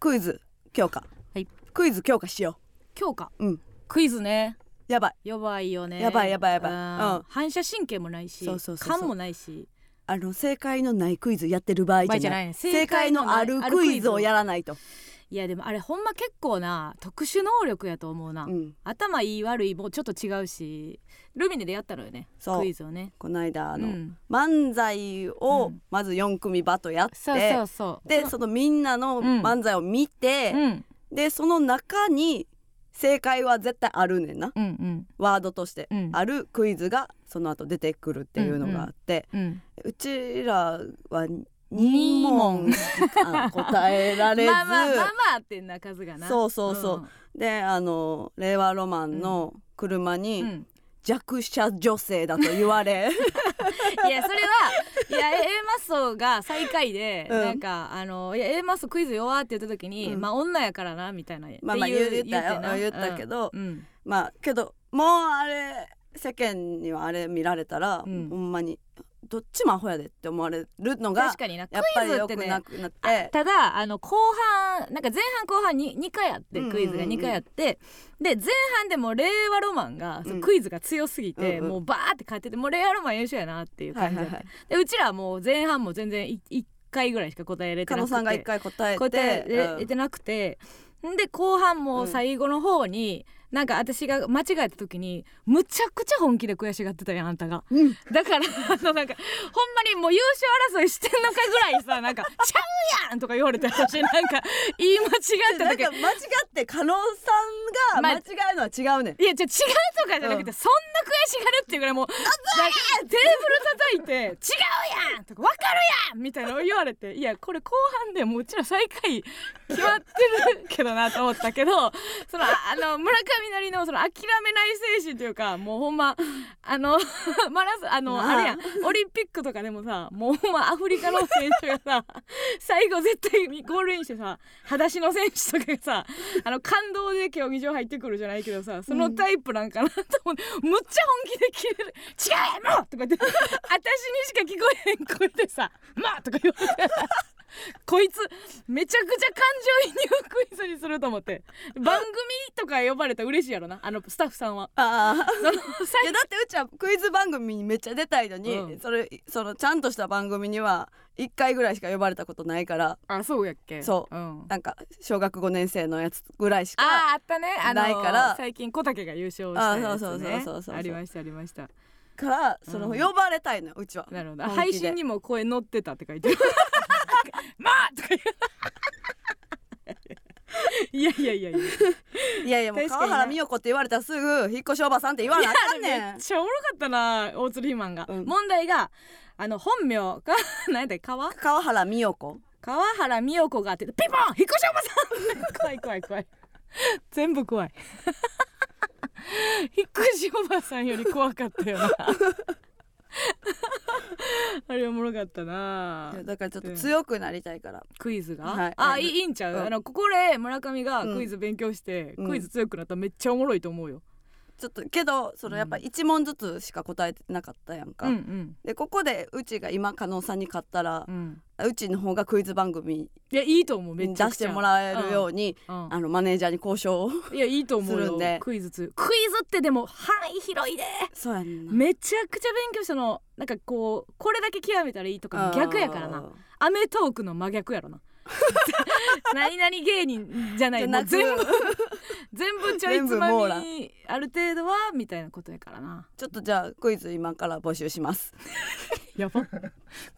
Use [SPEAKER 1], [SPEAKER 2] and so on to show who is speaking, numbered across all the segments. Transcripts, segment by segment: [SPEAKER 1] クイズ強化
[SPEAKER 2] はい
[SPEAKER 1] クイズ強化しよ
[SPEAKER 2] 強化
[SPEAKER 1] ううん
[SPEAKER 2] クイズね
[SPEAKER 1] やばい
[SPEAKER 2] やばいよね
[SPEAKER 1] やばいやばいやばい
[SPEAKER 2] あー
[SPEAKER 1] うん
[SPEAKER 2] 反射神経もないし
[SPEAKER 1] そうそうそうそう
[SPEAKER 2] 感もないし
[SPEAKER 1] あの正解のないクイズやってる場合じゃない
[SPEAKER 2] 場合じゃない
[SPEAKER 1] 正解のあるクイズをやらないと
[SPEAKER 2] いやでもあれほんま結構な特殊能力やと思うな、
[SPEAKER 1] うん
[SPEAKER 2] 頭いい悪いもちょっと違うしルミネでやったのよね
[SPEAKER 1] そう
[SPEAKER 2] クイズをね
[SPEAKER 1] この間あの、
[SPEAKER 2] うん
[SPEAKER 1] 漫才
[SPEAKER 2] う
[SPEAKER 1] を
[SPEAKER 2] ん
[SPEAKER 1] まず4組バトやって、
[SPEAKER 2] そうそうそう
[SPEAKER 1] でそのみんなの
[SPEAKER 2] うん
[SPEAKER 1] 漫才を見て、
[SPEAKER 2] うん
[SPEAKER 1] でその中に正解は絶対あるねんな
[SPEAKER 2] うんうん
[SPEAKER 1] ワードとして、
[SPEAKER 2] うん
[SPEAKER 1] あるクイズがその後出てくるっていうのがあって、
[SPEAKER 2] うん
[SPEAKER 1] うちらは2問しか答えられず
[SPEAKER 2] まあまあまあまあってんな数がな
[SPEAKER 1] そうそうそう
[SPEAKER 2] うん
[SPEAKER 1] であの令和ロマンの車に、
[SPEAKER 2] うん
[SPEAKER 1] 弱者女性だと言わ れ
[SPEAKER 2] いやそれはいや A マッソが最下位で、
[SPEAKER 1] うん
[SPEAKER 2] なんかあのいや A マッソクイズ弱って言った時に、
[SPEAKER 1] うん
[SPEAKER 2] まあ女やからなみたいな
[SPEAKER 1] まあまあ
[SPEAKER 2] っていう
[SPEAKER 1] 言ったよ
[SPEAKER 2] てな
[SPEAKER 1] 言ったけど
[SPEAKER 2] うんうん
[SPEAKER 1] まあけどもうあれ世間にはあれ見られたら、
[SPEAKER 2] うん
[SPEAKER 1] ほんまにどっちもアホやでって思われるのが
[SPEAKER 2] 確かになク
[SPEAKER 1] やっぱ
[SPEAKER 2] イ
[SPEAKER 1] り
[SPEAKER 2] ズ
[SPEAKER 1] 良
[SPEAKER 2] っ
[SPEAKER 1] く
[SPEAKER 2] てね
[SPEAKER 1] なくなっ
[SPEAKER 2] あ
[SPEAKER 1] て
[SPEAKER 2] ただあの後半なんか前半後半に2回あって
[SPEAKER 1] うんうんうん
[SPEAKER 2] クイズが2回あって、で前半でもう令和ロマンが、そう
[SPEAKER 1] うん
[SPEAKER 2] クイズが強すぎて、
[SPEAKER 1] うんうん
[SPEAKER 2] もうバーって勝っててもう令和ロマン優勝やなっていう
[SPEAKER 1] はいは
[SPEAKER 2] 感じ
[SPEAKER 1] い
[SPEAKER 2] だった、
[SPEAKER 1] はい
[SPEAKER 2] でうちらはもう前半も全然1回ぐらいしか答えれて
[SPEAKER 1] 加
[SPEAKER 2] なく
[SPEAKER 1] 納
[SPEAKER 2] て
[SPEAKER 1] さんが一回答えて
[SPEAKER 2] 答え
[SPEAKER 1] うん
[SPEAKER 2] れてなくて、ん、で後半も最後の方に、なんか私が間違えた時にむちゃくちゃ本気で悔しがってたやんあんたが
[SPEAKER 1] うん
[SPEAKER 2] だから あのなんかほんまにもう優勝争いしてんのかぐらいさなんか「ちゃうやん!」とか言われて私なんか言い間違った
[SPEAKER 1] なん
[SPEAKER 2] 時
[SPEAKER 1] か間違って加納さんが間違えるのは違うねん、
[SPEAKER 2] いやじゃ違うとかじゃなく
[SPEAKER 1] う
[SPEAKER 2] て、
[SPEAKER 1] ん
[SPEAKER 2] そんな悔しがるっていうぐらいもうなんかテーブル叩いて「違うやん!」とか「分かるやん!」みたいなのを言われていやこれ後半でもううちら最下位決まってるけどなと思ったけど そのああの村上なりのその諦めない精神というかもうほんまあの マラソンあの
[SPEAKER 1] なあ
[SPEAKER 2] あれやん オリンピックとかでもさもうほんまアフリカの選手がさ 最後絶対ゴールインしてさ裸足の選手とかがさあの感動で競技場入ってくるじゃないけどさそのタイプなんかなと思って、むっちゃ本気で切れる「違うやんもう!」とか言って 私にしか聞こえへん声でさ「もう!」とか言われて。 こいつめちゃくちゃ感情移入クイズにすると思って番組とか呼ばれたら嬉しいやろなあのスタッフさ んは。
[SPEAKER 1] ああ
[SPEAKER 2] その最
[SPEAKER 1] いやだってうちはクイズ番組にめっちゃ出たいのに、
[SPEAKER 2] うん
[SPEAKER 1] それそのちゃんとした番組には1回ぐらいしか呼ばれたことないから
[SPEAKER 2] あそうやっけ
[SPEAKER 1] そう
[SPEAKER 2] うん、
[SPEAKER 1] なんか小学5年生のやつぐらいし
[SPEAKER 2] あ
[SPEAKER 1] か
[SPEAKER 2] ああったねあの
[SPEAKER 1] ないから
[SPEAKER 2] 最近小竹が優勝したやつ、ね、
[SPEAKER 1] あそうそうそうそうそう
[SPEAKER 2] ありましたありました
[SPEAKER 1] からその
[SPEAKER 2] うん
[SPEAKER 1] 呼ばれたいのうちは。
[SPEAKER 2] なるほど
[SPEAKER 1] 本気で
[SPEAKER 2] 配信にも声乗ってたって書 いてるまあとか 言ういやいやいやいや
[SPEAKER 1] いやいやもう
[SPEAKER 2] 確か
[SPEAKER 1] 川
[SPEAKER 2] にな
[SPEAKER 1] 原美代子って言われたらすぐ引っ越しおばさんって言わなあかんね
[SPEAKER 2] め
[SPEAKER 1] ん
[SPEAKER 2] っ。ちゃおもろかったな大鶴ひまんが、
[SPEAKER 1] うん
[SPEAKER 2] 問題があの本名が 何やったっけ川
[SPEAKER 1] 川原美代子
[SPEAKER 2] 川原美代子があってピンポン引っ越しおばさん 怖い怖い怖い全部怖い 引っ越しおばさんより怖かったよな あれおもろかったない
[SPEAKER 1] やだからちょっと強くなりたいから、
[SPEAKER 2] クイズが、
[SPEAKER 1] はい
[SPEAKER 2] あ
[SPEAKER 1] え
[SPEAKER 2] い
[SPEAKER 1] ー
[SPEAKER 2] いいいんちゃう、
[SPEAKER 1] うん
[SPEAKER 2] あのここで村上が
[SPEAKER 1] うん
[SPEAKER 2] クイズ勉強して、
[SPEAKER 1] うん
[SPEAKER 2] クイズ強くなったらめっちゃおもろいと思うよ、
[SPEAKER 1] ちょっとけどそのやっぱ1問ずつしか答えてなかったやんか。
[SPEAKER 2] うんうん
[SPEAKER 1] でここでうちが今加納さんに勝ったら
[SPEAKER 2] う、ん
[SPEAKER 1] うちの方がクイズ番組
[SPEAKER 2] いやいいと思うめっ
[SPEAKER 1] に
[SPEAKER 2] ちゃ
[SPEAKER 1] 出
[SPEAKER 2] く
[SPEAKER 1] し
[SPEAKER 2] ちゃ
[SPEAKER 1] てもらえるように、
[SPEAKER 2] うん
[SPEAKER 1] あのマネージャーに交渉を
[SPEAKER 2] いやいいと思
[SPEAKER 1] す
[SPEAKER 2] う
[SPEAKER 1] る
[SPEAKER 2] よ
[SPEAKER 1] んで
[SPEAKER 2] クイズつクイズってでも範囲広いで
[SPEAKER 1] そうやんな
[SPEAKER 2] めちゃくちゃ勉強したのなんかこうこれだけ極めたらいいとか逆やからなアメトークの真逆や ろな何々芸人じゃない
[SPEAKER 1] じゃ
[SPEAKER 2] もう
[SPEAKER 1] なく
[SPEAKER 2] 全部全部ちょいつ
[SPEAKER 1] 全部網
[SPEAKER 2] ま
[SPEAKER 1] 羅
[SPEAKER 2] みある程度はみたいなことやからな
[SPEAKER 1] ちょっとじゃあクイズ今から募集します
[SPEAKER 2] やば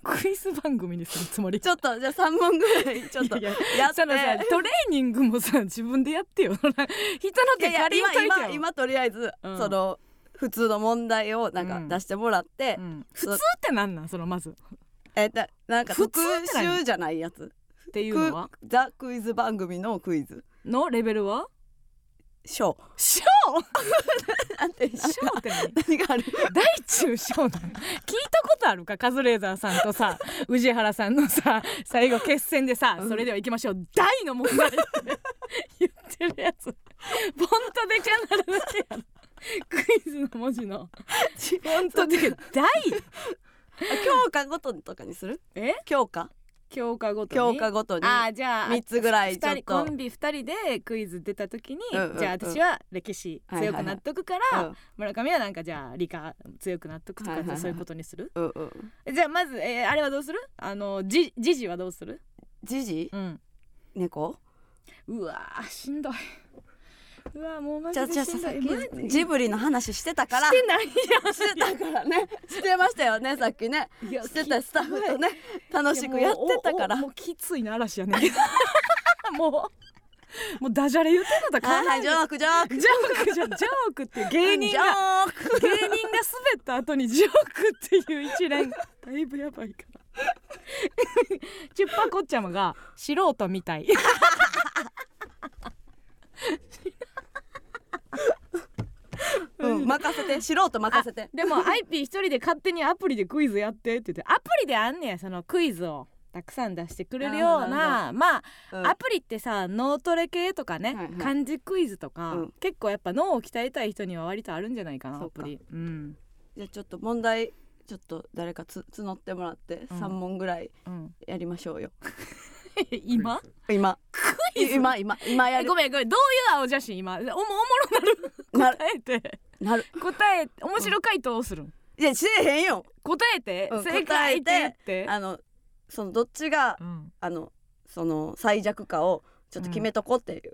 [SPEAKER 2] クイズ番組にするつもり
[SPEAKER 1] ちょっとじゃあ3問ぐらいちょっと
[SPEAKER 2] いやい
[SPEAKER 1] やって
[SPEAKER 2] そのさトレーニングもさ自分でやってよ 人
[SPEAKER 1] い
[SPEAKER 2] の
[SPEAKER 1] や
[SPEAKER 2] 手
[SPEAKER 1] いや
[SPEAKER 2] 借りんとい
[SPEAKER 1] 今
[SPEAKER 2] てよ
[SPEAKER 1] 今今とりあえず、
[SPEAKER 2] うん
[SPEAKER 1] その普通の問題をなんか
[SPEAKER 2] うん
[SPEAKER 1] 出してもらって、
[SPEAKER 2] うん普通ってなんなんそのまずっ
[SPEAKER 1] えー、だなんか
[SPEAKER 2] 普
[SPEAKER 1] 特
[SPEAKER 2] 通って何
[SPEAKER 1] 集じゃないやつ
[SPEAKER 2] ていう
[SPEAKER 1] ク
[SPEAKER 2] のは
[SPEAKER 1] ザクイズ番組のクイズ
[SPEAKER 2] のレベルは
[SPEAKER 1] ショー
[SPEAKER 2] 小
[SPEAKER 1] なんて
[SPEAKER 2] 小って何
[SPEAKER 1] 何がある
[SPEAKER 2] 大中小なの聞いたことあるかカズレーザーさん とさ宇治原さんのさ最後決戦でさ、
[SPEAKER 1] うん
[SPEAKER 2] それでは行きましょう大の問題って 言ってるやつフォントでかなるだけやろクイズの文字のフォントで大
[SPEAKER 1] あ強化ごととかにする
[SPEAKER 2] え
[SPEAKER 1] 強化
[SPEAKER 2] 強化ごとに
[SPEAKER 1] 強化ごとに
[SPEAKER 2] あーじゃあ
[SPEAKER 1] 三つぐらいちょっ
[SPEAKER 2] 二人
[SPEAKER 1] と
[SPEAKER 2] コンビ2人でクイズ出た時に、
[SPEAKER 1] うんうんうん
[SPEAKER 2] じゃあ私は歴史
[SPEAKER 1] はいはい
[SPEAKER 2] 強
[SPEAKER 1] はい
[SPEAKER 2] く納得から、村上はなんかじゃあ理科強く納得とか
[SPEAKER 1] はいはいはい
[SPEAKER 2] そういうことにする、
[SPEAKER 1] うんうんうん
[SPEAKER 2] じゃあまず、えーあれはどうするあのじじじはどうする
[SPEAKER 1] ジジ
[SPEAKER 2] うん
[SPEAKER 1] 猫
[SPEAKER 2] うわーしんどいうわーもうマ
[SPEAKER 1] じ
[SPEAKER 2] ジ
[SPEAKER 1] ゃあ
[SPEAKER 2] で
[SPEAKER 1] じゃあ
[SPEAKER 2] し
[SPEAKER 1] さ
[SPEAKER 2] んど
[SPEAKER 1] さっ
[SPEAKER 2] いマ
[SPEAKER 1] き
[SPEAKER 2] ジ
[SPEAKER 1] ジブリの話してたから
[SPEAKER 2] してないやん
[SPEAKER 1] してたからねしてましたよねさっきね
[SPEAKER 2] いや
[SPEAKER 1] してたスタッフとね楽しくやってたから
[SPEAKER 2] いやもうおおもうきついな嵐やね もうもうダジャレ言ってんのと変わ
[SPEAKER 1] はい
[SPEAKER 2] ら
[SPEAKER 1] は
[SPEAKER 2] ん
[SPEAKER 1] い
[SPEAKER 2] ジ
[SPEAKER 1] ジョークジョーク
[SPEAKER 2] ョークじゃジョークって芸人
[SPEAKER 1] ジ
[SPEAKER 2] が
[SPEAKER 1] ョーク
[SPEAKER 2] 芸人が滑った後にジョークっていう一連だいぶやばいからチュッパコッチャムが素人みたい
[SPEAKER 1] うん任せて素人任せて
[SPEAKER 2] でも IP 一人で勝手にアプリでクイズやってって言ってアプリであんねやそのクイズをたくさん出してくれるようなまあ
[SPEAKER 1] うん
[SPEAKER 2] アプリってさ脳トレ系とかね、
[SPEAKER 1] はいはい
[SPEAKER 2] 漢字クイズとか、
[SPEAKER 1] うん
[SPEAKER 2] 結構やっぱ脳を鍛えたい人には割とあるんじゃないかな
[SPEAKER 1] そ
[SPEAKER 2] ア
[SPEAKER 1] うか
[SPEAKER 2] プリうん、
[SPEAKER 1] じゃあちょっと問題ちょっと誰かつ募ってもらって
[SPEAKER 2] うん
[SPEAKER 1] 三問ぐらい
[SPEAKER 2] うん、
[SPEAKER 1] やりましょうよ
[SPEAKER 2] 今
[SPEAKER 1] 今
[SPEAKER 2] イズ
[SPEAKER 1] 今今今や
[SPEAKER 2] え
[SPEAKER 1] る
[SPEAKER 2] ごめんごめんどういう青写真今おもおも
[SPEAKER 1] なる
[SPEAKER 2] ろ答えて
[SPEAKER 1] なる
[SPEAKER 2] 答え面白回答をするん、
[SPEAKER 1] いやしてへんよ
[SPEAKER 2] 答えて、
[SPEAKER 1] うん
[SPEAKER 2] 正解って言って
[SPEAKER 1] あのそのどっちが
[SPEAKER 2] うん
[SPEAKER 1] あのその最弱かをちょっと決めとこうっていう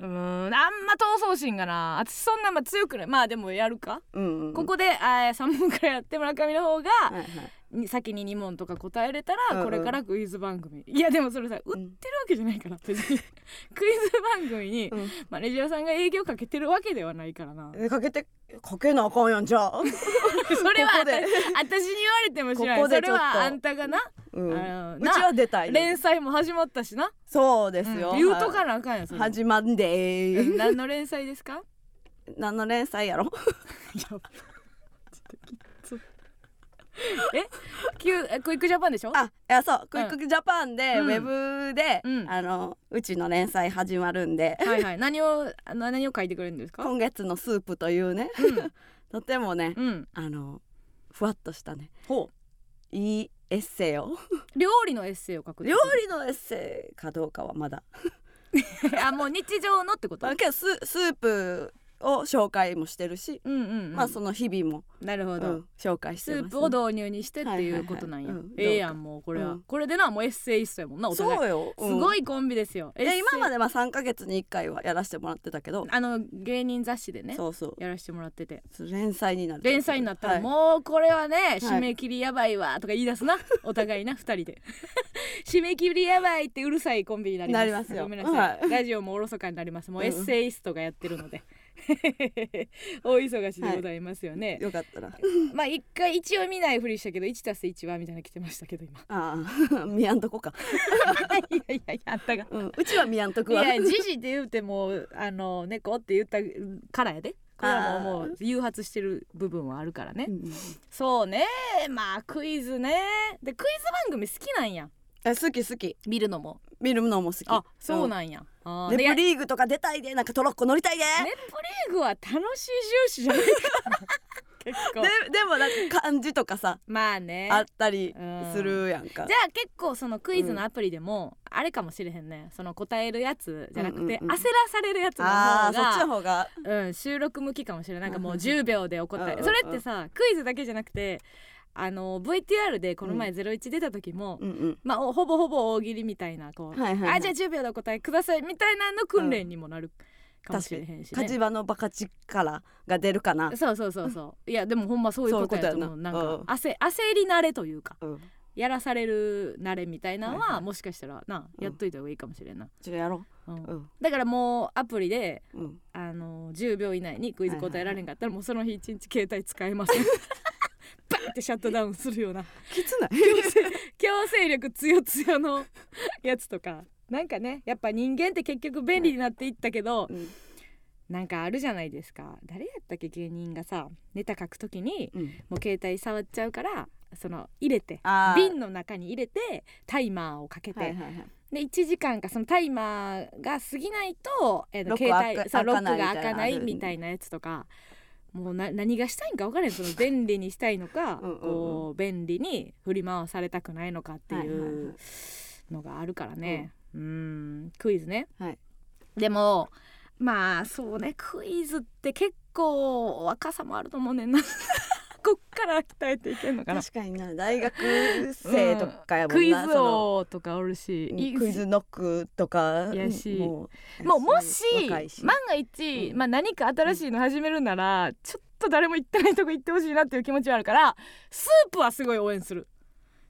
[SPEAKER 2] うーんあんま闘争心がな私そんなま強くないまあでもやるか、
[SPEAKER 1] うんうん
[SPEAKER 2] ここであ3問くらいやって村上の方が、
[SPEAKER 1] はいはい
[SPEAKER 2] に先に2問とか答えれた
[SPEAKER 1] うん
[SPEAKER 2] ら
[SPEAKER 1] うん
[SPEAKER 2] これからクイズ番組、いやでもそれさ売ってるわ
[SPEAKER 1] うん
[SPEAKER 2] けじゃないから 別にクイズ番組に
[SPEAKER 1] うん
[SPEAKER 2] マネージャーさんが営業かけてるわけではないからな
[SPEAKER 1] えかけてかけなあかんやんじ ゃあ
[SPEAKER 2] それは
[SPEAKER 1] ここ
[SPEAKER 2] あた
[SPEAKER 1] で
[SPEAKER 2] 私に言われても知らない
[SPEAKER 1] ここで
[SPEAKER 2] そ
[SPEAKER 1] ちょっと
[SPEAKER 2] れはあんたがな
[SPEAKER 1] うんう
[SPEAKER 2] あの
[SPEAKER 1] ち
[SPEAKER 2] な
[SPEAKER 1] は出たいね
[SPEAKER 2] 連載も始まったしな、
[SPEAKER 1] そうですよ、
[SPEAKER 2] うん言うとか
[SPEAKER 1] は
[SPEAKER 2] なあかんや
[SPEAKER 1] い
[SPEAKER 2] それ
[SPEAKER 1] 始まんで
[SPEAKER 2] うん
[SPEAKER 1] ー
[SPEAKER 2] 何の連 載ですか
[SPEAKER 1] 何の連載やろ
[SPEAKER 2] えキュえクイックジャパンでしょ
[SPEAKER 1] あいやそうクイックジャパンで、
[SPEAKER 2] うん
[SPEAKER 1] ウェブで、
[SPEAKER 2] うん
[SPEAKER 1] あのうちの連載始まるんで、
[SPEAKER 2] はいはい何をあの何を書いてくれるんですか
[SPEAKER 1] 今月のスープというね
[SPEAKER 2] うん
[SPEAKER 1] とてもね、
[SPEAKER 2] うん
[SPEAKER 1] あのふわっとしたねいいエッセイを
[SPEAKER 2] 料理のエッセイを書く
[SPEAKER 1] 料理のエッセイかどうかはまだ
[SPEAKER 2] 理 あもう日常のってこと
[SPEAKER 1] まあけどススープを紹介もしてるし、
[SPEAKER 2] うんうん、うん、
[SPEAKER 1] まあその日々も、
[SPEAKER 2] なるほど、
[SPEAKER 1] うん紹介し
[SPEAKER 2] ス
[SPEAKER 1] てます、
[SPEAKER 2] ープを導入にしてっていうことなんや、
[SPEAKER 1] はいはいはいうん
[SPEAKER 2] ええやんもうこれは、
[SPEAKER 1] うん
[SPEAKER 2] これでなもうエッセイストやもんなお互い
[SPEAKER 1] そうよ、
[SPEAKER 2] すご
[SPEAKER 1] い
[SPEAKER 2] いコンビですよエッセ
[SPEAKER 1] で
[SPEAKER 2] イ
[SPEAKER 1] 今までまあ3ヶ月に1回はやらせてもらってたけど、
[SPEAKER 2] あの芸人雑誌でね
[SPEAKER 1] そうそう
[SPEAKER 2] やらせてもらってて
[SPEAKER 1] 連載になる
[SPEAKER 2] 連載になったら
[SPEAKER 1] はい
[SPEAKER 2] もうこれはね、締め切りやばいわとか言い 出すなお互いな二人で 締め切りやばいってうるさいコンビになります
[SPEAKER 1] なりますよ
[SPEAKER 2] ごめんなさい、
[SPEAKER 1] は
[SPEAKER 2] ラジオもおろそかになりますもう
[SPEAKER 1] うん
[SPEAKER 2] エッセイストがやってるので 大忙しでございますよね、
[SPEAKER 1] よかったら
[SPEAKER 2] まあ一回一応見ないふりしたけど1たす1はみたいな の来てましたけど今
[SPEAKER 1] ああ 見やんとこか、
[SPEAKER 2] いやいやいやあったが
[SPEAKER 1] うん、うちは見やんと
[SPEAKER 2] い
[SPEAKER 1] くわ
[SPEAKER 2] やじじって言うてもあの猫って言ったからやでこれはもうもう誘発してる部分はあるからね
[SPEAKER 1] うん
[SPEAKER 2] そうねまあクイズねでクイズ番組好きなんや
[SPEAKER 1] え好き好き
[SPEAKER 2] 見るのも
[SPEAKER 1] 見るのも好き
[SPEAKER 2] あそうなんや、あー
[SPEAKER 1] ネ
[SPEAKER 2] で
[SPEAKER 1] プ
[SPEAKER 2] やネ
[SPEAKER 1] リーグとか出たいでなんかトロッコ乗りたいで
[SPEAKER 2] プリーグは楽しい重視じゃないか 結構
[SPEAKER 1] ででもなんか漢字とかさ
[SPEAKER 2] まあね
[SPEAKER 1] あったり
[SPEAKER 2] うん
[SPEAKER 1] するやんか
[SPEAKER 2] じゃあ結構そのクイズのアプリでもあれかもしれへんね、その答えるやつじゃなくて、
[SPEAKER 1] うんうんうん
[SPEAKER 2] 焦らされるやつの
[SPEAKER 1] あ
[SPEAKER 2] 方
[SPEAKER 1] あそっちの
[SPEAKER 2] が
[SPEAKER 1] 方が
[SPEAKER 2] うん、収録向きかもしれないなんかもう
[SPEAKER 1] うんうん
[SPEAKER 2] 10秒でお答え、
[SPEAKER 1] うんうんうん
[SPEAKER 2] それってさクイズだけじゃなくてあの VTR でこの前『ゼロイチ』出た時も、
[SPEAKER 1] うんうん
[SPEAKER 2] まあおほぼほぼ大喜利みたいなこう、
[SPEAKER 1] はいはいはい
[SPEAKER 2] あじゃあ10秒でお答えくださいみたいなの訓練にもなるかもしれへんし
[SPEAKER 1] 火
[SPEAKER 2] ね
[SPEAKER 1] 事。場のバカ力が出るかな、
[SPEAKER 2] そうそうそうそういやでもほんまそういうことやと思う
[SPEAKER 1] そういう
[SPEAKER 2] な
[SPEAKER 1] こ
[SPEAKER 2] ん
[SPEAKER 1] とやな
[SPEAKER 2] か焦焦り慣れというか
[SPEAKER 1] うん、
[SPEAKER 2] やらされる慣れみたいな
[SPEAKER 1] は
[SPEAKER 2] の
[SPEAKER 1] いは
[SPEAKER 2] はいもしかしたらな
[SPEAKER 1] うん
[SPEAKER 2] やっといた方がいいかもしれんな、
[SPEAKER 1] ちょっとやろ
[SPEAKER 2] うん
[SPEAKER 1] ううん
[SPEAKER 2] だからもうアプリで
[SPEAKER 1] うん
[SPEAKER 2] あの10秒以内にクイズ答えられんかったらもうその日一日携帯使えませ んバンってシャットダウンするような
[SPEAKER 1] きつない
[SPEAKER 2] 強制力強強のやつとかなんかねやっぱ人間って結局便利になっていったけど、
[SPEAKER 1] うん
[SPEAKER 2] なんかあるじゃないですか誰やったっけ芸人がさネタ書くときに
[SPEAKER 1] うん
[SPEAKER 2] もう携帯触っちゃうからその入れて
[SPEAKER 1] あー
[SPEAKER 2] 瓶の中に入れてタイマーをかけて、
[SPEAKER 1] はいはいはい
[SPEAKER 2] で1時間かそのタイマーが過ぎないと、えー
[SPEAKER 1] ロック
[SPEAKER 2] 携帯
[SPEAKER 1] 開か
[SPEAKER 2] そうロッ
[SPEAKER 1] 開かない
[SPEAKER 2] クが開かないみ
[SPEAKER 1] み
[SPEAKER 2] た
[SPEAKER 1] た
[SPEAKER 2] い
[SPEAKER 1] い
[SPEAKER 2] なやつとかもうな何がしたいんか分からへんその便利にしたいのか
[SPEAKER 1] うんうんうん
[SPEAKER 2] こう便利に振り回されたくないのかっていう、
[SPEAKER 1] はいはいはい
[SPEAKER 2] のがあるからねうんクイズね、
[SPEAKER 1] はい
[SPEAKER 2] でもまあそうねクイズって結構若さもあると思うねんな こっから鍛えていけんのかな
[SPEAKER 1] 確かにな大学生とかやもんな、
[SPEAKER 2] クイズ
[SPEAKER 1] その
[SPEAKER 2] 王とかおるしい
[SPEAKER 1] クイズノックとか
[SPEAKER 2] やし
[SPEAKER 1] もう
[SPEAKER 2] もうもし
[SPEAKER 1] 若いし
[SPEAKER 2] 万が一、
[SPEAKER 1] うん
[SPEAKER 2] まあ、何か新しいの始めるなら、ちょっと誰も行ってないとこ行ってほしいなっていう気持ちはあるからスープはすごい応援する。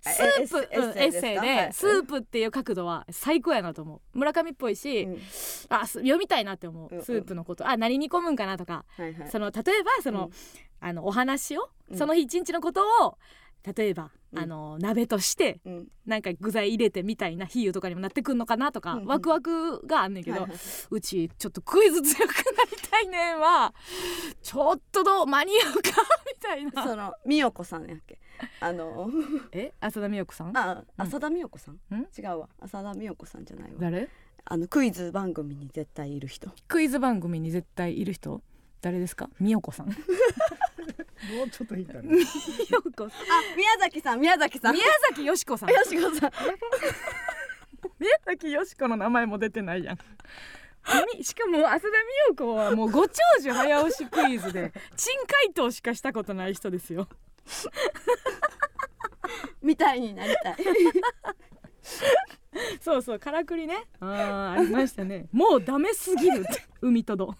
[SPEAKER 2] ス
[SPEAKER 1] え
[SPEAKER 2] ー
[SPEAKER 1] エッセ
[SPEAKER 2] プ
[SPEAKER 1] イ
[SPEAKER 2] うんエ
[SPEAKER 1] エッセイ
[SPEAKER 2] ッ
[SPEAKER 1] ですか
[SPEAKER 2] セイ
[SPEAKER 1] は
[SPEAKER 2] で
[SPEAKER 1] い
[SPEAKER 2] スープっていう角度は最高やなと思う村上っぽいし、
[SPEAKER 1] うん
[SPEAKER 2] あす読みたいなって思
[SPEAKER 1] うんう
[SPEAKER 2] うんスープのことあ何煮込むんかなとか、
[SPEAKER 1] はいはい
[SPEAKER 2] その例えばそ
[SPEAKER 1] う
[SPEAKER 2] の,、
[SPEAKER 1] ん
[SPEAKER 2] あのお話を
[SPEAKER 1] うん
[SPEAKER 2] その日一日のことを例えば、
[SPEAKER 1] うん
[SPEAKER 2] あの鍋として
[SPEAKER 1] うん
[SPEAKER 2] なんか具材入れてみたいな比喩とかにもなってくんのかなとか、
[SPEAKER 1] うんうん
[SPEAKER 2] ワクワクがあんねんけど、
[SPEAKER 1] はいはいう
[SPEAKER 2] ちちょっとクイズ強くなりたいねんはちょっとどう間に合うかみたいな
[SPEAKER 1] その美代子さんやっけあの
[SPEAKER 2] え浅田美代子さん
[SPEAKER 1] あ浅田美代子さん、
[SPEAKER 2] うん
[SPEAKER 1] 違うわ浅田美代子さんじゃないわ
[SPEAKER 2] 誰
[SPEAKER 1] あのクイズ番組に絶対いる人
[SPEAKER 2] クイズ番組に絶対いる人誰ですか美代子さん
[SPEAKER 3] もうちょっと引いたね。
[SPEAKER 2] 美代子さ
[SPEAKER 1] あ宮崎さん宮崎さん
[SPEAKER 2] 宮崎よしこさん
[SPEAKER 1] よしこさん
[SPEAKER 2] 宮崎よしこの名前も出てないやんみしかも浅田美代子はもうご長寿早押しクイズ で珍回答しかしたことない人ですよ
[SPEAKER 1] みたいになりたい
[SPEAKER 2] そうそうからくりねあーありましたね もうダメすぎるって海とど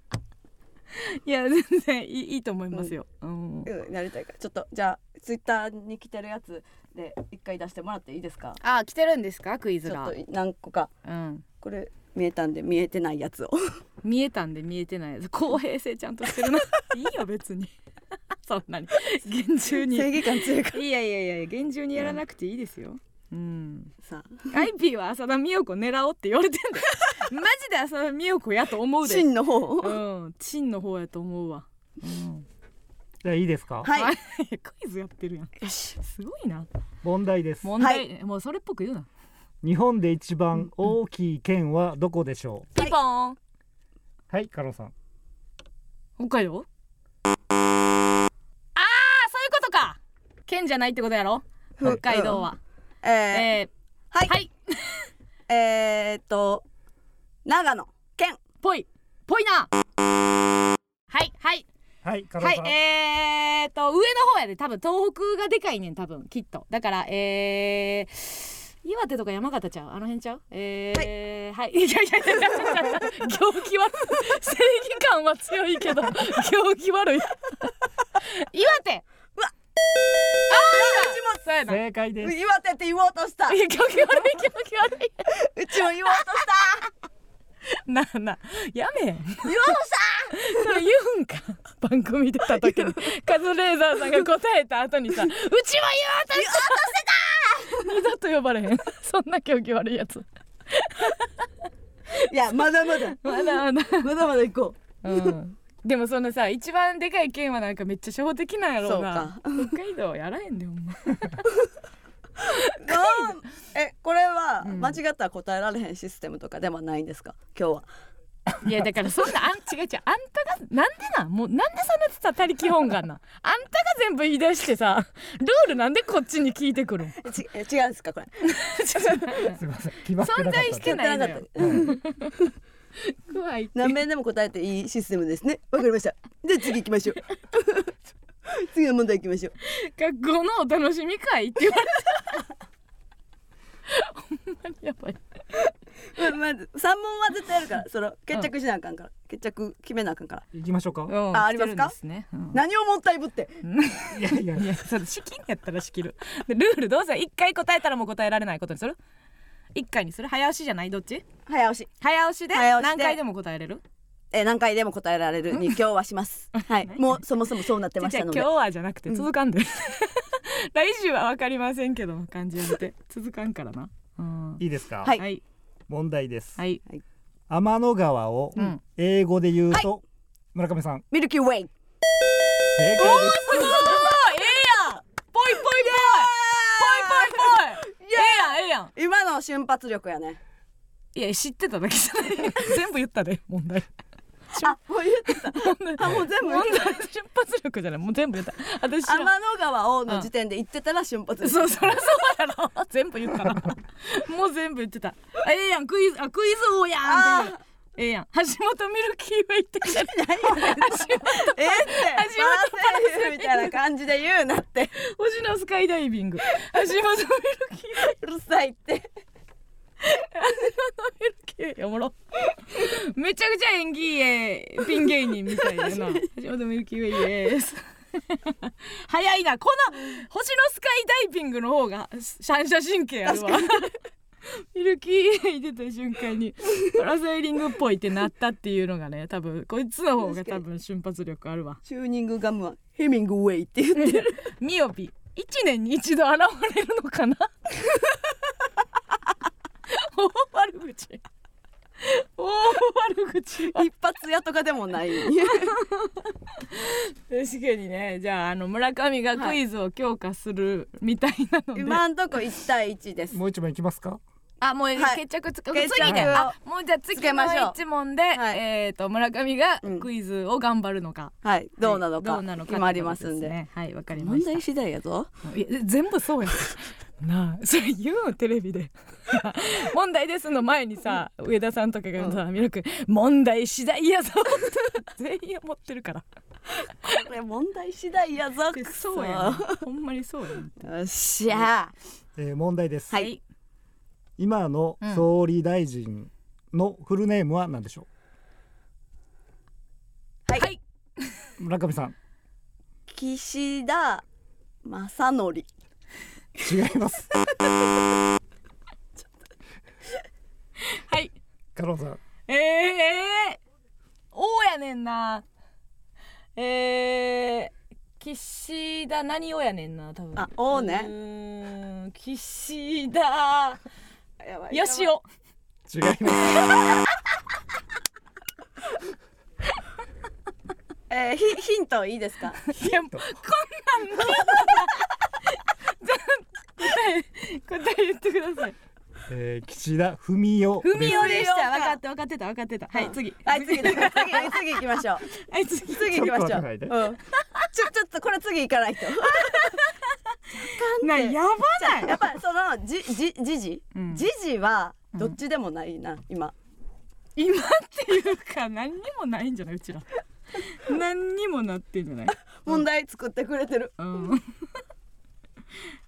[SPEAKER 2] いや全然いいいいと思いますよ、うん
[SPEAKER 1] うんなりたいからちょっとじゃあツイッターに来てるやつで一回出してもらっていいですか
[SPEAKER 2] あー来てるんですかクイ
[SPEAKER 1] ち
[SPEAKER 2] ズ
[SPEAKER 1] ょっ
[SPEAKER 2] が
[SPEAKER 1] と、何個か
[SPEAKER 2] うん、
[SPEAKER 1] これ見えたんで見えてないや つを
[SPEAKER 2] 見えたんで見えてないやつ公平性ちゃんとして るないいよ別 にそんなに厳重にい
[SPEAKER 1] 正義感強いから
[SPEAKER 2] やいやいや厳重にやらなくていいですようん、
[SPEAKER 1] さ
[SPEAKER 2] アイピーは浅田美代子狙おうって言われてん だよマジで浅田美代子やと思うで
[SPEAKER 1] 真の方を
[SPEAKER 2] うん、チンの方やと思うわ。うん、
[SPEAKER 3] じゃあいいですか。
[SPEAKER 1] はい
[SPEAKER 2] クイズやってるやん。
[SPEAKER 1] よし
[SPEAKER 2] すごいな。
[SPEAKER 3] 問題です。
[SPEAKER 2] 問題、もうそれっぽく言うな。
[SPEAKER 3] 日本で一番大きい県はどこでしょう。
[SPEAKER 2] ピンポーン。
[SPEAKER 3] はい、カロンさん。
[SPEAKER 2] 北海道。ああ、そういうことか。県じゃないってことやろ。北海道は。
[SPEAKER 1] えー
[SPEAKER 2] えー、
[SPEAKER 1] はい、
[SPEAKER 2] はい。
[SPEAKER 1] えー、っと長野県
[SPEAKER 2] ぽい。ぽいな。はいはい
[SPEAKER 3] はい、カロン
[SPEAKER 2] は
[SPEAKER 3] さん。
[SPEAKER 2] いえーっと上の方やで多分東北がでかいねん多分きっとだからえー、岩手とか山形ちゃうあの辺ちゃうえー、はい、い、やいやいやいやいや行儀悪い正義感は強いけ ど行儀悪い岩手
[SPEAKER 1] うわ
[SPEAKER 2] あーそうやな
[SPEAKER 3] 正解です。
[SPEAKER 1] 岩手って言 おうとした
[SPEAKER 2] いや行儀悪い行儀悪いう
[SPEAKER 1] ちも 言おうとした
[SPEAKER 2] なあなあやめ言おうさそれ言うんか番組出た時にカズレーザーさんが答えた後にさ うちも言おうとした二度と呼ばれへんそんな競技悪いやつ
[SPEAKER 1] いやまだまだ
[SPEAKER 2] まだまだ
[SPEAKER 1] まだまだ行こ
[SPEAKER 2] うんでもそのさ一番でかい県はなんかめっちゃ初歩的なんやろうな北海道やらへんでほん ま
[SPEAKER 1] うなんえこれは
[SPEAKER 2] うん
[SPEAKER 1] 間違ったら答えられへんシステムとかではないんですか今日はい
[SPEAKER 2] やだからそんなあん違う違うあんたがなんでなんもうなんでそんなさ他力本願なんあんたが全部言い出してさルールなんでこっちに聞いてくるん
[SPEAKER 1] えちえ違うんですかこれ
[SPEAKER 3] すみません。決まってなか
[SPEAKER 2] 存
[SPEAKER 3] った
[SPEAKER 2] 在
[SPEAKER 3] で
[SPEAKER 2] し
[SPEAKER 3] す。
[SPEAKER 2] てないのよ
[SPEAKER 1] った
[SPEAKER 2] 怖い
[SPEAKER 1] 何面でも答えていいシステムですねわかりましたで次行きましょう 次の問題行きましょう
[SPEAKER 2] 学校のお楽しみ会って言われた ほんまにやばい
[SPEAKER 1] ままず三問は絶対やるからその決着しなあかんから、決着決めなあかんから、
[SPEAKER 3] 行きましょうか。
[SPEAKER 2] うん
[SPEAKER 1] あありますか
[SPEAKER 2] 来てるんですね、うん
[SPEAKER 1] 何をもったいぶって
[SPEAKER 3] いやいや
[SPEAKER 2] いやそれ仕切んやったら仕切るでルールどうせ一回答えたらもう答えられないことにする一回にする早押しじゃないどっち
[SPEAKER 1] 早押し
[SPEAKER 2] 早押しで
[SPEAKER 1] 早押し
[SPEAKER 2] 何
[SPEAKER 1] で
[SPEAKER 2] 回でも答えれる
[SPEAKER 1] えー何回でも答えられるに今日はします はいもうそもそもそうなってまし
[SPEAKER 2] じゃ
[SPEAKER 1] た
[SPEAKER 2] あ
[SPEAKER 1] の
[SPEAKER 2] 今
[SPEAKER 1] で
[SPEAKER 2] 日はじゃなくて
[SPEAKER 1] うん
[SPEAKER 2] 続かんで、 来週は分かりませんけど感じやめて続かんからな、うん、
[SPEAKER 3] いいですか。
[SPEAKER 1] はい
[SPEAKER 2] はい
[SPEAKER 3] 問題です。
[SPEAKER 2] はい
[SPEAKER 3] 天の川を
[SPEAKER 2] うん
[SPEAKER 3] 英語で言うと、村上さん。
[SPEAKER 1] ミルキーウェイ
[SPEAKER 3] 正解です。
[SPEAKER 2] すごいええやんぽいぽいぽいぽいぽいぽいええやんええやん
[SPEAKER 1] 今の瞬発力やね
[SPEAKER 2] いや知ってただけじゃない全部言ったで問題
[SPEAKER 1] あもう言ってたあもう全部言
[SPEAKER 2] 問
[SPEAKER 1] って
[SPEAKER 2] 題瞬発力じゃないもう全部言った私
[SPEAKER 1] た
[SPEAKER 2] 知らん
[SPEAKER 1] 天の川をの時点で言ってたら瞬発です
[SPEAKER 2] そうそりゃそうやろ 全部言ったなもう全部言ってたあええやんクイズあクイズ王やんっていうええやん橋本ミルキーは言 ってきた
[SPEAKER 1] えってパラセーフみたいな感じで言うなって
[SPEAKER 2] 星のスカイダイビング橋本ミルキー
[SPEAKER 1] うるさいって
[SPEAKER 2] ミルキーおもろめちゃくちゃ演技えピン芸人みたいなな橋本ミルキーウェイです早いなこの星のスカイダイビングの方が反射神経あるわミルキーウェイ出た瞬間にトラセーリングっぽいってなったっていうのがね多分こいつの方が多分瞬発力あるわ
[SPEAKER 1] チューニングガムはヘミングウェイって言ってる
[SPEAKER 2] ミオピ一年に一度現れるのかな 大悪口大悪口
[SPEAKER 1] 一発屋とかでもない
[SPEAKER 2] 確かにねじゃああの村上がクイズを強化するみたいなので、
[SPEAKER 1] 今んとこ一対一です
[SPEAKER 3] もう一枚いきますか
[SPEAKER 2] あもう
[SPEAKER 1] はい
[SPEAKER 2] 決着つく、
[SPEAKER 1] 決着
[SPEAKER 2] 次ね
[SPEAKER 1] を
[SPEAKER 2] あもうじゃあ次
[SPEAKER 1] つけましょ
[SPEAKER 2] の
[SPEAKER 1] う
[SPEAKER 2] 一問で、
[SPEAKER 1] はい
[SPEAKER 2] えっ、と村上が
[SPEAKER 1] うん
[SPEAKER 2] クイズを頑張るのか、
[SPEAKER 1] はいどうなの
[SPEAKER 2] はい
[SPEAKER 1] か
[SPEAKER 2] どうなのか
[SPEAKER 1] 決まりますん
[SPEAKER 2] ってこと
[SPEAKER 1] で
[SPEAKER 2] ねはいわかりま
[SPEAKER 1] 問
[SPEAKER 2] した
[SPEAKER 1] 題次第やぞ
[SPEAKER 2] いや全部そうやん なあそれ言うのテレビで 問題ですの前にさ上田さんとかがさ「ミルク問題次第やぞ」全員思ってる から
[SPEAKER 1] これ問題次第やぞくそ
[SPEAKER 2] そうやんほんまにそうやん
[SPEAKER 1] よっしゃ
[SPEAKER 3] えー問題です、
[SPEAKER 1] はい
[SPEAKER 3] 今の総理大臣のフルネームは何でしょ
[SPEAKER 1] はい、
[SPEAKER 2] はい
[SPEAKER 3] う村上さん
[SPEAKER 1] 岸田正則
[SPEAKER 3] 違います
[SPEAKER 2] はい
[SPEAKER 3] 加納さん
[SPEAKER 2] えー、えー、王やねんなえー、岸田何王やねんな多分
[SPEAKER 1] あ王ね
[SPEAKER 2] うーん岸田
[SPEAKER 1] やば
[SPEAKER 2] よしお
[SPEAKER 3] 違います
[SPEAKER 1] えー、ヒヒントいいですか
[SPEAKER 2] いやもうこんなんみんな答え答え言ってください
[SPEAKER 3] えー、岸田文雄
[SPEAKER 2] ふみ
[SPEAKER 3] です
[SPEAKER 2] おでし
[SPEAKER 1] です
[SPEAKER 2] た分かった分かってた分かってたはい次
[SPEAKER 1] はい次だ次次行きましょう
[SPEAKER 2] はい次
[SPEAKER 1] 次行きましょう
[SPEAKER 3] ちょっと待ってないで
[SPEAKER 1] うん、ちょちょっとこれ次行かないと
[SPEAKER 2] なやばない
[SPEAKER 1] やっぱそのじじじじ
[SPEAKER 2] うん
[SPEAKER 1] じじはどっちでもないな、今
[SPEAKER 2] 今っていうか何にもないんじゃないうち ら何にもなってんじゃない、
[SPEAKER 1] 問題作ってくれてる、
[SPEAKER 2] うん、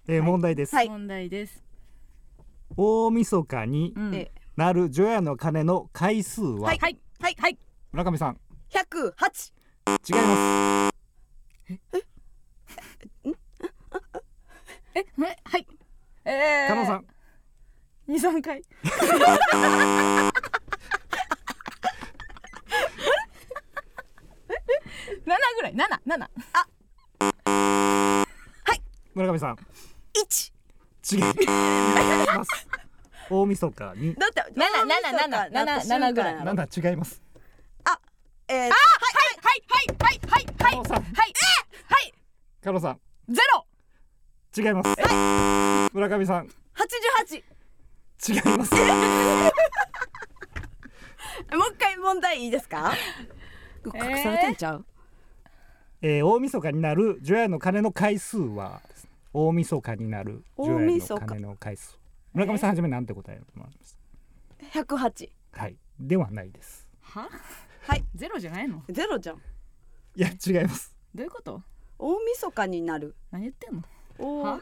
[SPEAKER 3] えー、問題です、
[SPEAKER 1] はい
[SPEAKER 2] 問題です、
[SPEAKER 3] 大晦日に
[SPEAKER 2] うん
[SPEAKER 1] え
[SPEAKER 3] なる除夜の鐘の回数は、
[SPEAKER 1] はい
[SPEAKER 2] はい
[SPEAKER 1] はい
[SPEAKER 2] はい
[SPEAKER 3] 村上さん
[SPEAKER 1] 108
[SPEAKER 3] 違いま
[SPEAKER 2] ええはいえ
[SPEAKER 3] す
[SPEAKER 2] ー
[SPEAKER 3] 加納さん
[SPEAKER 2] 二三回 七ぐらい七七
[SPEAKER 3] 村上さん
[SPEAKER 1] 1
[SPEAKER 3] 違います大晦日に
[SPEAKER 1] だって
[SPEAKER 2] 七七
[SPEAKER 1] 大晦日
[SPEAKER 2] 七
[SPEAKER 1] なった瞬間
[SPEAKER 2] 七ぐらい
[SPEAKER 1] やろ
[SPEAKER 3] なんだ違います
[SPEAKER 1] えー
[SPEAKER 2] はいはいはいはいはい
[SPEAKER 3] 加納さん
[SPEAKER 2] はいはい
[SPEAKER 3] 加納さん
[SPEAKER 2] ゼロ
[SPEAKER 3] 違います村上さん
[SPEAKER 1] 88
[SPEAKER 3] 違います
[SPEAKER 1] えもう一回問題いいですか隠されてんちゃう、
[SPEAKER 3] えー、大晦日になる除夜の鐘の回数はですね大晦日になる除夜の鐘の回数村上さんはじめなんて答えもあります
[SPEAKER 1] 108
[SPEAKER 3] はいではないです
[SPEAKER 2] は
[SPEAKER 1] はい
[SPEAKER 2] ゼロじゃないの
[SPEAKER 1] ゼロじゃん
[SPEAKER 3] いや違います
[SPEAKER 2] どういうこと
[SPEAKER 1] 大晦日になる
[SPEAKER 2] 何言ってんの
[SPEAKER 1] 大
[SPEAKER 2] は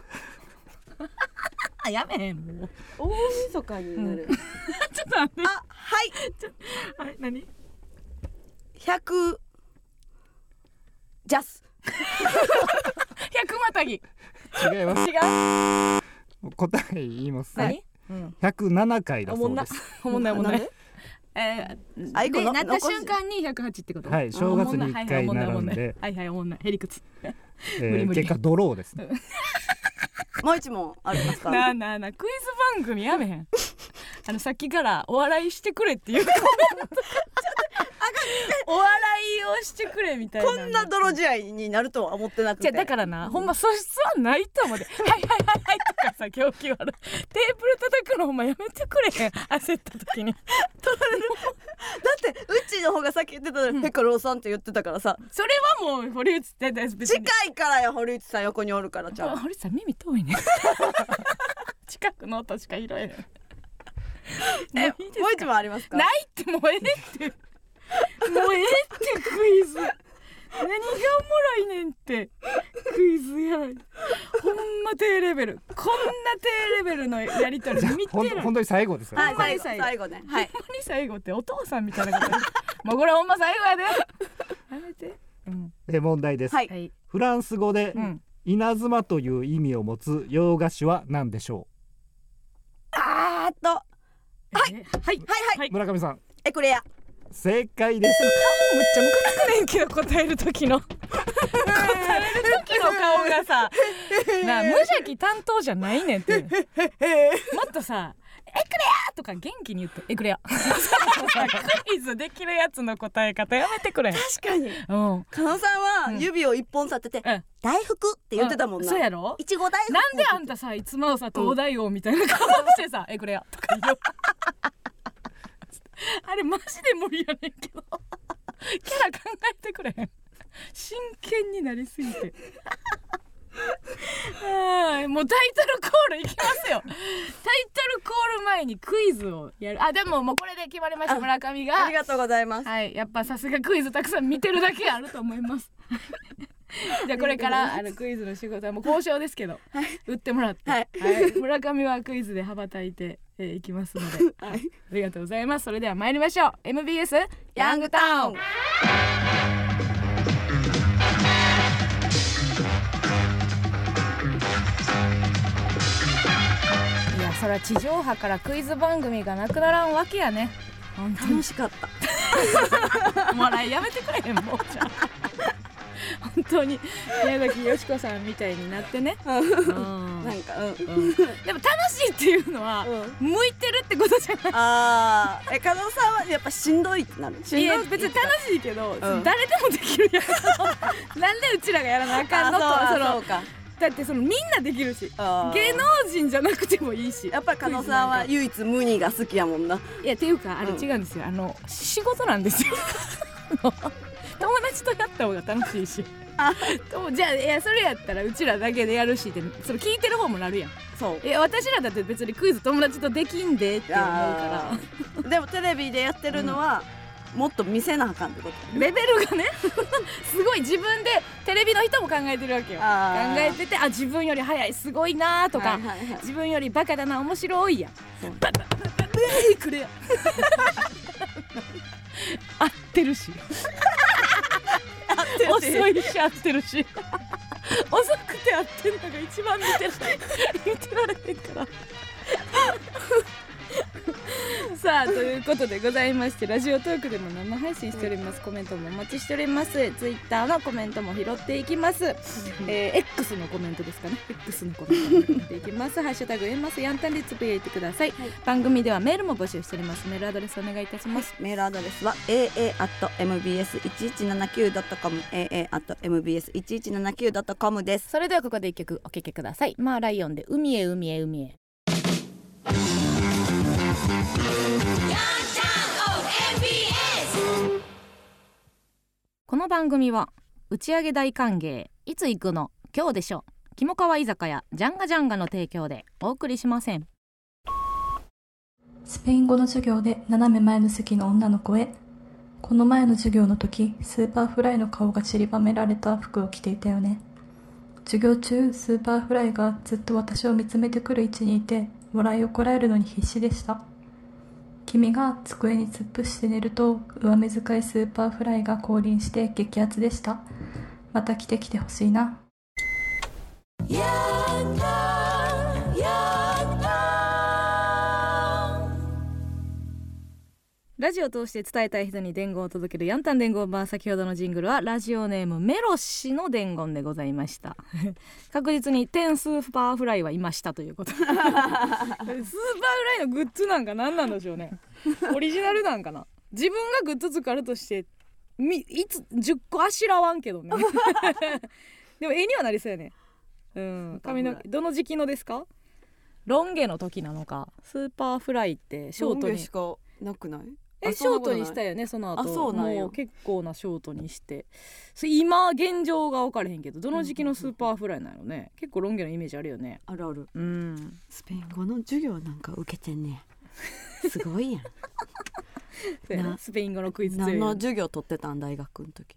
[SPEAKER 2] やめへんもう
[SPEAKER 1] 大晦日になる、
[SPEAKER 2] ちょっと待って
[SPEAKER 1] あはい
[SPEAKER 2] あれ何
[SPEAKER 1] 100ジャス
[SPEAKER 2] 百またぎ違う
[SPEAKER 3] 違います 答え言いますね
[SPEAKER 2] 何うん
[SPEAKER 3] 107回だ
[SPEAKER 2] おも
[SPEAKER 3] そ
[SPEAKER 2] ん
[SPEAKER 3] う
[SPEAKER 2] な
[SPEAKER 3] です
[SPEAKER 2] おもんないおもんな
[SPEAKER 1] ないん
[SPEAKER 2] え
[SPEAKER 1] あ
[SPEAKER 2] ー
[SPEAKER 1] いこ
[SPEAKER 2] で
[SPEAKER 1] の
[SPEAKER 2] なった
[SPEAKER 1] 残し
[SPEAKER 2] 瞬間に108ってこと
[SPEAKER 3] はい正月に
[SPEAKER 2] あ
[SPEAKER 3] 一回並んで、
[SPEAKER 2] はいはいおもんないへりくつ
[SPEAKER 3] え
[SPEAKER 2] 無理
[SPEAKER 3] ー
[SPEAKER 2] 無理
[SPEAKER 3] 結果ドローですね
[SPEAKER 1] もう一問ありますか
[SPEAKER 2] なあなあなあクイズ番組やめへ んあのさっきからお笑いしてくれっていうコメントお笑いをしてくれみたいな
[SPEAKER 1] こんな泥仕合になるとは思ってなくて
[SPEAKER 2] じゃだからな、ほんま素質はないと思って「はいはいはいはい」とかさ狂気悪いテーブル叩くのほんまやめてくれへん焦った時に
[SPEAKER 1] だってうち
[SPEAKER 4] の方がさっき言ってたのにペコローさんって言ってたからさ
[SPEAKER 2] それはもう堀内って別に
[SPEAKER 4] 近いからよ堀内さん横におるからちゃん
[SPEAKER 2] 堀内さん耳遠い ね近くの音しか拾えない
[SPEAKER 4] え
[SPEAKER 2] もういいです
[SPEAKER 4] もう一問ありますか
[SPEAKER 2] ないってもうええってもうええってクイズ何がおもろいねんってクイズやらほんま低レベルこんな低レベルのやり取り見て
[SPEAKER 3] 本
[SPEAKER 2] る
[SPEAKER 3] 当
[SPEAKER 2] ほん
[SPEAKER 3] 本当に最後ですよ、
[SPEAKER 4] は
[SPEAKER 2] ほんま
[SPEAKER 4] い
[SPEAKER 2] に
[SPEAKER 4] 最
[SPEAKER 2] 最
[SPEAKER 4] 後
[SPEAKER 2] 後
[SPEAKER 4] 最後ねはい
[SPEAKER 2] まに最後ってお父さんみたいなことやもうこれほんま最後 やでやめてうん
[SPEAKER 3] え問題です、
[SPEAKER 4] はい
[SPEAKER 2] はい
[SPEAKER 3] フランス語で、
[SPEAKER 2] うん
[SPEAKER 3] 稲妻という意味を持つ洋菓子は何でしょ
[SPEAKER 4] あーっとは
[SPEAKER 2] はいはい
[SPEAKER 4] いはい
[SPEAKER 2] はいう
[SPEAKER 3] 村上さん
[SPEAKER 4] エクレア
[SPEAKER 3] 正解です
[SPEAKER 2] むっちゃムカつくねんけど答える時の答える時の顔が さなあ無邪気担当じゃないねん ってもっとさ「エクレア!」とか元気に言って「エクレア」 クイズできるやつの答え方やめてくれ
[SPEAKER 4] 確かに
[SPEAKER 2] うん
[SPEAKER 4] 加納さん
[SPEAKER 2] う
[SPEAKER 4] は
[SPEAKER 2] ん
[SPEAKER 4] 指を一本立てて
[SPEAKER 2] うん
[SPEAKER 4] 「大福」って言ってたもん
[SPEAKER 2] う
[SPEAKER 4] な
[SPEAKER 2] そうやろ
[SPEAKER 4] いちご大福
[SPEAKER 2] なんであんたさいつもさ東大王みたいな顔してさ「エクレア」とか言う あれマジで無理やねんけどキャラ考えてくれへん真剣になりすぎてはーいもうタイトルコールいきますよタイトルコール前にクイズをやるあでももうこれで決まりました
[SPEAKER 4] あ
[SPEAKER 2] 村上
[SPEAKER 4] あ
[SPEAKER 2] が
[SPEAKER 4] りがとうございます
[SPEAKER 2] はい、やっぱさすがクイズたくさん見てるだけあると思い ます。じゃあこれからあのクイズの仕事はもう交渉ですけど、打ってもらって、
[SPEAKER 4] はい
[SPEAKER 2] 村上はクイズで羽ばたいてえーいきますの で、
[SPEAKER 4] はい
[SPEAKER 2] ありがとうございます。それでは参りましょう。MBS
[SPEAKER 4] ヤングタウン
[SPEAKER 2] いやそりゃ地上波からクイズ番組がなくならんわけやね。本当に
[SPEAKER 4] 楽しかった
[SPEAKER 2] 笑いやめてくれへん もうじゃあ本当に宮崎美子さんみたいになって ね、うん
[SPEAKER 4] なんかうん
[SPEAKER 2] うんでも楽しいっていうのは、
[SPEAKER 4] うん
[SPEAKER 2] 向いてるってことじゃない
[SPEAKER 4] あーえ加納さんはやっぱしんどいってなるし
[SPEAKER 2] い
[SPEAKER 4] んど
[SPEAKER 2] や
[SPEAKER 4] いって
[SPEAKER 2] 別に楽しいけど、
[SPEAKER 4] ん
[SPEAKER 2] 誰でもできるやん なんでうちらがやらなあかんのと
[SPEAKER 4] あ
[SPEAKER 2] そ
[SPEAKER 4] そう
[SPEAKER 2] の
[SPEAKER 4] そうか
[SPEAKER 2] だってそのみんなできるし
[SPEAKER 4] あー
[SPEAKER 2] 芸能人じゃなくてもいいし
[SPEAKER 4] やっぱり加納さんは唯一無二が好きやもんない
[SPEAKER 2] やっていうかあれ
[SPEAKER 4] うん
[SPEAKER 2] 違うんですよ、あの仕事なんですよ 友達とやった方が楽しいし
[SPEAKER 4] あ
[SPEAKER 2] とじゃあいやそれやったらうちらだけでやるしってそれ聞いてる方もなるやん
[SPEAKER 4] そう
[SPEAKER 2] いや私らだって別にクイズ友達とできんでって思うから
[SPEAKER 4] あーでもテレビでやってるのは、もっと見せなあかんってこと
[SPEAKER 2] レベルがね すごい自分でテレビの人も考えてるわけよ考
[SPEAKER 4] あー
[SPEAKER 2] えててあ自分より早いすごいなーとか、
[SPEAKER 4] はいはいはい
[SPEAKER 2] 自分よりバカだな面白いや
[SPEAKER 4] そう
[SPEAKER 2] バカバカえーく れや合ってるし
[SPEAKER 4] るし
[SPEAKER 2] 遅いし合ってるし遅くて合ってるのが一番見てら見てられへんからさあということでございましてラジオトークでも生配信しておりますコメントもお待ちしておりますツイッターのコメントも拾っていきます、えー X のコメントですかね X のコメントも拾っていきますハッシュタグエマスヤンタンでつぶやいてください、
[SPEAKER 4] はい
[SPEAKER 2] 番組ではメールも募集しておりますメールアドレスお願いいたします
[SPEAKER 4] メールアドレスは aa.mbs1179.com aa.mbs1179.com です
[SPEAKER 2] それではここで一曲お聴きくださいマーライオンで海へ海へ海へ
[SPEAKER 5] MBS
[SPEAKER 2] この番組は打ち上げ大歓迎いつ行くの今日でしょ肝川居酒屋ジャンガジャンガの提供でお送りしません
[SPEAKER 6] スペイン語の授業で斜め前の席の女の子へこの前の授業の時スーパーフライの顔が散りばめられた服を着ていたよね授業中スーパーフライがずっと私を見つめてくる位置にいて笑いをこらえるのに必死でした君が机に突っ伏して寝ると上目遣いスーパーフライが降臨して激アツでしたまた来てきてほしいな
[SPEAKER 5] ヤンタンヤンタン
[SPEAKER 2] ラジオを通して伝えたい人に伝言を届けるヤンタン伝言版先ほどのジングルはラジオネームメロ氏の伝言でございました 確実にテンスーパーフライはいましたということスーパーフライのグッズなんか何なんでしょう ねオリジナルなんかな自分がグッズ作るとしてみいつ10個あしらわんけど ねでも絵にはなりそうやねうん髪の毛どの時期のですかロン毛の時なのかスーパーフライってショートに
[SPEAKER 4] しかなくない
[SPEAKER 2] ええ
[SPEAKER 1] あ
[SPEAKER 2] シ
[SPEAKER 1] そん
[SPEAKER 2] ョ
[SPEAKER 1] なこと
[SPEAKER 2] ート
[SPEAKER 1] ない
[SPEAKER 2] にしたよねその後
[SPEAKER 1] あそうなんや
[SPEAKER 2] もう結構なショートにしてそれ今現状が分からへんけどどの時期のスーパーフライなのね結構ロン毛のイメージあるよね
[SPEAKER 1] あるある
[SPEAKER 2] うん
[SPEAKER 1] スペイン語の授業なんか受けてんねんすごいやん
[SPEAKER 2] そうやな
[SPEAKER 1] な
[SPEAKER 2] スペイン語のクイズ強い
[SPEAKER 1] 何の
[SPEAKER 2] よね
[SPEAKER 1] 授業取ってたん大学の時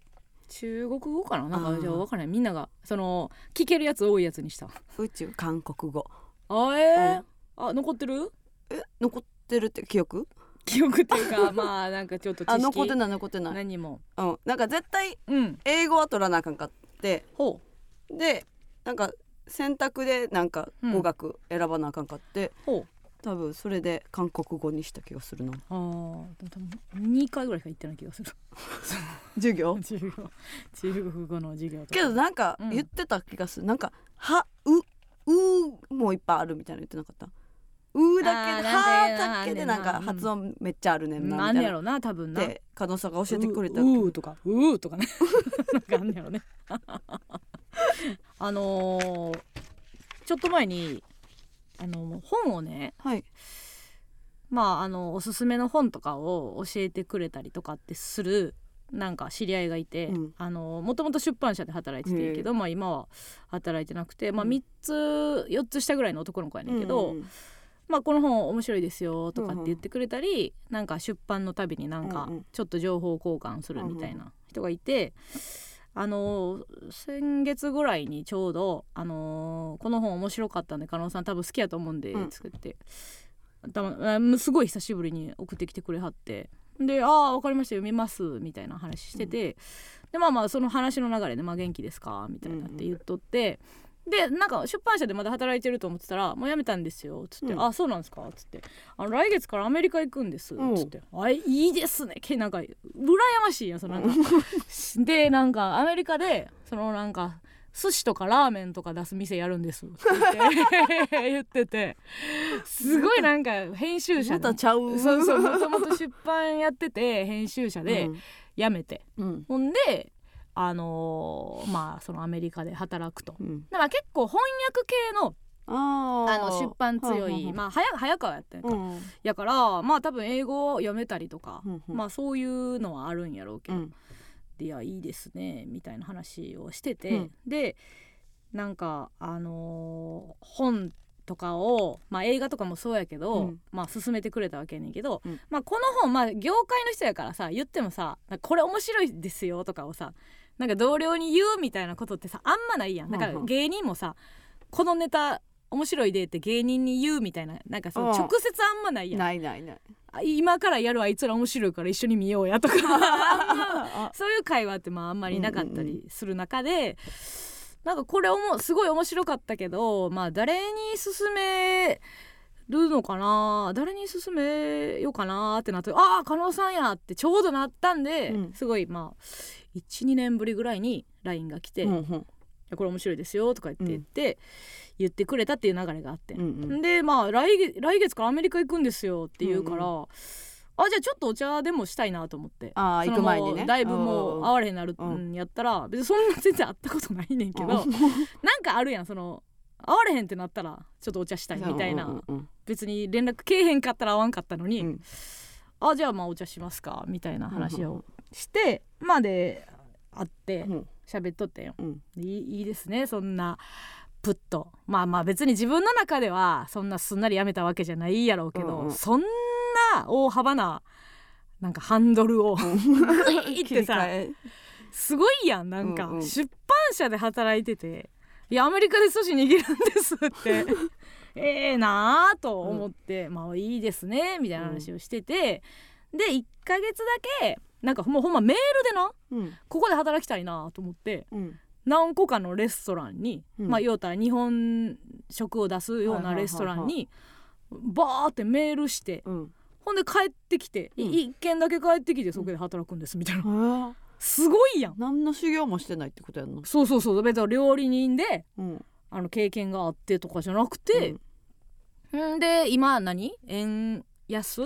[SPEAKER 2] 中国語かななん
[SPEAKER 1] あ
[SPEAKER 2] か
[SPEAKER 1] ー
[SPEAKER 2] じゃあ分からへんみんながその聞けるやつ多いやつにした
[SPEAKER 1] 宇宙韓国語
[SPEAKER 2] あえーあ残ってる
[SPEAKER 1] え残ってるって記憶
[SPEAKER 2] 記憶ってい うかまあなんかちょっと知識
[SPEAKER 1] あ残ってない残ってない、
[SPEAKER 2] 何も
[SPEAKER 1] うん、なんか絶対
[SPEAKER 2] うん
[SPEAKER 1] 英語は取らなあかんかって
[SPEAKER 2] ほう
[SPEAKER 1] でなんか選択でなんか
[SPEAKER 2] うん
[SPEAKER 1] 語学選ばなあかんかって、
[SPEAKER 2] ほう
[SPEAKER 1] 多分それで韓国語にした気がするな
[SPEAKER 2] あーでも多分2回ぐらいしか行ってない気がする
[SPEAKER 1] 授業
[SPEAKER 2] 中国中国語の授業とか
[SPEAKER 1] けどなんか
[SPEAKER 2] うん
[SPEAKER 1] 言ってた気がする、なんか「は」「う」「う」もいっぱいあるみたいなの言ってなかった「う」だけで「
[SPEAKER 2] あーなん
[SPEAKER 1] は」
[SPEAKER 2] か
[SPEAKER 1] だけでな
[SPEAKER 2] な
[SPEAKER 1] んん
[SPEAKER 2] か
[SPEAKER 1] か発音めっちゃあるねん
[SPEAKER 2] うんあ
[SPEAKER 1] なみた
[SPEAKER 2] んね
[SPEAKER 1] い
[SPEAKER 2] や
[SPEAKER 1] な
[SPEAKER 2] ろな多分
[SPEAKER 1] っ
[SPEAKER 2] な
[SPEAKER 1] て加納さんが教えてくれた
[SPEAKER 2] ううーとかうーとかね なんかあんねやろね あのーちょっと前にあの本をね
[SPEAKER 1] はい
[SPEAKER 2] まああのおすすめの本とかを教えてくれたりとかってするなんか知り合いがいて、
[SPEAKER 1] うん
[SPEAKER 2] あのもともと出版社で働いててんけど、まあ、今は働いてなくて、まあ、
[SPEAKER 1] うん
[SPEAKER 2] 3つ4つ下ぐらいの男の子やねんけど、
[SPEAKER 1] うんうん
[SPEAKER 2] まあ、この本面白いですよとか
[SPEAKER 1] う
[SPEAKER 2] っ
[SPEAKER 1] んう
[SPEAKER 2] て
[SPEAKER 1] ん
[SPEAKER 2] 言ってくれたり、なんか出版のたびになんか
[SPEAKER 1] うんうん
[SPEAKER 2] ちょっと情報交換するみたいな人がいて、あの先月ぐらいにちょうど、あのこの本面白かったんで加納さん多分好きやと思うんで
[SPEAKER 1] うん
[SPEAKER 2] 作って、たまあすごい久しぶりに送ってきてくれはって。で「ああ分かりました読みます」みたいな話してて、でまあまあその話の流れで「まあ、元気ですか?」みたいなって言っとって、でなんか出版社でまだ働いてると思ってたら「もう辞めたんですよ」つって「
[SPEAKER 1] うん
[SPEAKER 2] あそうなんですか」つってあの「来月からアメリカ行くんです」
[SPEAKER 1] うん
[SPEAKER 2] つって「あいいですね」けなんか羨ましいやんそのなんか でなんかアメリカでそのなんか寿司とかラーメンとか出す店やるんですって言って 言っててすごいなんか編集者
[SPEAKER 1] ま
[SPEAKER 2] の
[SPEAKER 1] たちゃう
[SPEAKER 2] そうそうもともと出版やってて編集者 で
[SPEAKER 1] うん
[SPEAKER 2] 辞めて、
[SPEAKER 1] うん
[SPEAKER 2] ほんであのーまあそのアメリカで働くと。
[SPEAKER 1] うん
[SPEAKER 2] だから結構翻訳系の
[SPEAKER 1] あー
[SPEAKER 2] あの出版強
[SPEAKER 1] はいはいはい
[SPEAKER 2] いまあ早早川やってんか、
[SPEAKER 1] うん
[SPEAKER 2] やからまあ多分英語を読めたりとか、
[SPEAKER 1] うんうん
[SPEAKER 2] まあそういうのはあるんやろうけ
[SPEAKER 1] う
[SPEAKER 2] ど、
[SPEAKER 1] ん
[SPEAKER 2] でいやいいですねみたいな話をしてて、
[SPEAKER 1] うん
[SPEAKER 2] でなんかあのー本とかを、まあ、映画とかもそうやけど、
[SPEAKER 1] うん
[SPEAKER 2] まあ進めてくれたわけやねんけど、
[SPEAKER 1] うん
[SPEAKER 2] まあ、この本、まあ、業界の人やからさ言ってもさ「なんかこれ面白いですよ」とかをさなんか同僚に言うみたいなことってさあんまないやん。だから
[SPEAKER 1] うんうん
[SPEAKER 2] 芸人もさこのネタ面白いでって芸人に言うみたいななんかその
[SPEAKER 1] うん
[SPEAKER 2] 直接あんまないやん
[SPEAKER 1] ないないない
[SPEAKER 2] あ今からやるあいつら面白いから一緒に見よう やとか あんま
[SPEAKER 1] あ
[SPEAKER 2] そういう会話ってまああんまりなかったりする中で、なんかこれおもすごい面白かったけどまあ誰に勧めるのかな誰に勧めようかなってなってああ加納さんやってちょうどなったんで、
[SPEAKER 1] うん
[SPEAKER 2] すごいまあ12年ぶりぐらいに LINE が来て「
[SPEAKER 1] うん
[SPEAKER 2] いやこれ面白いですよ」とか言って言って、言ってくれたっていう流れがあって。
[SPEAKER 1] うんうんうん
[SPEAKER 2] でまあ来月来月からアメリカ行くんですよって言うから、
[SPEAKER 1] う
[SPEAKER 2] あじゃあちょっとお茶でもしたいなと思って
[SPEAKER 1] あー
[SPEAKER 2] その
[SPEAKER 1] 行く前にね
[SPEAKER 2] もうだいぶもう会われへんなる
[SPEAKER 1] うん
[SPEAKER 2] んやったら別にそんな全然会ったことないねんけど
[SPEAKER 1] うん
[SPEAKER 2] なんかあるやんその会われへんってなったらちょっとお茶した いみたいな、
[SPEAKER 1] うんうん
[SPEAKER 2] 別に連絡けえへんかったら会わんかったのに、
[SPEAKER 1] うん
[SPEAKER 2] あじゃあまあお茶しますかみたいな話をして、まあで会って
[SPEAKER 1] うん
[SPEAKER 2] 喋っとったよ。
[SPEAKER 1] うん
[SPEAKER 2] いいいいですねそんなプッとまあまあ別に自分の中ではそんなすんなりやめたわけじゃないやろうけど、
[SPEAKER 1] うんうん
[SPEAKER 2] そんな大幅ななんかハンドルを グイーってさ
[SPEAKER 1] 切り替
[SPEAKER 2] すごいやんなんか、
[SPEAKER 1] うんうん
[SPEAKER 2] 出版社で働いてて「いやアメリカで寿司握るんです」って 「ええなあ」と思って「まあいいですね」みたいな話をしてて、で1ヶ月だけなんかもうほんまメールでな
[SPEAKER 1] えうん
[SPEAKER 2] ここで働きたいなと思って
[SPEAKER 1] うん
[SPEAKER 2] 何個かのレストランに、
[SPEAKER 1] うん
[SPEAKER 2] まあ要は日本食を出すようなレストランにバーってメールして、
[SPEAKER 1] うん
[SPEAKER 2] ほんで帰ってきて、い
[SPEAKER 1] うん
[SPEAKER 2] 一軒だけ帰ってきてそこで働くんですみたいな、
[SPEAKER 1] あー
[SPEAKER 2] すごいやん
[SPEAKER 1] 何の修行もしてないってことやんな
[SPEAKER 2] そうそうそう別に料理人で
[SPEAKER 1] うん
[SPEAKER 2] あの経験があってとかじゃなくて、ん、で今何円安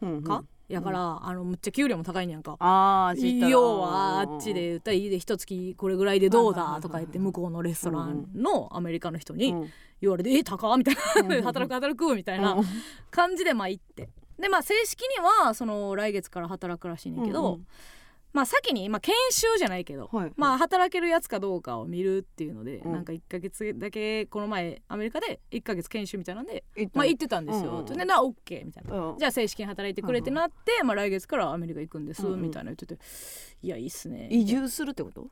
[SPEAKER 1] うんうん
[SPEAKER 2] か、やから、あのむっちゃ給料も高いねやんか
[SPEAKER 1] ああ
[SPEAKER 2] 要はあっちで言ったらいいで一月これぐらいでどうだとか言って
[SPEAKER 1] はいはいはいはい
[SPEAKER 2] 向こうのレストランのアメリカの人に
[SPEAKER 1] うん
[SPEAKER 2] 言われて「え高っ!」みたいな
[SPEAKER 1] うんうんう
[SPEAKER 2] 「
[SPEAKER 1] ん
[SPEAKER 2] 働く働く」みたいな感じでまあ行ってでまあ正式にはその来月から働くらしいねんけど、
[SPEAKER 1] うんうん
[SPEAKER 2] まあ先に、まあ、研修じゃないけど、
[SPEAKER 1] はい
[SPEAKER 2] まあ働けるやつかどうかを見るっていうので、
[SPEAKER 1] うん
[SPEAKER 2] なんか1ヶ月だけこの前アメリカで1ヶ月研修みたいなんで、
[SPEAKER 1] 行った
[SPEAKER 2] まあ、行ってたんです
[SPEAKER 1] うん
[SPEAKER 2] よ、
[SPEAKER 1] うん
[SPEAKER 2] でな OK みたいな。
[SPEAKER 1] うん
[SPEAKER 2] じゃあ正式に働いてくれってなって、まあ、来月からアメリカ行くんです
[SPEAKER 1] うんうん
[SPEAKER 2] みたいな言ってて、いやいいっすね
[SPEAKER 1] 移住するってこと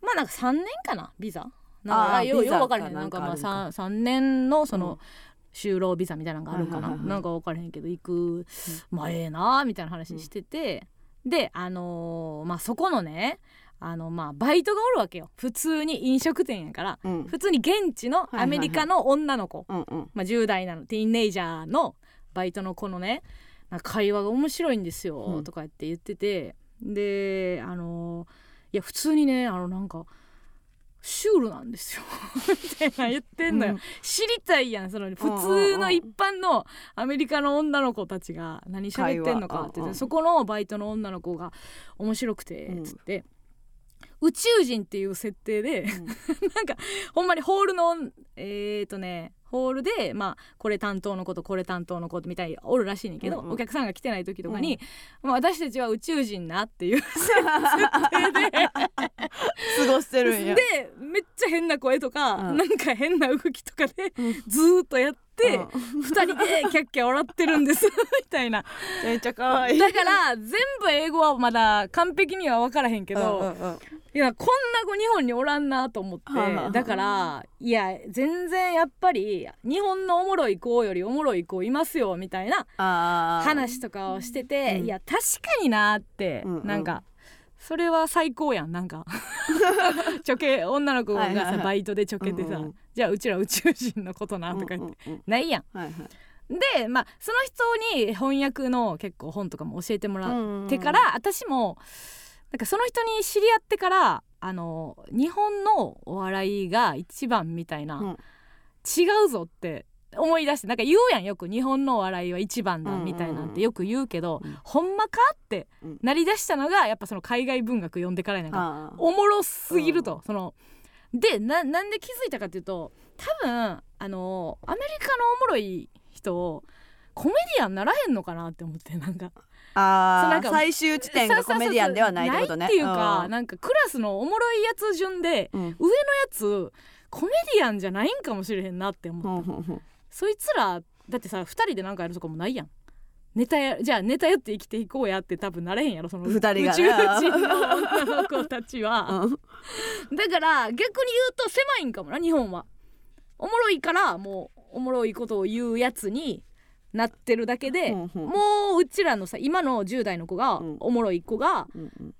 [SPEAKER 2] まあなんか3年かなビザなんか
[SPEAKER 1] あー
[SPEAKER 2] よう
[SPEAKER 1] ビザ
[SPEAKER 2] よ
[SPEAKER 1] か
[SPEAKER 2] う分からへんな
[SPEAKER 1] なんんか
[SPEAKER 2] かま
[SPEAKER 1] あ
[SPEAKER 2] あ
[SPEAKER 1] るんか
[SPEAKER 2] 3, 三年のそ
[SPEAKER 1] う
[SPEAKER 2] の、
[SPEAKER 1] ん
[SPEAKER 2] 就労ビザみたいなのがあるん
[SPEAKER 1] は
[SPEAKER 2] かな、
[SPEAKER 1] いはいはいはい
[SPEAKER 2] なんか分からへんけど行く、まあええなみたいな話してて、であのーまあそこのねあのまあバイトがおるわけよ普通に飲食店やから
[SPEAKER 1] うん
[SPEAKER 2] 普通に現地のアメリカの女の子、
[SPEAKER 1] うんうん
[SPEAKER 2] まあ、10代なのティーンネイジャーのバイトの子のねなんか会話が面白いんで
[SPEAKER 1] う
[SPEAKER 2] すよ
[SPEAKER 1] ん
[SPEAKER 2] とか言って言ってて、であのいや普通にねあのなんかシュールなんですよみたいな言ってんのよ、
[SPEAKER 1] うん
[SPEAKER 2] 知りたいやんその普通の一般のアメリカの女の子たちが何喋ってんのかって言って
[SPEAKER 1] 会話うん
[SPEAKER 2] そこのバイトの女の子が面白くて
[SPEAKER 1] うん
[SPEAKER 2] つって、宇宙人っていう設定で、なんかほんまにホールのえー、とねホールでまあこれ担当のことこれ担当のことみたいにおるらしいねんけど、
[SPEAKER 1] うんうん
[SPEAKER 2] お客さんが来てない時とかに、まあ、私たちは宇宙人なっていう設定で。
[SPEAKER 1] 過ごしてるん
[SPEAKER 2] で
[SPEAKER 1] や
[SPEAKER 2] めっちゃ変な声とか、
[SPEAKER 1] うん
[SPEAKER 2] なんか変な動きとかで
[SPEAKER 1] うん
[SPEAKER 2] ずーっとやって、
[SPEAKER 1] うん
[SPEAKER 2] 二人でキャッキャ笑ってるんですみ たいな
[SPEAKER 1] めっちゃ可愛い
[SPEAKER 2] だから全部英語はまだ完璧には分からへんけど、
[SPEAKER 1] うんうんうん
[SPEAKER 2] いやこんな子日本におらんなと思って
[SPEAKER 1] はいはいはい
[SPEAKER 2] だからいや全然やっぱり日本のおもろい子よりおもろい子いますよみたいな
[SPEAKER 1] あー
[SPEAKER 2] 話とかをしてて、
[SPEAKER 1] うん
[SPEAKER 2] いや確かになーって、
[SPEAKER 1] うんうん
[SPEAKER 2] なんかそれは最高やんなんか ちょけ女の子がさ、
[SPEAKER 1] はいはいはい
[SPEAKER 2] バイトでちょけてさ、
[SPEAKER 1] うんうん
[SPEAKER 2] じゃあうちら宇宙人のことなとか言って、
[SPEAKER 1] うんうんうん
[SPEAKER 2] ないやん。
[SPEAKER 1] はいはい
[SPEAKER 2] でまあその人に翻訳の結構本とかも教えてもらっってから、私もなんかその人に知り合ってからあの日本のお笑いが一番みたいな、
[SPEAKER 1] うん
[SPEAKER 2] 違うぞって思い出してなんか言うやんよく日本のお笑いは一番だみたいなん
[SPEAKER 1] うん
[SPEAKER 2] て
[SPEAKER 1] うん
[SPEAKER 2] よく言うけど、
[SPEAKER 1] うん
[SPEAKER 2] ほんまかって
[SPEAKER 1] うん
[SPEAKER 2] なりだしたのがやっぱその海外文学読んでからやなんか
[SPEAKER 1] あー
[SPEAKER 2] おもろすぎると、
[SPEAKER 1] う
[SPEAKER 2] そのでななんで気づいたかっていうと多分あのアメリカのおもろい人をコメディアンならへんのかなって思ってなんかそうな
[SPEAKER 1] あ
[SPEAKER 2] ん
[SPEAKER 1] ー
[SPEAKER 2] か
[SPEAKER 1] 最終地点がコメディアンではないってことね
[SPEAKER 2] ないっていうか、なんかクラスのおもろいやつ順で
[SPEAKER 1] うんうん
[SPEAKER 2] 上のやつコメディアンじゃないんかもしれへんなって思う、
[SPEAKER 1] ほんほんほん
[SPEAKER 2] そいつらだってさ2人でなんかやるとかもないやんネタやじゃあネタやって生きていこうやって多分なれへんやろその
[SPEAKER 1] 二人がな
[SPEAKER 2] 宇宙人の女の子たちは、
[SPEAKER 1] うん
[SPEAKER 2] だから逆に言うと狭いんかもな日本はおもろいからもうおもろいことを言うやつになってるだけで、
[SPEAKER 1] うんうん
[SPEAKER 2] もううちらのさ今の10代の子が、
[SPEAKER 1] うん
[SPEAKER 2] おもろい子が
[SPEAKER 1] うんうん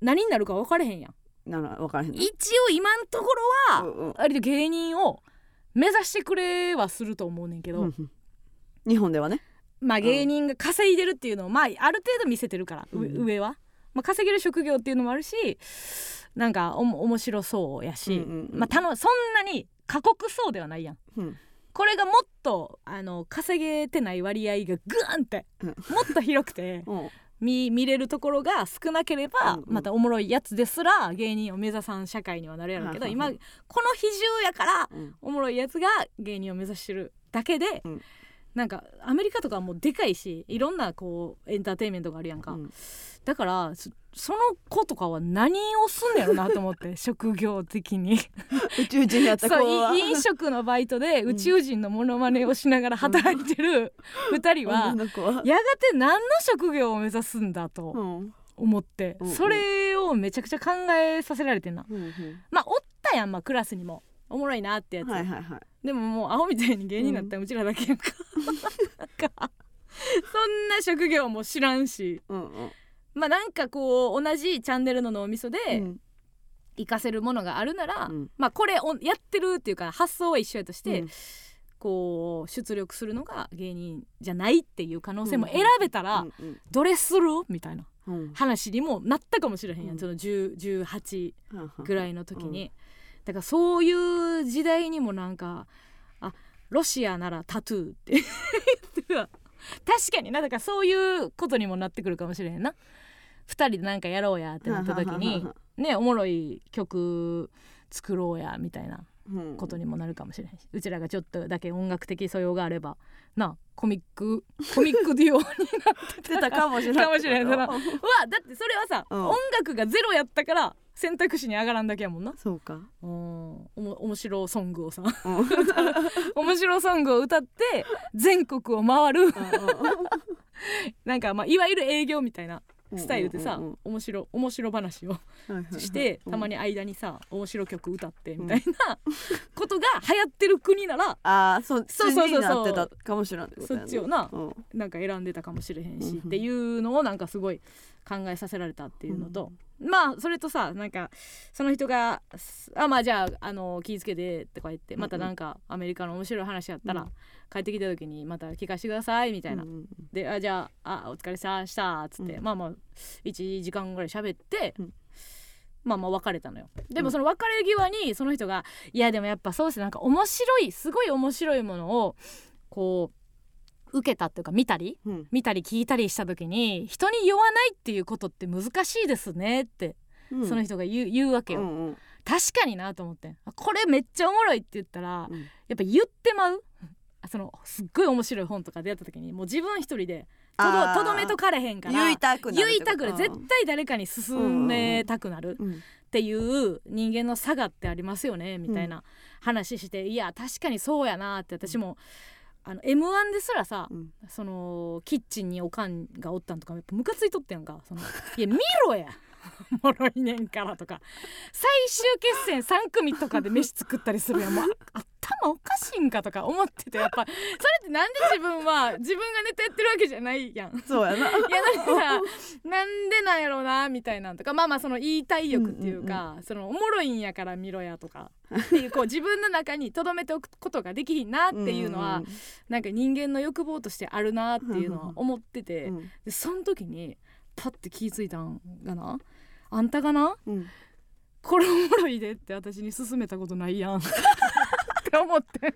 [SPEAKER 2] 何になるか分かれへんやん
[SPEAKER 1] なら分からへんね
[SPEAKER 2] 一応今のところは、
[SPEAKER 1] うんうん
[SPEAKER 2] 割と芸人を目指してくれはすると思うねんけど、
[SPEAKER 1] うんうん日本ではね
[SPEAKER 2] まあ芸人が稼いでるっていうのをまあある程度見せてるから、う
[SPEAKER 1] うん
[SPEAKER 2] 上は、まあ、稼げる職業っていうのもあるしなんかおも面白そうやし、
[SPEAKER 1] うんうんうん
[SPEAKER 2] まあ、たのそんなに過酷そうではないやん
[SPEAKER 1] うん
[SPEAKER 2] これがもっとあの稼げてない割合がグーンって、
[SPEAKER 1] うん
[SPEAKER 2] もっと広く て
[SPEAKER 1] うん
[SPEAKER 2] 見見れるところが少なければ、
[SPEAKER 1] うんうん
[SPEAKER 2] またおもろいやつですら芸人を目指さん社会にはなるやろうけど、
[SPEAKER 1] はいはい
[SPEAKER 2] 今
[SPEAKER 1] は
[SPEAKER 2] この比重やから
[SPEAKER 1] うん
[SPEAKER 2] おもろいやつが芸人を目指してるだけで、
[SPEAKER 1] うん
[SPEAKER 2] なんかアメリカとかはもうでかいしいろんなこうエンターテインメントがあるやんか、
[SPEAKER 1] うん
[SPEAKER 2] だからそその子とかは何をすんねやろなと思って 職業的に
[SPEAKER 1] 宇宙人やった子
[SPEAKER 2] そ
[SPEAKER 1] は
[SPEAKER 2] うい飲食のバイトで宇宙人のモノマネをしながら働いてる2人は、
[SPEAKER 1] 女の子は
[SPEAKER 2] やがて何の職業を目指すんだと。
[SPEAKER 1] うんうん
[SPEAKER 2] 思って、
[SPEAKER 1] うんうん
[SPEAKER 2] それをめちゃくちゃ考えさせられてんな
[SPEAKER 1] うん
[SPEAKER 2] まあおったやんまあクラスにもおもろいなってやつ、
[SPEAKER 1] はいはいはい
[SPEAKER 2] でももうアホみたいに芸人になったらうちらだけやんか,なんか、そんな職業も知らんし
[SPEAKER 1] うんうん
[SPEAKER 2] まあなんかこう同じチャンネルの脳みそで
[SPEAKER 1] うん
[SPEAKER 2] 活かせるものがあるなら、
[SPEAKER 1] うん
[SPEAKER 2] まあこれをやってるっていうか発想は一緒やとして、
[SPEAKER 1] うん
[SPEAKER 2] こう出力するのが芸人じゃないっていう可能性も選べたら、
[SPEAKER 1] うん
[SPEAKER 2] どれするみたいな
[SPEAKER 1] うん
[SPEAKER 2] 話にもなったかもしれへんやん、
[SPEAKER 1] うん
[SPEAKER 2] その10 18
[SPEAKER 1] うん
[SPEAKER 2] ぐらいの時に、だからそういう時代にもなんかあロシアならタトゥーって 言っては確かになだからそういうことにもなってくるかもしれへんな2人でなんかやろうやってなった時にねおもろい曲作ろうやみたいな
[SPEAKER 4] うん
[SPEAKER 2] ことにもなるかもしれないし、うちらがちょっとだけ音楽的素養があればなあコミッ クコミックデュオにな って
[SPEAKER 1] 出
[SPEAKER 2] た
[SPEAKER 1] た
[SPEAKER 2] ら
[SPEAKER 1] かもしれない
[SPEAKER 2] かもしれないそうわだってそれはさ、
[SPEAKER 1] うん
[SPEAKER 2] 音楽がゼロやったから選択肢に上がらんだけやもんな
[SPEAKER 1] そうか、
[SPEAKER 2] おも面白ソングをさ
[SPEAKER 1] うんうんうん
[SPEAKER 2] 面白ソングを歌って全国を回るなんかまあいわゆる営業みたいなスタイルでさ、
[SPEAKER 1] うんうん
[SPEAKER 2] 面白面白話を
[SPEAKER 1] うんはいはいはい
[SPEAKER 2] して、
[SPEAKER 1] うん
[SPEAKER 2] たまに間にさ面白曲歌ってみたいなことが流行ってる国なら
[SPEAKER 1] ああそう
[SPEAKER 2] そうそうそうそう
[SPEAKER 1] 筋になってたかもしれないてこと
[SPEAKER 2] そ
[SPEAKER 1] やな
[SPEAKER 2] っちをな
[SPEAKER 1] うん
[SPEAKER 2] なんか選んでたかもしれへ
[SPEAKER 1] う
[SPEAKER 2] ん
[SPEAKER 1] んう
[SPEAKER 2] し
[SPEAKER 1] ん
[SPEAKER 2] っていうのをなんかすごい考えさせられたっていうのと、まあそれとさなんかその人が「あまあじゃああの気ぃつけて」とか言ってまたなんかアメリカの面白い話やったら、
[SPEAKER 1] う
[SPEAKER 2] 帰ってきた時にまた聞かせてくださいみたいな。
[SPEAKER 1] うんうん
[SPEAKER 2] であじゃああお疲れさまでしたっつって、
[SPEAKER 1] うん
[SPEAKER 2] まあまあ1時間ぐらい喋って、
[SPEAKER 1] うん
[SPEAKER 2] まあまあ別れたのよで
[SPEAKER 1] う
[SPEAKER 2] も
[SPEAKER 1] ん
[SPEAKER 2] その別れ際にその人が「いやでもやっぱそうですねなんか面白いすごい面白いものをこう受けたっていうか見たり
[SPEAKER 1] うんうん
[SPEAKER 2] 見たり聞いたりした時に人に言わないっていうことって難しいですね」って
[SPEAKER 1] うん
[SPEAKER 2] その人が言う,、言うわけよ、
[SPEAKER 1] うんうん
[SPEAKER 2] 確かになと思ってあこれめっちゃおもろいって言ったら、
[SPEAKER 1] うん
[SPEAKER 2] やっぱ言ってまう あそのすっごい面白い本とか出会った時にもう自分一人でと
[SPEAKER 1] あー
[SPEAKER 2] どとどめとかれへんから
[SPEAKER 1] 言いたくなるってこと
[SPEAKER 2] 言いたくなる絶対誰かに勧めたくなる
[SPEAKER 1] うん
[SPEAKER 2] っていう人間の差がってありますよねみたいな話して、いや確かにそうやなって私も、あの m 1ですらさ、
[SPEAKER 1] うん
[SPEAKER 2] そのキッチンにおかんがおったんとかやっぱムカついとってんかその「いや見ろや!」 おもろいねんからとか最終決戦3組とかで飯作ったりするやんもうあ頭おかしいんかとか思っててやっぱそれってなんで自分は自分がネタやってるわけじゃないやん
[SPEAKER 1] そうやない
[SPEAKER 2] やだってさなんでなんやろうなみたいなんとかまあまあその言いたい欲っていうか、そのおもろいんやから見ろやとかっていうこう自分の中に留めておくことができひんなっていうのは、
[SPEAKER 1] ん
[SPEAKER 2] なんか人間の欲望としてあるなっていうのは思ってて、
[SPEAKER 1] うん
[SPEAKER 2] でその時にパッて気づいたんがなあんたがな
[SPEAKER 1] うん
[SPEAKER 2] これおもろいでって私に勧めたことな いやんって思って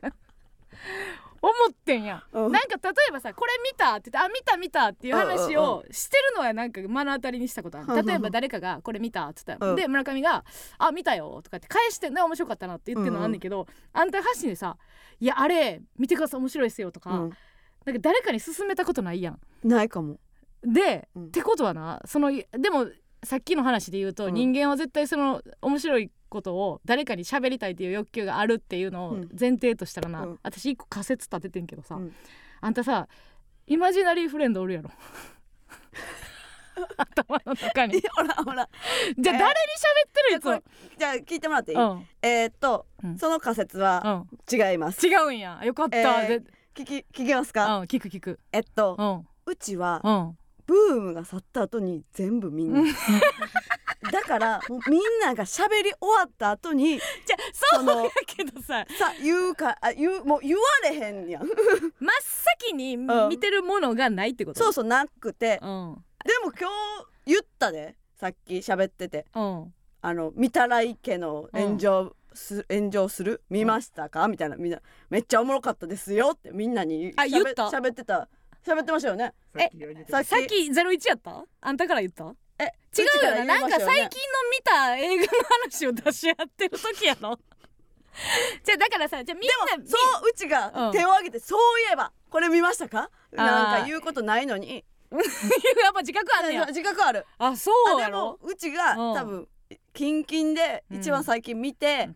[SPEAKER 2] 思ってんやん
[SPEAKER 1] うん
[SPEAKER 2] なんか例えばさこれ見たって言ってあ見た見たっていう話
[SPEAKER 1] うんうん
[SPEAKER 2] をしてるのはなんか目の当たりにしたことあ
[SPEAKER 1] うんう
[SPEAKER 2] る
[SPEAKER 1] ん
[SPEAKER 2] 例えば誰かがこれ見たって言った
[SPEAKER 1] う
[SPEAKER 2] ら
[SPEAKER 1] ん
[SPEAKER 2] で村上が「あ見たよ」とかって返してね面白かったなって言ってるのはあんねんけどあんた発信でさ「いやあれ見てください面白いっすよ」とか
[SPEAKER 1] う
[SPEAKER 2] なん
[SPEAKER 1] ん
[SPEAKER 2] か誰かに勧めたことないやん。
[SPEAKER 1] ないかも
[SPEAKER 2] で
[SPEAKER 1] うん
[SPEAKER 2] ってことはなそのでもさっきの話で言うと
[SPEAKER 1] うん
[SPEAKER 2] 人間は絶対その面白いことを誰かに喋りたいっていう欲求があるっていうの
[SPEAKER 1] う
[SPEAKER 2] を
[SPEAKER 1] ん
[SPEAKER 2] 前提としたらな
[SPEAKER 1] うん
[SPEAKER 2] 私一個仮説立ててんけどさ
[SPEAKER 1] うん
[SPEAKER 2] あんたさイマジナリーフレンドおるやろ 頭の中に
[SPEAKER 1] ほらほら
[SPEAKER 2] じゃあ誰に喋ってるやつ
[SPEAKER 1] これじゃあ聞いてもらっていい、
[SPEAKER 2] を
[SPEAKER 1] えー、っと、
[SPEAKER 2] うん
[SPEAKER 1] その仮説
[SPEAKER 2] う
[SPEAKER 1] は
[SPEAKER 2] ん、
[SPEAKER 1] 違います、
[SPEAKER 2] うん、違うんやよかった、
[SPEAKER 1] えー
[SPEAKER 2] でうん、
[SPEAKER 1] 聞き聞けますか、
[SPEAKER 2] 聞く聞く
[SPEAKER 1] えっと、
[SPEAKER 2] うん
[SPEAKER 1] うちは
[SPEAKER 2] うん
[SPEAKER 1] ブームが去った後に全部みんな
[SPEAKER 2] う
[SPEAKER 1] だからもうみんなが喋り終わった後に
[SPEAKER 2] じゃ
[SPEAKER 1] そ
[SPEAKER 2] あそう
[SPEAKER 1] の
[SPEAKER 2] やけどさ
[SPEAKER 1] さ言うかあ言うもう言われへんやん
[SPEAKER 2] 真っ先に見てるものがないってこと
[SPEAKER 1] そうそうなくて
[SPEAKER 2] うん
[SPEAKER 1] でも今日言ったでさっき喋ってて
[SPEAKER 2] うん
[SPEAKER 1] あの御手洗家の炎上す、炎上する見ましたかみたいなみんなめっちゃおもろかったですよってみんなに
[SPEAKER 2] あ
[SPEAKER 1] 喋
[SPEAKER 2] 言った
[SPEAKER 1] 喋ってた喋ってましたよね
[SPEAKER 3] さっきは言うてた
[SPEAKER 1] さっき
[SPEAKER 2] さっきゼロ一やった？あんたから言った？
[SPEAKER 1] え
[SPEAKER 2] 違うよな。なんか最近の
[SPEAKER 1] 近
[SPEAKER 2] 見た映画の話を出し合ってる時やろ。 じゃあだからさ、じゃあみんなみ
[SPEAKER 1] そううち
[SPEAKER 2] う
[SPEAKER 1] が
[SPEAKER 2] ん
[SPEAKER 1] 手を挙げて、そういえばこれ見ましたか
[SPEAKER 2] ー
[SPEAKER 1] なんか言うことないのに
[SPEAKER 2] やっぱ自覚あんねや。
[SPEAKER 1] 自覚ある
[SPEAKER 2] あ、そ
[SPEAKER 1] あ
[SPEAKER 2] うや
[SPEAKER 1] で
[SPEAKER 2] ろ
[SPEAKER 1] も。うちが
[SPEAKER 2] うん
[SPEAKER 1] 多分キンキンで
[SPEAKER 2] うん
[SPEAKER 1] 一番最近見て、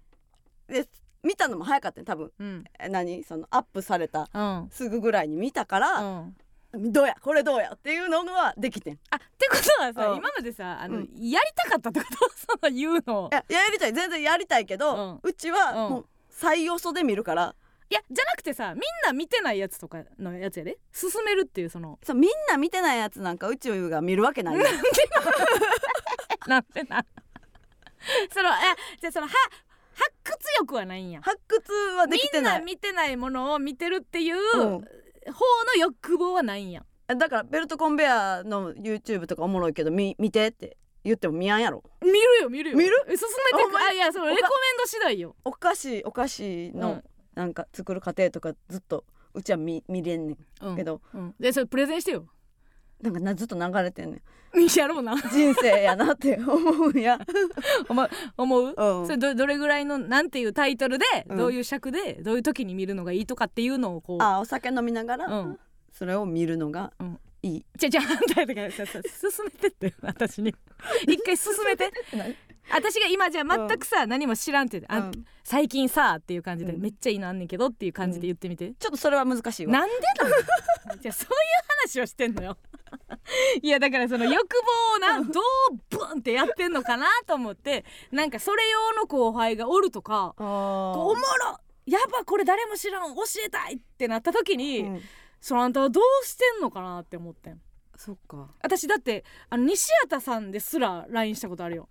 [SPEAKER 1] で見たのも早かったね多分
[SPEAKER 2] うん。
[SPEAKER 1] え何そのアップされた
[SPEAKER 2] うん。うん。
[SPEAKER 1] すぐぐらいに見たか
[SPEAKER 2] あ
[SPEAKER 1] ら、どうやこれどうやっていうのができてんい
[SPEAKER 2] ってことはさ、
[SPEAKER 1] うん
[SPEAKER 2] 今までさあの、
[SPEAKER 1] うん
[SPEAKER 2] やりたかったってことその言うの
[SPEAKER 1] ややりたい全然やりたいけど、うちは
[SPEAKER 2] うん
[SPEAKER 1] もう最よそで見るから
[SPEAKER 2] いやじゃなくてさみんな見てないやつとかのやつやで進めるっていうその
[SPEAKER 1] そうみんな見てないやつなんかうちが見るわけ ないよ
[SPEAKER 2] なんてな そのあじゃあそのは発掘欲はないんや
[SPEAKER 1] 発掘はできて
[SPEAKER 2] みん
[SPEAKER 1] な
[SPEAKER 2] ない見てないものを見てるっていう、
[SPEAKER 1] うん
[SPEAKER 2] 方の欲望はないんや
[SPEAKER 1] だからベルトコンベアの YouTube とかおもろいけど見見てって言っても見やんやろ
[SPEAKER 2] 見るよ見るよ
[SPEAKER 1] 見る
[SPEAKER 2] え進めて
[SPEAKER 1] お
[SPEAKER 2] く
[SPEAKER 1] 前
[SPEAKER 2] あいやそのレコメンド次第よ
[SPEAKER 1] お菓子お菓子のなんか作る過程とかずっとうちは見見れんねん
[SPEAKER 2] うん
[SPEAKER 1] けど、
[SPEAKER 2] うん、でそれプレゼンしてよ
[SPEAKER 1] なんかなずっと流れてんねん
[SPEAKER 2] やろう な
[SPEAKER 1] 人生やなって思うんや、
[SPEAKER 2] 思う
[SPEAKER 1] うん
[SPEAKER 2] それどどれぐらいのなんていうタイトルで、
[SPEAKER 1] うん
[SPEAKER 2] どういう尺でどういう時に見るのがいいとかっていうのをこ う
[SPEAKER 1] あお酒飲みながら、
[SPEAKER 2] うん
[SPEAKER 1] それを見るのが
[SPEAKER 2] うん
[SPEAKER 1] いい、
[SPEAKER 2] じゃじゃ反対だから ささ進めてって私に一回進めて私が今じゃあ全くさ、何も知らんって言ってあ、
[SPEAKER 1] うんち
[SPEAKER 2] 最近さっていう感じで、
[SPEAKER 1] うん
[SPEAKER 2] めっちゃいいのあんねんけどっていう感じで言ってみて、
[SPEAKER 1] ょっとそれは難しいわ
[SPEAKER 2] なんでなのじゃあそう いう話をしてんのよ いやだからその欲望をなどうブンってやってんのかなと思ってなんかそれ用の後輩がおるとか
[SPEAKER 1] あ
[SPEAKER 2] こ
[SPEAKER 1] ー
[SPEAKER 2] うおもろやっぱこれ誰も知らん教えたいってなった時に、
[SPEAKER 1] うん
[SPEAKER 2] そのあんたはどうしてんのかなって思ってん
[SPEAKER 1] そっか
[SPEAKER 2] 私だってあの西畑さんですら LINE したことあるよ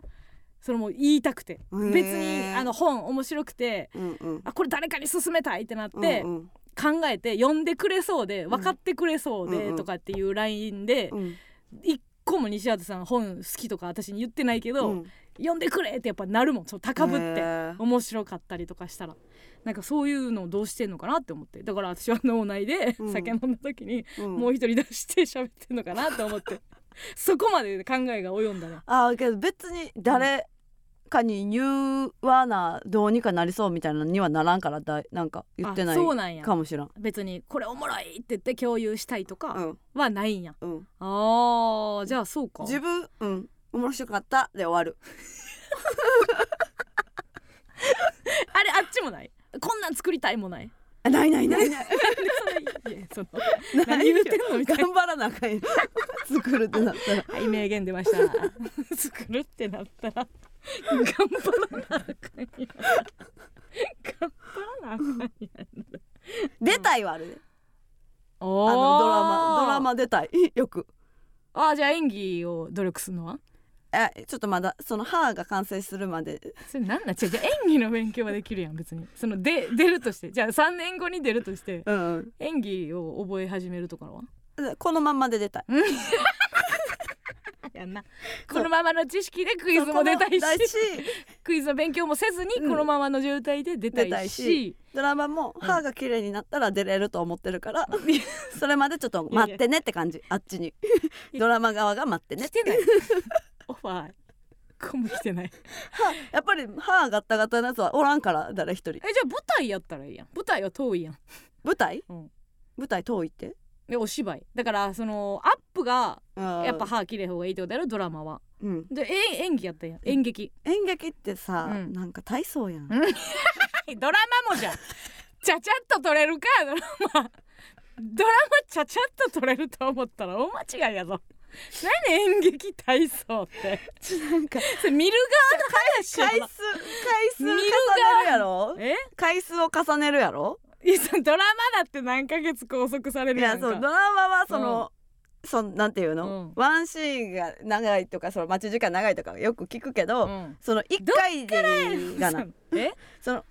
[SPEAKER 2] それも言いたくて
[SPEAKER 1] ー
[SPEAKER 2] 別にあの本面白くて
[SPEAKER 1] うんうん
[SPEAKER 2] あこれ誰かに勧めたいってなって、
[SPEAKER 1] うんうん
[SPEAKER 2] 考えて読んでくれそうで分かってくれそう
[SPEAKER 1] うんうん
[SPEAKER 2] で
[SPEAKER 1] うん
[SPEAKER 2] とかっていう LINE で
[SPEAKER 1] うん
[SPEAKER 2] 一個も西畑さん本好きとか私に言ってないけ
[SPEAKER 1] う
[SPEAKER 2] ど
[SPEAKER 1] ん
[SPEAKER 2] 読んでくれってやっぱなるもんそう高ぶっ
[SPEAKER 1] へ
[SPEAKER 2] て
[SPEAKER 1] ー
[SPEAKER 2] 面白かったりとかしたらなんかそういうのをどうしてんのかなって思ってだから私は脳内で
[SPEAKER 1] うん
[SPEAKER 2] 酒飲んだ時に
[SPEAKER 1] うん
[SPEAKER 2] もう一人出して喋ってんのかなと 思ってそこまで考えが及んだな。
[SPEAKER 1] あーけど別に誰かに言わなどうにかなりそうみたいなのにはならんからだいなんか言ってな
[SPEAKER 2] あそう
[SPEAKER 1] い
[SPEAKER 2] なんや
[SPEAKER 1] かもしらん
[SPEAKER 2] 別にこれおもろいって言って共有したいと
[SPEAKER 1] う
[SPEAKER 2] か
[SPEAKER 1] ん
[SPEAKER 2] はないんや、
[SPEAKER 1] うん
[SPEAKER 2] あーじゃあそうか
[SPEAKER 1] 自分うん面白かったで終わる
[SPEAKER 2] あれあっちもないこんなん作りたいもない
[SPEAKER 1] あないないないない
[SPEAKER 2] いやその何言うてんのみたい な
[SPEAKER 1] 頑張らなあ かんよ作るってなったら
[SPEAKER 2] はい名言出ました作るってなったら頑張らなあかんや頑張らなあかんや
[SPEAKER 1] 出たいはあるね
[SPEAKER 2] あ
[SPEAKER 1] あのドラマドラ
[SPEAKER 2] マ
[SPEAKER 1] マ出たいよく
[SPEAKER 2] あーじゃあ演技を努力するのは
[SPEAKER 1] えちょっとまだその歯が完成するまで
[SPEAKER 2] それなんなん違うじゃあ演技の勉強はできるやん別にそので出るとしてじゃあ3年後に出るとして
[SPEAKER 1] うん
[SPEAKER 2] 演技を覚え始めるとかは
[SPEAKER 1] うんこのまんまで出たい
[SPEAKER 2] やんなこのままの知識でクイズ
[SPEAKER 1] この
[SPEAKER 2] も出たい
[SPEAKER 1] だ
[SPEAKER 2] しクイズの勉強もせずに
[SPEAKER 1] うん
[SPEAKER 2] このままの状態で出たいし,、
[SPEAKER 1] 出たいしドラマも歯が綺麗になったら出れると思ってるから、 それまでちょっと待ってねって感じあっ ちにドラマ側が待ってね
[SPEAKER 2] 来てない オファー一個も来て ないえじ
[SPEAKER 1] やっぱり歯ガッタガタのやつはおらんから誰一人
[SPEAKER 2] ゃあ舞台やったらいいやん舞台は遠いやん
[SPEAKER 1] 舞台、
[SPEAKER 2] うん
[SPEAKER 1] 舞台遠いって
[SPEAKER 2] でお芝居だからそのアップがや
[SPEAKER 1] や
[SPEAKER 2] っぱ、歯切れ方がいいってことやろドラマは
[SPEAKER 1] うん、
[SPEAKER 2] でえ演技やったやん演劇
[SPEAKER 1] 演劇ってさ、
[SPEAKER 2] うん
[SPEAKER 1] なんか体操やん、
[SPEAKER 2] んドラマもじゃん ちゃちゃっと撮れるかドラマドラマちゃちゃっと撮れると思ったら大間違いや ぞ何演劇体操って
[SPEAKER 1] なん か
[SPEAKER 2] それ見る側の話や
[SPEAKER 1] 回数
[SPEAKER 2] ろ
[SPEAKER 1] 回数重ね
[SPEAKER 2] 見る
[SPEAKER 1] るやろ
[SPEAKER 2] え
[SPEAKER 1] 回数を重ねるやろ
[SPEAKER 2] いやそのドラマだって何ヶ月拘束され
[SPEAKER 1] い
[SPEAKER 2] るや
[SPEAKER 1] や
[SPEAKER 2] んか
[SPEAKER 1] そうドラマはその、そのなんていうの、
[SPEAKER 2] う
[SPEAKER 1] ワンシーンが長いとかその待ち時間長いとかよく聞くけど、
[SPEAKER 2] うん
[SPEAKER 1] その一回でいいがな
[SPEAKER 2] え、
[SPEAKER 1] その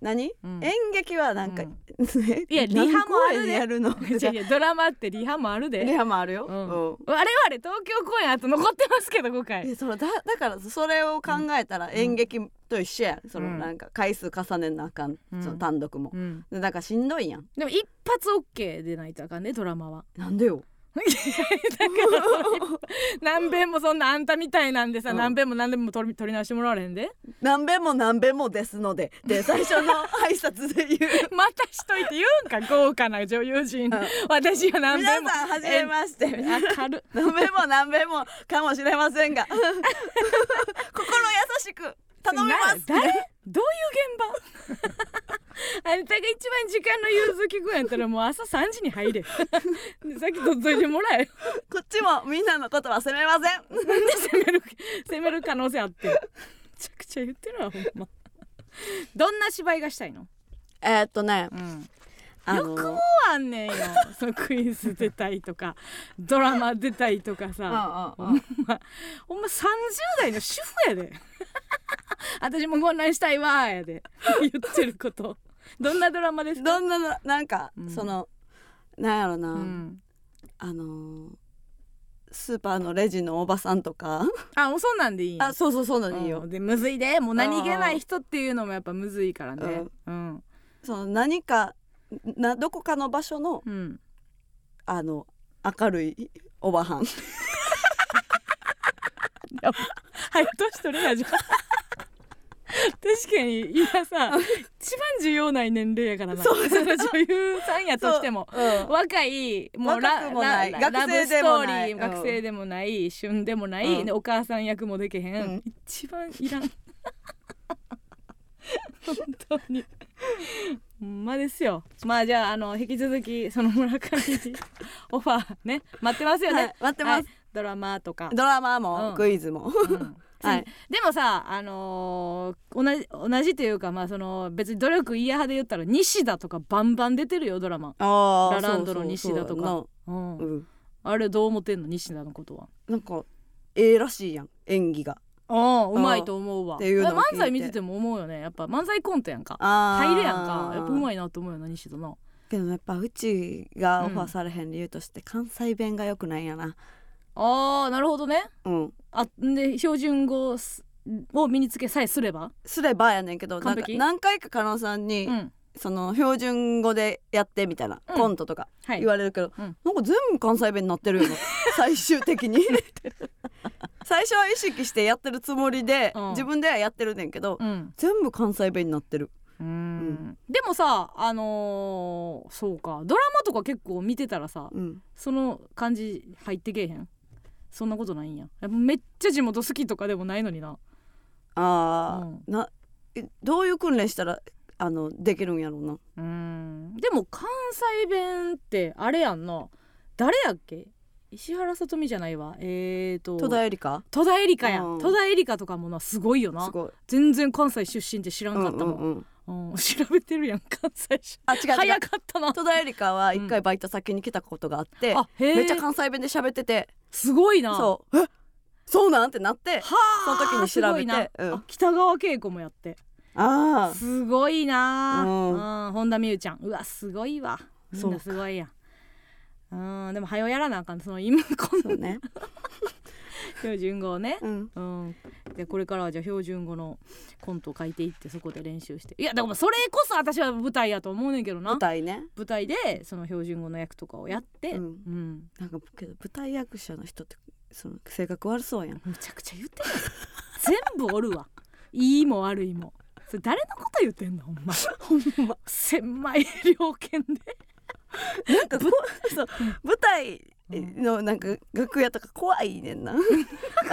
[SPEAKER 1] 何、
[SPEAKER 2] うん
[SPEAKER 1] 演劇はなんか、
[SPEAKER 2] うん
[SPEAKER 1] え
[SPEAKER 2] いやリハもあるで
[SPEAKER 1] 何公演やるの
[SPEAKER 2] いやいやドラマってリハもある で、
[SPEAKER 1] リハもあるよ、
[SPEAKER 2] うん
[SPEAKER 1] うん
[SPEAKER 2] 我々東京公演あと残ってますけど5回
[SPEAKER 1] えそのだだからそれを考えたら演劇と一緒やんその
[SPEAKER 2] うん
[SPEAKER 1] なんか回数重ねなあかん、
[SPEAKER 2] うん
[SPEAKER 1] その単独も、
[SPEAKER 2] うん
[SPEAKER 1] でだからしんどいやん
[SPEAKER 2] でも一発 OK でないとあかんねドラ マは
[SPEAKER 1] なんでよ
[SPEAKER 2] だからそれ何遍もそんなあんたみたいなんでさ、
[SPEAKER 1] うん
[SPEAKER 2] 何遍も何遍も撮り撮り直してもらわれへんで
[SPEAKER 1] 何べんも何べんもですのでで最初の挨拶で言う
[SPEAKER 2] またしといて言うんか豪華な女優陣、私は何
[SPEAKER 1] 皆さ
[SPEAKER 2] 遍
[SPEAKER 1] ん
[SPEAKER 2] も
[SPEAKER 1] はじめまして
[SPEAKER 2] えあ軽っ
[SPEAKER 1] 何べんも何べんもかもしれません が心優しく頼みます
[SPEAKER 2] な誰どういう現場あんたが一番時間の融通きくんやったらもう朝3時に入れでさっきとっといてもらえ
[SPEAKER 1] こっちもみんなのことは責めません
[SPEAKER 2] なんで攻める攻める可能性あってめちゃくちゃ言ってるわほんまどんな芝居がしたいの、
[SPEAKER 1] えーっとね
[SPEAKER 2] うん、
[SPEAKER 1] あ
[SPEAKER 2] 欲望
[SPEAKER 1] の
[SPEAKER 2] あんねんよそのクイズ出たいとかドラマ出たいとかさ、
[SPEAKER 1] うんうんうん
[SPEAKER 2] ほんま30代の主婦やで 私もこんなんしたいわーやで言ってることどんなドラマですか
[SPEAKER 1] どんなのなんか、
[SPEAKER 2] うん
[SPEAKER 1] そのなんやろな、
[SPEAKER 2] うん
[SPEAKER 1] あのースーパーのレジのおばさんとか
[SPEAKER 2] あもうそんなんでいいんや
[SPEAKER 1] あそうそうそうな
[SPEAKER 2] うん
[SPEAKER 1] のいいよ、
[SPEAKER 2] でむずいでもう何気ない人っていうのもやっぱむずいからねうん
[SPEAKER 1] その何かなどこかの場所の
[SPEAKER 2] うん
[SPEAKER 1] あの明るいおば はん
[SPEAKER 2] はい年取れやじゃん確かに今さ一番重要な年齢やからな
[SPEAKER 1] そう
[SPEAKER 2] その女優さんやとしても
[SPEAKER 1] うん
[SPEAKER 2] 若いもうラ
[SPEAKER 1] 若くもない
[SPEAKER 2] ララ
[SPEAKER 1] 学
[SPEAKER 2] ブ
[SPEAKER 1] 生
[SPEAKER 2] ス
[SPEAKER 1] で
[SPEAKER 2] ト
[SPEAKER 1] も
[SPEAKER 2] ーリ
[SPEAKER 1] ない
[SPEAKER 2] ー
[SPEAKER 1] うん
[SPEAKER 2] 学生でもない旬でもない、
[SPEAKER 1] うん
[SPEAKER 2] でお母さん役もできへ
[SPEAKER 1] う
[SPEAKER 2] ん、
[SPEAKER 1] ん
[SPEAKER 2] 一番いらん本当にほんまですよまあじゃああの引き続きその村上にオファーね待ってますよね、
[SPEAKER 1] はい待ってます
[SPEAKER 2] はいドラマとか、
[SPEAKER 1] ドラマ
[SPEAKER 2] う
[SPEAKER 1] も
[SPEAKER 2] ん
[SPEAKER 1] クイズも、
[SPEAKER 2] うん
[SPEAKER 1] はい
[SPEAKER 2] でもさあのー同じ同じというかまあその別に努力嫌派で言ったら西田とかバンバン出てるよドラマ、
[SPEAKER 1] あー
[SPEAKER 2] ラランドの西田とか
[SPEAKER 1] そう
[SPEAKER 2] うん
[SPEAKER 1] そうそうやんなうん
[SPEAKER 2] あれどう思ってんの西田のことは
[SPEAKER 1] なんかええらしいやん演技が
[SPEAKER 2] ああう
[SPEAKER 1] うん
[SPEAKER 2] まいと思うわ
[SPEAKER 1] っていうのを聞いて
[SPEAKER 2] 漫才見てても思うよねやっぱ漫才コントやんか
[SPEAKER 1] あー
[SPEAKER 2] 入るやんかやっぱうまいなと思うよな西田な
[SPEAKER 1] けどやっぱうちがオファーされへん理由として関西弁が良くないんやな
[SPEAKER 2] あーなるほどね
[SPEAKER 1] うん
[SPEAKER 2] あんで標準語すを身につけさえすれば
[SPEAKER 1] すればやねんけどなん
[SPEAKER 2] 完
[SPEAKER 1] か
[SPEAKER 2] 璧
[SPEAKER 1] 何回か加納さんに、
[SPEAKER 2] うん
[SPEAKER 1] その標準語でやってみたいな、
[SPEAKER 2] うん
[SPEAKER 1] コントとか
[SPEAKER 2] はい
[SPEAKER 1] 言われるけど、
[SPEAKER 2] うん
[SPEAKER 1] なんか全部関西弁になってる よな最終的に最初は意識してやってるつもりで、
[SPEAKER 2] うん
[SPEAKER 1] 自分ではやってるねんけど、
[SPEAKER 2] うん
[SPEAKER 1] 全部関西弁になってる
[SPEAKER 2] うー
[SPEAKER 1] うん
[SPEAKER 2] でもさあのーそうかドラマとか結構見てたらさ
[SPEAKER 1] うん
[SPEAKER 2] その感じ入ってけえへんそんなことないんややっぱめっちゃ地元好きとかでもないのにな
[SPEAKER 1] あー、
[SPEAKER 2] う
[SPEAKER 1] なえどういう訓練したらあのできるんやろうな
[SPEAKER 2] うーんでも関西弁ってあれやんな誰やっけ石原さとみじゃないわえーと
[SPEAKER 1] 戸田恵梨香
[SPEAKER 2] 戸田恵梨香や、
[SPEAKER 1] うん
[SPEAKER 2] 戸田恵梨香とかもなすごいよな
[SPEAKER 1] すごい
[SPEAKER 2] 全然関西出身って知らんかったもん,、
[SPEAKER 1] う
[SPEAKER 2] うんん
[SPEAKER 1] うんうん
[SPEAKER 2] 調べてるやん関西出
[SPEAKER 1] あ違う違
[SPEAKER 2] 早
[SPEAKER 1] う
[SPEAKER 2] かったな
[SPEAKER 1] 戸田恵梨香は一回バイト先に来たことがあって、
[SPEAKER 2] あへえ
[SPEAKER 1] めっちゃ関西弁で喋ってて
[SPEAKER 2] すごいな
[SPEAKER 1] そう えそうなんってなって
[SPEAKER 2] はあ
[SPEAKER 1] その時に調べて
[SPEAKER 2] すごいな
[SPEAKER 1] うん
[SPEAKER 2] あ北川景子もやって
[SPEAKER 1] ああ
[SPEAKER 2] すごいなあ、
[SPEAKER 1] う
[SPEAKER 2] うん本田望結ちゃんうわすごいわみんなすごいやんうんでも早うやらなあかんその今こ
[SPEAKER 1] そうん
[SPEAKER 2] な
[SPEAKER 1] ね
[SPEAKER 2] 標準語をね
[SPEAKER 1] うん
[SPEAKER 2] うん、でこれからはじゃあ標準語のコントを書いていってそこで練習していやだからそれこそ私は舞台やと思うねんけど
[SPEAKER 1] 舞
[SPEAKER 2] な舞
[SPEAKER 1] 台
[SPEAKER 2] 台
[SPEAKER 1] ね
[SPEAKER 2] でその標準語の役とかをやって、
[SPEAKER 1] う
[SPEAKER 2] う
[SPEAKER 1] んんなんかけど舞台役者の人ってその性格悪そうやん
[SPEAKER 2] むちゃくちゃ言ってるやん全部おるわいいも悪いもそれ誰のこと言ってんのほんまほんま狭い猟犬で
[SPEAKER 1] なんかこう そう舞台のなんか楽屋とか怖いねんなわ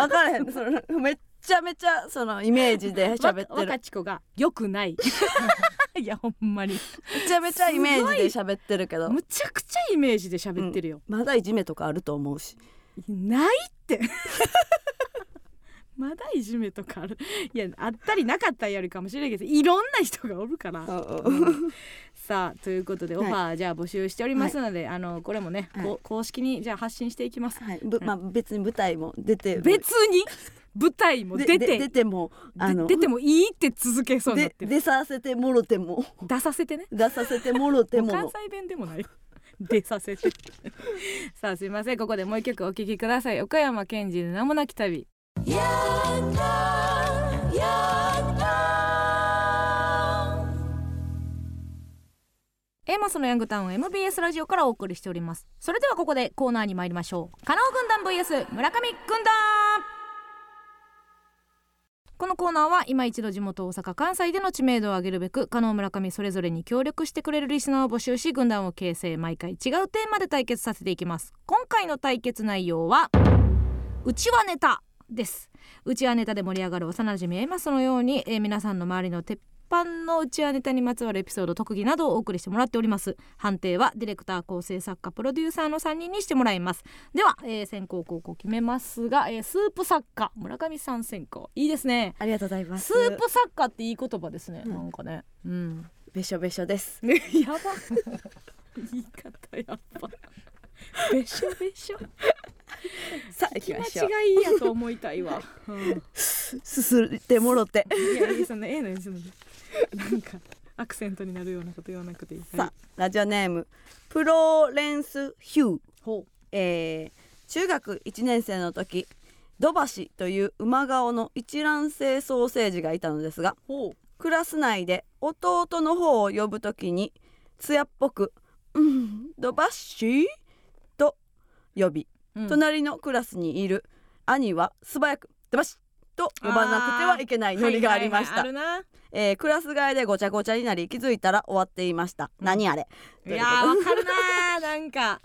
[SPEAKER 1] からへんそのめっちゃめちゃそのイメージで喋って
[SPEAKER 2] わ
[SPEAKER 1] る
[SPEAKER 2] 若
[SPEAKER 1] め
[SPEAKER 2] ち子がよく ないいやほんまに
[SPEAKER 1] ちゃめちゃイメージで喋ってるけど
[SPEAKER 2] むちゃくちゃイメージで喋ってるよ、
[SPEAKER 1] まだいじめとかあると思うし
[SPEAKER 2] ないって まだいじめとかあるいやあったりなかったりよりかもしれないけどいろんな人がおるから、うんさあということでオ
[SPEAKER 1] は
[SPEAKER 2] フ
[SPEAKER 1] い
[SPEAKER 2] ァーじゃあ募集しておりますので、あのこれもね、
[SPEAKER 1] はい
[SPEAKER 2] こう公式にじゃあ発信していきます、
[SPEAKER 1] はいぶまあ別に舞台も出ても
[SPEAKER 2] 別に舞台も
[SPEAKER 1] で
[SPEAKER 2] 出て
[SPEAKER 1] で出てもあの
[SPEAKER 2] で出てもいいって続けそうになっ
[SPEAKER 1] で
[SPEAKER 2] てる
[SPEAKER 1] 出させてもろても
[SPEAKER 2] 出させてね
[SPEAKER 1] 出させてもろても
[SPEAKER 2] 関
[SPEAKER 1] の
[SPEAKER 2] 西弁でもない出させてさあすいませんここでもう一曲お聴きください岡山健二の名もなき旅
[SPEAKER 5] やったやった
[SPEAKER 2] エモスのヤングタウン MBS ラジオからお送りしておりますそれではここでコーナーに参りましょう加納軍団 VS 村上軍団このコーナーは今一度地元大阪関西での知名度を上げるべく加納村上それぞれに協力してくれるリスナーを募集し軍団を形成毎回違うテーマで対決させていきます今回の対決内容はうちはネタですうちはネタで盛り上がる幼馴染みエマスのように、えー皆さんの周りの鉄板のうちはネタにまつわるエピソード特技などをお送りしてもらっております判定はディレクター構成作家プロデューサーの3人にしてもらいますでは、えー先行後攻決めますが、えースープ作家村上さん先行いいですね
[SPEAKER 1] ありがとうございま
[SPEAKER 2] スープ作家っていい言葉ですね、なんかねうん
[SPEAKER 1] べしょべしょです
[SPEAKER 2] ね やば言い方やばべしょべしょ
[SPEAKER 1] さあ行
[SPEAKER 2] 気
[SPEAKER 1] き
[SPEAKER 2] 持
[SPEAKER 1] ま
[SPEAKER 2] ち
[SPEAKER 1] しょう
[SPEAKER 2] がいいやと思いたいわ、うん
[SPEAKER 1] すすってもろて
[SPEAKER 2] いやいやそのええのよそのなんかアクセントになるようなこと言わなくていい
[SPEAKER 1] さあラジオネームプロレンス・ヒュー、
[SPEAKER 2] ほ
[SPEAKER 1] えー中学1年生の時土橋という馬顔の一卵性ソーセージがいたのですが
[SPEAKER 2] ほ
[SPEAKER 1] クラス内で弟の方を呼ぶときに艶っぽく「うん土橋?」と呼び
[SPEAKER 2] うん
[SPEAKER 1] 隣のクラスにいる兄は素早く「出まし!」と呼ばなくてはいけないノリがありまし
[SPEAKER 2] は
[SPEAKER 1] た
[SPEAKER 2] いはいはいある
[SPEAKER 1] えークラス替えでごちゃごちゃになり気づいたら終わっていました、何あれ
[SPEAKER 2] ないやーわかるなーなんか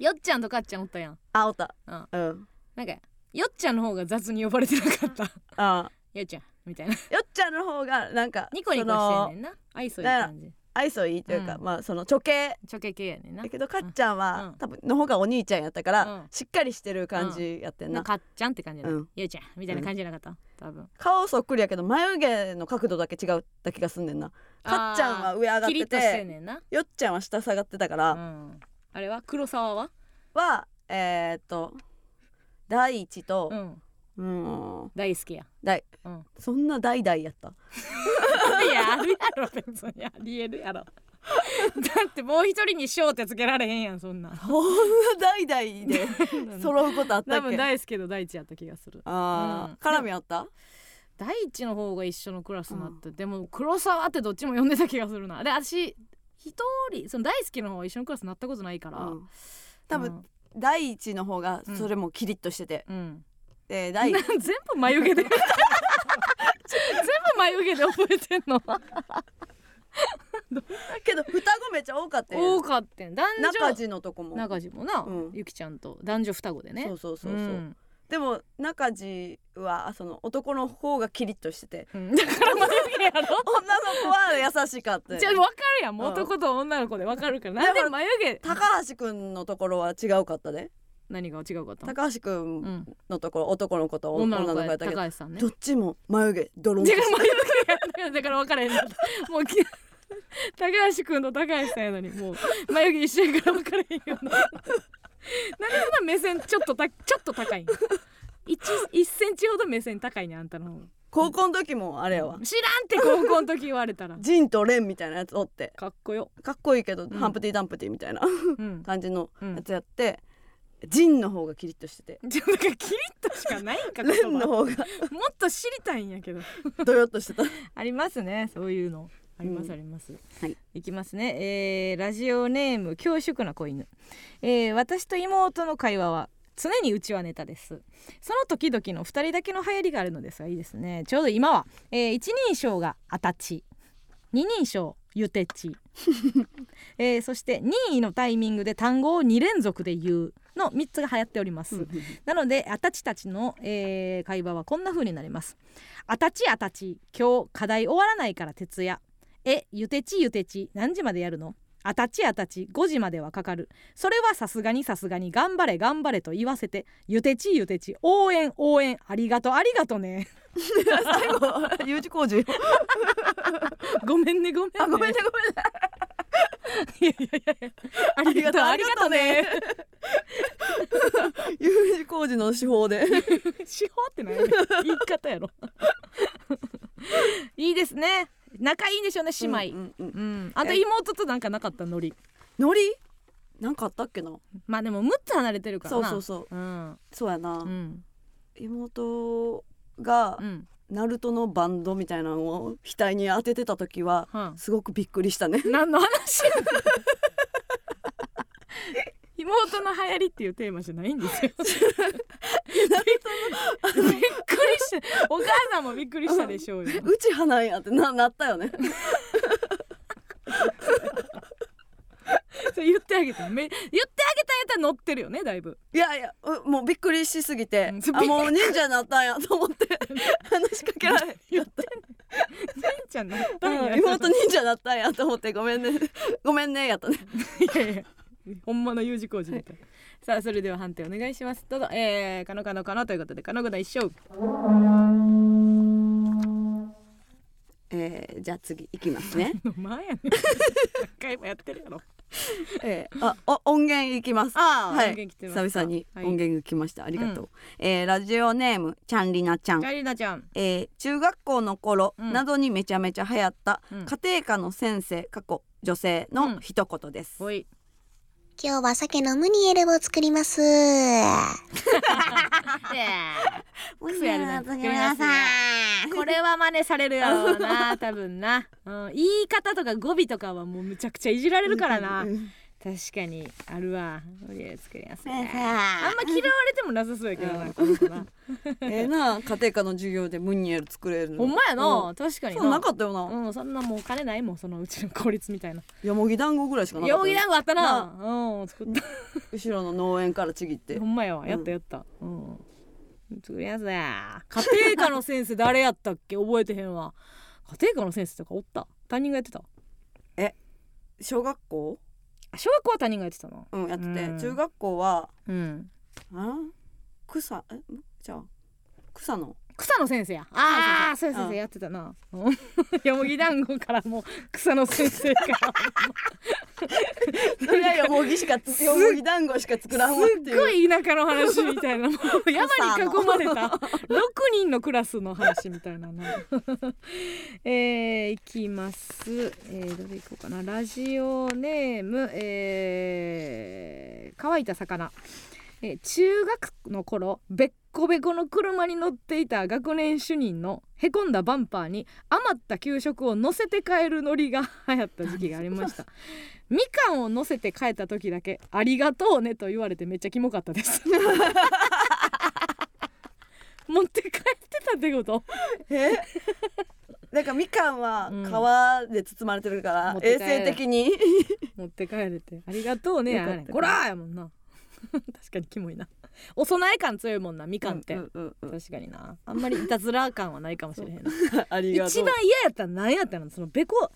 [SPEAKER 2] よっちゃんとかっちゃんおったやん
[SPEAKER 1] あおった
[SPEAKER 2] うん
[SPEAKER 1] うん
[SPEAKER 2] なんかよっちゃんの方が雑に呼ばれてなかった
[SPEAKER 1] あ
[SPEAKER 2] よっちゃんみたいな
[SPEAKER 1] ーよっちゃんの方がなんか
[SPEAKER 2] ニコニコしてんねんな愛想いい感じ
[SPEAKER 1] その愛想いいというか、
[SPEAKER 2] うん
[SPEAKER 1] まあその処刑
[SPEAKER 2] ちょけ系やねんな
[SPEAKER 1] だけどかっちゃんは、
[SPEAKER 2] うん
[SPEAKER 1] 多分の方がお兄ちゃんやったから、
[SPEAKER 2] うん
[SPEAKER 1] しっかりしてる感じやってんな、
[SPEAKER 2] なんかかっちゃんって感じやな、
[SPEAKER 1] うん
[SPEAKER 2] よっちゃんみたいな感じじゃなかった、多分
[SPEAKER 1] 顔そっくりやけど眉毛の角度だけ違うだけがすんねんなかっちゃんは上上がっ
[SPEAKER 2] キリ
[SPEAKER 1] て
[SPEAKER 2] ッとしてん
[SPEAKER 1] て
[SPEAKER 2] ねんな
[SPEAKER 1] よっちゃんは下下がってたから、
[SPEAKER 2] うんあれは黒沢は
[SPEAKER 1] はえー、っと第一とう
[SPEAKER 2] う、ん
[SPEAKER 1] ん、
[SPEAKER 2] 大好きや
[SPEAKER 1] 大、
[SPEAKER 2] うん
[SPEAKER 1] そんな代々やった
[SPEAKER 2] いやあるやろ別にありえるやろだ ってもう一人に賞ってつけられへんやんそんな
[SPEAKER 1] そんな代々で揃うことあった
[SPEAKER 2] 多
[SPEAKER 1] っ
[SPEAKER 2] 分
[SPEAKER 1] け
[SPEAKER 2] 大好きと大地やった気がする
[SPEAKER 1] ああ、
[SPEAKER 2] うん
[SPEAKER 1] 絡みあった
[SPEAKER 2] 大地の方が一緒のクラスになって、でも黒沢ってどっちも呼んでた気がするなで私一人その大好きの方は一緒のクラスになったことないから、
[SPEAKER 1] うん多分、第一の方がそれもキリッとしてて、
[SPEAKER 2] うんうん
[SPEAKER 1] で
[SPEAKER 2] な
[SPEAKER 1] 第
[SPEAKER 2] 全部眉毛で全部眉毛で覚えてんの
[SPEAKER 1] けど双子めっちゃ多かった
[SPEAKER 2] 多
[SPEAKER 1] よ
[SPEAKER 2] かってん男
[SPEAKER 1] 中
[SPEAKER 2] 女
[SPEAKER 1] 地のとこも
[SPEAKER 2] 中地もな、
[SPEAKER 1] うん
[SPEAKER 2] ゆきちゃんと男女双子でね
[SPEAKER 1] そうそうそうそう、
[SPEAKER 2] ん
[SPEAKER 1] でも中地はその男の方がキリッとしてて
[SPEAKER 2] うんだ から眉毛やろ
[SPEAKER 1] 女の子は優しかったよ
[SPEAKER 2] じゃあ分かるやんもう
[SPEAKER 1] うん
[SPEAKER 2] 男と女の子で分かるからなんで眉毛
[SPEAKER 1] 高橋くんのところは違うかったね
[SPEAKER 2] 何が違うかったの
[SPEAKER 1] 高橋く
[SPEAKER 2] うんん、
[SPEAKER 1] のところ男の子と
[SPEAKER 2] 女
[SPEAKER 1] 女の子
[SPEAKER 2] の子
[SPEAKER 1] や
[SPEAKER 2] や
[SPEAKER 1] ったけど
[SPEAKER 2] 高橋さんね
[SPEAKER 1] どっちも眉毛ドロン
[SPEAKER 2] 違
[SPEAKER 1] と
[SPEAKER 2] う眉毛やだから分からへんのもうき高橋君と高橋さんやのにもう眉毛一緒やから分からへんよななんでそんな目線ちょっとたちょっと高いん 1, 1センチほど目線高いねあんたの方が
[SPEAKER 1] 高校の時もあれやわ
[SPEAKER 2] 知らんって高校の時言われた ら
[SPEAKER 1] ジンとレンみたいなやつおって
[SPEAKER 2] かっこよ、
[SPEAKER 1] かっこいいけど、
[SPEAKER 2] ん
[SPEAKER 1] ハンプティ・ダンプティみたいな
[SPEAKER 2] うん、
[SPEAKER 1] 感じのやつやって、ジンの方がキリッとしてて
[SPEAKER 2] じゃあなんかキリッとしかないんか
[SPEAKER 1] レ
[SPEAKER 2] 言
[SPEAKER 1] ンの
[SPEAKER 2] 葉
[SPEAKER 1] 方が
[SPEAKER 2] もっと知りたいんやけど
[SPEAKER 1] ドヨッとしてた
[SPEAKER 2] ありますねそういうのあります
[SPEAKER 1] うん
[SPEAKER 2] あります、
[SPEAKER 1] はい
[SPEAKER 2] きますね、えーラジオネーム恐縮な子犬、えー私と妹の会話は常にうちはネタですその時々の2人だけの流行りがあるのですがいいですねちょうど今は、えー一人称があたち二人称ゆてち、 えーそして任意のタイミングで単語を2連続で言うの3つが流行っております、なのであたちたちの、えー会話はこんな風になりますあたちあたち今日課題終わらないから徹夜えゆてちゆてち何時までやるのあたちあたち5時まではかかるそれはさすがにさすがに頑張れ頑張れと言わせてゆてちゆてち応援応援ありがとうありがとうね
[SPEAKER 1] 最後 U 字工事
[SPEAKER 2] ごめんねごめんね
[SPEAKER 1] あごめんねごめんね
[SPEAKER 2] いやいやいやありがとうあ
[SPEAKER 1] あ
[SPEAKER 2] り
[SPEAKER 1] り
[SPEAKER 2] が
[SPEAKER 1] が
[SPEAKER 2] と
[SPEAKER 1] とう
[SPEAKER 2] うね
[SPEAKER 1] ね U 字工事の手法で
[SPEAKER 2] 手法ってない言い方やろ いいですね仲いいんでしょうね姉妹、
[SPEAKER 1] うんうんうん
[SPEAKER 2] うん、あと妹となんかなかったノリ
[SPEAKER 1] ノリなんかあったっけな
[SPEAKER 2] まあでも6つ離れてるから
[SPEAKER 1] そう
[SPEAKER 2] な
[SPEAKER 1] そうそう
[SPEAKER 2] ううん
[SPEAKER 1] そうやな、
[SPEAKER 2] うん
[SPEAKER 1] 妹が
[SPEAKER 2] うん
[SPEAKER 1] ナルトのバンドみたいなのを額に当ててた時は
[SPEAKER 2] はあ
[SPEAKER 1] すごくびっくりしたね
[SPEAKER 2] 何の話 妹の流行りっていうテーマじゃないんですよびっくりしたお母さんもびっくりしたでしょう よ
[SPEAKER 1] うち花やってななったよ ね
[SPEAKER 2] それ言ってあげてめ言ってあげたやったら乗ってるよねだいぶ
[SPEAKER 1] いやいやうもうびっくりしすぎて、
[SPEAKER 2] うんそう
[SPEAKER 1] あもう忍者になったんやと思って話しかけら れ
[SPEAKER 2] 言ってんねんちゃん乗ったんや、
[SPEAKER 1] うん妹忍者になったんやと思ってごめんね ごめんねやったね
[SPEAKER 2] いやいやほんまの U 字工事みたいなさあそれでは判定お願いしますどうぞえー、カノカノカノということでカノグダ一勝
[SPEAKER 1] えー、じゃあ次いきます ね
[SPEAKER 2] の前やね何回もやってるやろ
[SPEAKER 1] えー、あお音源いきます
[SPEAKER 2] あー
[SPEAKER 1] はい、
[SPEAKER 2] 音源来てますか
[SPEAKER 1] 久々に
[SPEAKER 2] はい
[SPEAKER 1] 音源来ました、ありがとう、えーラジオネームちゃんりなちゃん
[SPEAKER 2] カリナちゃん
[SPEAKER 1] えー中学校の頃
[SPEAKER 2] うん
[SPEAKER 1] などにめちゃめちゃ流行った
[SPEAKER 2] うん
[SPEAKER 1] 家庭科の先生過去女性の一言です、
[SPEAKER 2] ほい
[SPEAKER 7] 今日は鮭のムニエルを作ります。
[SPEAKER 2] クソやるな作りますこれは真似されるやろう な多分な、うん、言い方とか語尾とかはもうむちゃくちゃいじられるからな確かにあるわとりあえず作ります
[SPEAKER 1] ね
[SPEAKER 2] ねあんま嫌われてもなさそうやけどなこの子な
[SPEAKER 1] ええな家庭科の授業でムニエル作れるの
[SPEAKER 2] ほんまや
[SPEAKER 1] う
[SPEAKER 2] な確かに
[SPEAKER 1] そうなかったよな
[SPEAKER 2] うんそんなもうお金ないもんそのうちの効率みたいな
[SPEAKER 1] よもぎ団子ぐらいしかなかった
[SPEAKER 2] よぎ団子あったなうん作っ
[SPEAKER 1] 後ろの農園からちぎって
[SPEAKER 2] たほんまやわやったやったうん作りますね家庭科の先生誰やったっけ覚えてへんわ家庭科の先生とかおった担任がやってた
[SPEAKER 1] 小学校
[SPEAKER 2] あ小学校は担任がやってたな
[SPEAKER 1] うんやってて、
[SPEAKER 2] うん
[SPEAKER 1] 中学校は
[SPEAKER 2] うん
[SPEAKER 1] あ草えじゃあ草の
[SPEAKER 2] 草の先生やああ
[SPEAKER 1] そ
[SPEAKER 2] そう
[SPEAKER 1] そう
[SPEAKER 2] う
[SPEAKER 1] そうう
[SPEAKER 2] 先生
[SPEAKER 1] ん
[SPEAKER 2] やってたな うんよもぎ団子からもう草の先生から
[SPEAKER 1] それはよもぎしか
[SPEAKER 2] す
[SPEAKER 1] よもぎ団子しか作らんわって
[SPEAKER 2] す
[SPEAKER 1] い
[SPEAKER 2] っ
[SPEAKER 1] う
[SPEAKER 2] ごい田舎の話みたいなもう山に囲まれた6人のクラスの話みたいな なえー、いきますえー、どれいこうかなラジオネームえー、乾いた魚えー中学の頃べっこべこの車に乗っていた学年主任のへこんだバンパーに余った給食を乗せて帰るノリが流行った時期がありましたみかんを乗せて帰った時だけ「ありがとうね」と言われてめっちゃキモかったです持って帰ってたってこと
[SPEAKER 1] え なんかみかんは皮で包まれてるから、
[SPEAKER 2] 持って
[SPEAKER 1] 衛
[SPEAKER 2] 帰る
[SPEAKER 1] 生的に
[SPEAKER 2] 持って帰れて「ありがとうね」
[SPEAKER 1] よ
[SPEAKER 2] や
[SPEAKER 1] かった
[SPEAKER 2] らねこらーやもんな確かにキモいなお供え感強いもんなみかんって、
[SPEAKER 1] うんうんうん
[SPEAKER 2] 確かになあんまりいたずら感はないかもしれへんな
[SPEAKER 1] ありがと
[SPEAKER 2] 一
[SPEAKER 1] う
[SPEAKER 2] 番嫌やったの何やったのそのべこ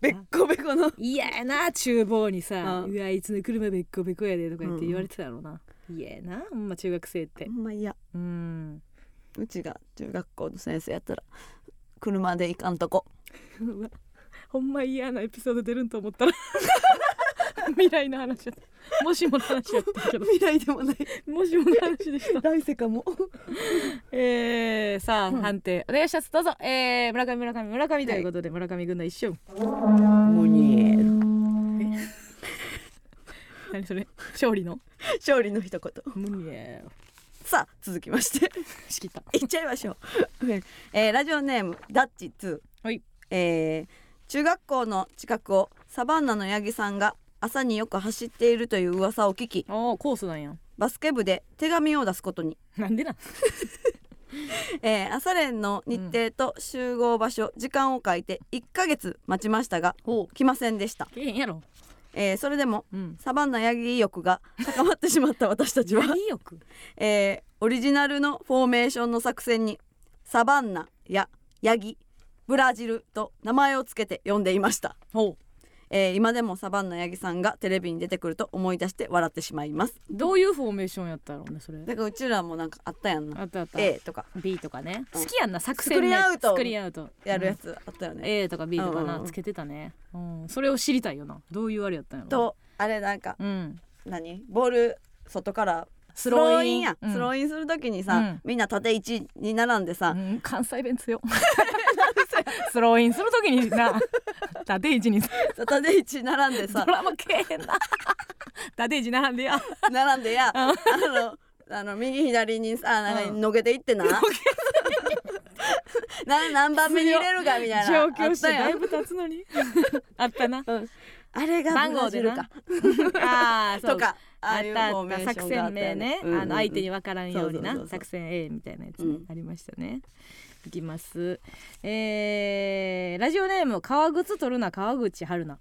[SPEAKER 1] べっこべこの
[SPEAKER 2] 嫌やな厨房にさ
[SPEAKER 1] う
[SPEAKER 2] 「
[SPEAKER 1] ん
[SPEAKER 2] うわいつの車べっこべこやで」とか言って
[SPEAKER 1] うん
[SPEAKER 2] 言われてたやろうな嫌やなほんま中学生って
[SPEAKER 1] ほんまいや
[SPEAKER 2] うん
[SPEAKER 1] うちが中学校の先生やったら車で行かんとこ
[SPEAKER 2] うわほんま嫌なエピソード出るんと思ったら未来の話やったもしもの話やったけど
[SPEAKER 1] 未来でも ない
[SPEAKER 2] もしもの話でした
[SPEAKER 1] 来世かも
[SPEAKER 2] えー、さあ、判定お願いしますどうぞえー、村上村上村上ということで、村上軍団一瞬
[SPEAKER 1] ムニエル
[SPEAKER 2] 何それ勝利の
[SPEAKER 1] 勝利の一言
[SPEAKER 2] ムニエー
[SPEAKER 1] さあ続きま して
[SPEAKER 2] 仕切った
[SPEAKER 1] いっちゃいましょう、えーラジオネームダッチ2、
[SPEAKER 2] はい
[SPEAKER 1] えー中学校の近くをサバンナの八木さんが朝によく走っているという噂を聞き
[SPEAKER 2] ああコースなんや
[SPEAKER 1] バスケ部で手紙を出すことに、
[SPEAKER 2] なんでなん
[SPEAKER 1] えー朝練の日程と集合場所、時間を書いて1ヶ月待ちましたが
[SPEAKER 2] ほ
[SPEAKER 1] 来ませんでした、
[SPEAKER 2] うけえへんやろ
[SPEAKER 1] えーそれでも
[SPEAKER 2] うん
[SPEAKER 1] サバンナ八木欲が高まってしまった 私たちは
[SPEAKER 2] 何欲
[SPEAKER 1] えーオリジナルのフォーメーションの作戦にサバンナやヤギブラジルと名前をつけて呼んでいました、
[SPEAKER 2] ほう
[SPEAKER 1] えー今でもサバンナヤギさんがテレビに出てくると思い出して笑ってしまいます
[SPEAKER 2] どういうフォーメーションやったろうねそれ
[SPEAKER 1] だからうちらもなんかあったやん
[SPEAKER 2] あ
[SPEAKER 1] な
[SPEAKER 2] ったあった
[SPEAKER 1] A とか
[SPEAKER 2] B とかね
[SPEAKER 1] うん
[SPEAKER 2] 好きやんな作戦
[SPEAKER 1] スク
[SPEAKER 2] ね
[SPEAKER 1] リーンアウト
[SPEAKER 2] スクリーンアウト
[SPEAKER 1] やるや
[SPEAKER 2] うん
[SPEAKER 1] つあったよね、
[SPEAKER 2] A とか B とか
[SPEAKER 1] うんうん
[SPEAKER 2] な
[SPEAKER 1] うん
[SPEAKER 2] つけてたねうんそれを知りたいよなどういうあれやったんやろ
[SPEAKER 1] とあれなんか
[SPEAKER 2] うん
[SPEAKER 1] 何ボール外から
[SPEAKER 2] ス
[SPEAKER 1] スロ
[SPEAKER 2] ロ
[SPEAKER 1] ー
[SPEAKER 2] ー
[SPEAKER 1] イ
[SPEAKER 2] イ
[SPEAKER 1] ン
[SPEAKER 2] ン
[SPEAKER 1] や、
[SPEAKER 2] うん
[SPEAKER 1] スローインするときにさ、
[SPEAKER 2] うん
[SPEAKER 1] みんな縦1に並んでさ、
[SPEAKER 2] うん関西 弁強スローインするときにな縦位置にド
[SPEAKER 1] 縦1並んでさ
[SPEAKER 2] ラマけえへん な縦位置並んでや
[SPEAKER 1] 並んでや、あの、あの右左にさ、なんか
[SPEAKER 2] うん
[SPEAKER 1] のげてい ってな。な何番目に入れるかみたいな。
[SPEAKER 2] 上京して
[SPEAKER 1] あ
[SPEAKER 2] だ
[SPEAKER 1] っ
[SPEAKER 2] いぶ経つ のにあったな
[SPEAKER 1] たやんうんあれが
[SPEAKER 2] 番
[SPEAKER 1] ブラ
[SPEAKER 2] 号
[SPEAKER 1] ジ
[SPEAKER 2] で
[SPEAKER 1] ル
[SPEAKER 2] な
[SPEAKER 1] か。
[SPEAKER 2] ああ
[SPEAKER 1] とか、あ
[SPEAKER 2] あ
[SPEAKER 1] あ
[SPEAKER 2] っ
[SPEAKER 1] いうフ
[SPEAKER 2] た
[SPEAKER 1] ォー
[SPEAKER 2] あっ
[SPEAKER 1] メー
[SPEAKER 2] た
[SPEAKER 1] シ
[SPEAKER 2] 作
[SPEAKER 1] ョンがあ
[SPEAKER 2] 戦
[SPEAKER 1] ったよ
[SPEAKER 2] 名ね、
[SPEAKER 1] うんうんうん
[SPEAKER 2] あの相手に分からんよう
[SPEAKER 1] そ
[SPEAKER 2] にな
[SPEAKER 1] うそうそうそう
[SPEAKER 2] 作戦 A みたいなやつ、ね
[SPEAKER 1] うん
[SPEAKER 2] ありましたねいきますえー、ラジオネーム川口取るな川口春 奈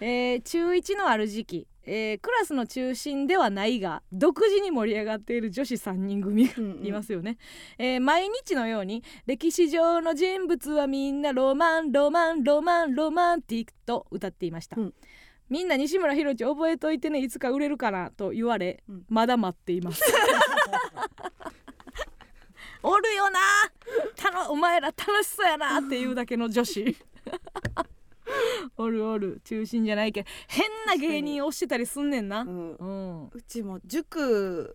[SPEAKER 2] えー、中1のある時期、えー、クラスの中心ではないが独自に盛り上がっている女子3人組が
[SPEAKER 1] うんうん
[SPEAKER 2] いますよね、えー毎日のように歴史上の人物はみんなロマンロマンロマンロマンティックと歌っていました、
[SPEAKER 1] うん
[SPEAKER 2] みんな西村ひろち覚えといてねいつか売れるからと言われ、
[SPEAKER 1] うん
[SPEAKER 2] まだ待っています おるよなたのお前ら楽しそうやなっていうだけの女子 おるおる中心じゃないけど変な芸人をしてたりすんねんなう
[SPEAKER 1] うんん
[SPEAKER 2] うん
[SPEAKER 1] うちも塾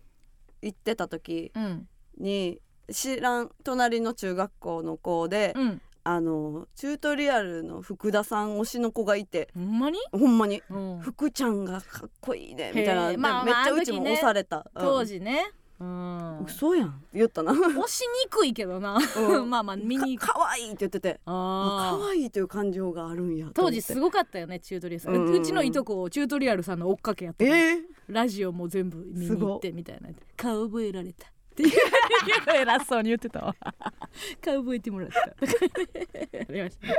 [SPEAKER 1] 行ってた時
[SPEAKER 2] うん
[SPEAKER 1] に。知らん隣の中学校の子で、あのチュートリアルの福田さん推しの子がいて
[SPEAKER 2] ほんまに、
[SPEAKER 1] ほんまに
[SPEAKER 2] う
[SPEAKER 1] 「
[SPEAKER 2] ん
[SPEAKER 1] 福ちゃんがかっこいいね」みたいな
[SPEAKER 2] へ、ーまあ
[SPEAKER 1] めっ
[SPEAKER 2] まあ
[SPEAKER 1] ちゃ
[SPEAKER 2] あの
[SPEAKER 1] うち
[SPEAKER 2] 時
[SPEAKER 1] も
[SPEAKER 2] ね
[SPEAKER 1] 押された、うん
[SPEAKER 2] 当時ね、うん押
[SPEAKER 1] 嘘やんって言ったなか
[SPEAKER 2] しにくいけどな
[SPEAKER 1] うん
[SPEAKER 2] まあまあ見に行く
[SPEAKER 1] 可愛いって言っててあ
[SPEAKER 2] あ
[SPEAKER 1] 可
[SPEAKER 2] あ
[SPEAKER 1] 愛いという感情があるんやと思
[SPEAKER 2] 当
[SPEAKER 1] って
[SPEAKER 2] 時すごかったよねチュートリアルさん、
[SPEAKER 1] うん
[SPEAKER 2] うちのいとこチュートリアルさんの追っかけやった、
[SPEAKER 1] えー
[SPEAKER 2] ラジオも全部見に行ってみたいな顔覚えられたって いう偉そうに言ってたわ顔覚えてもらったありましたね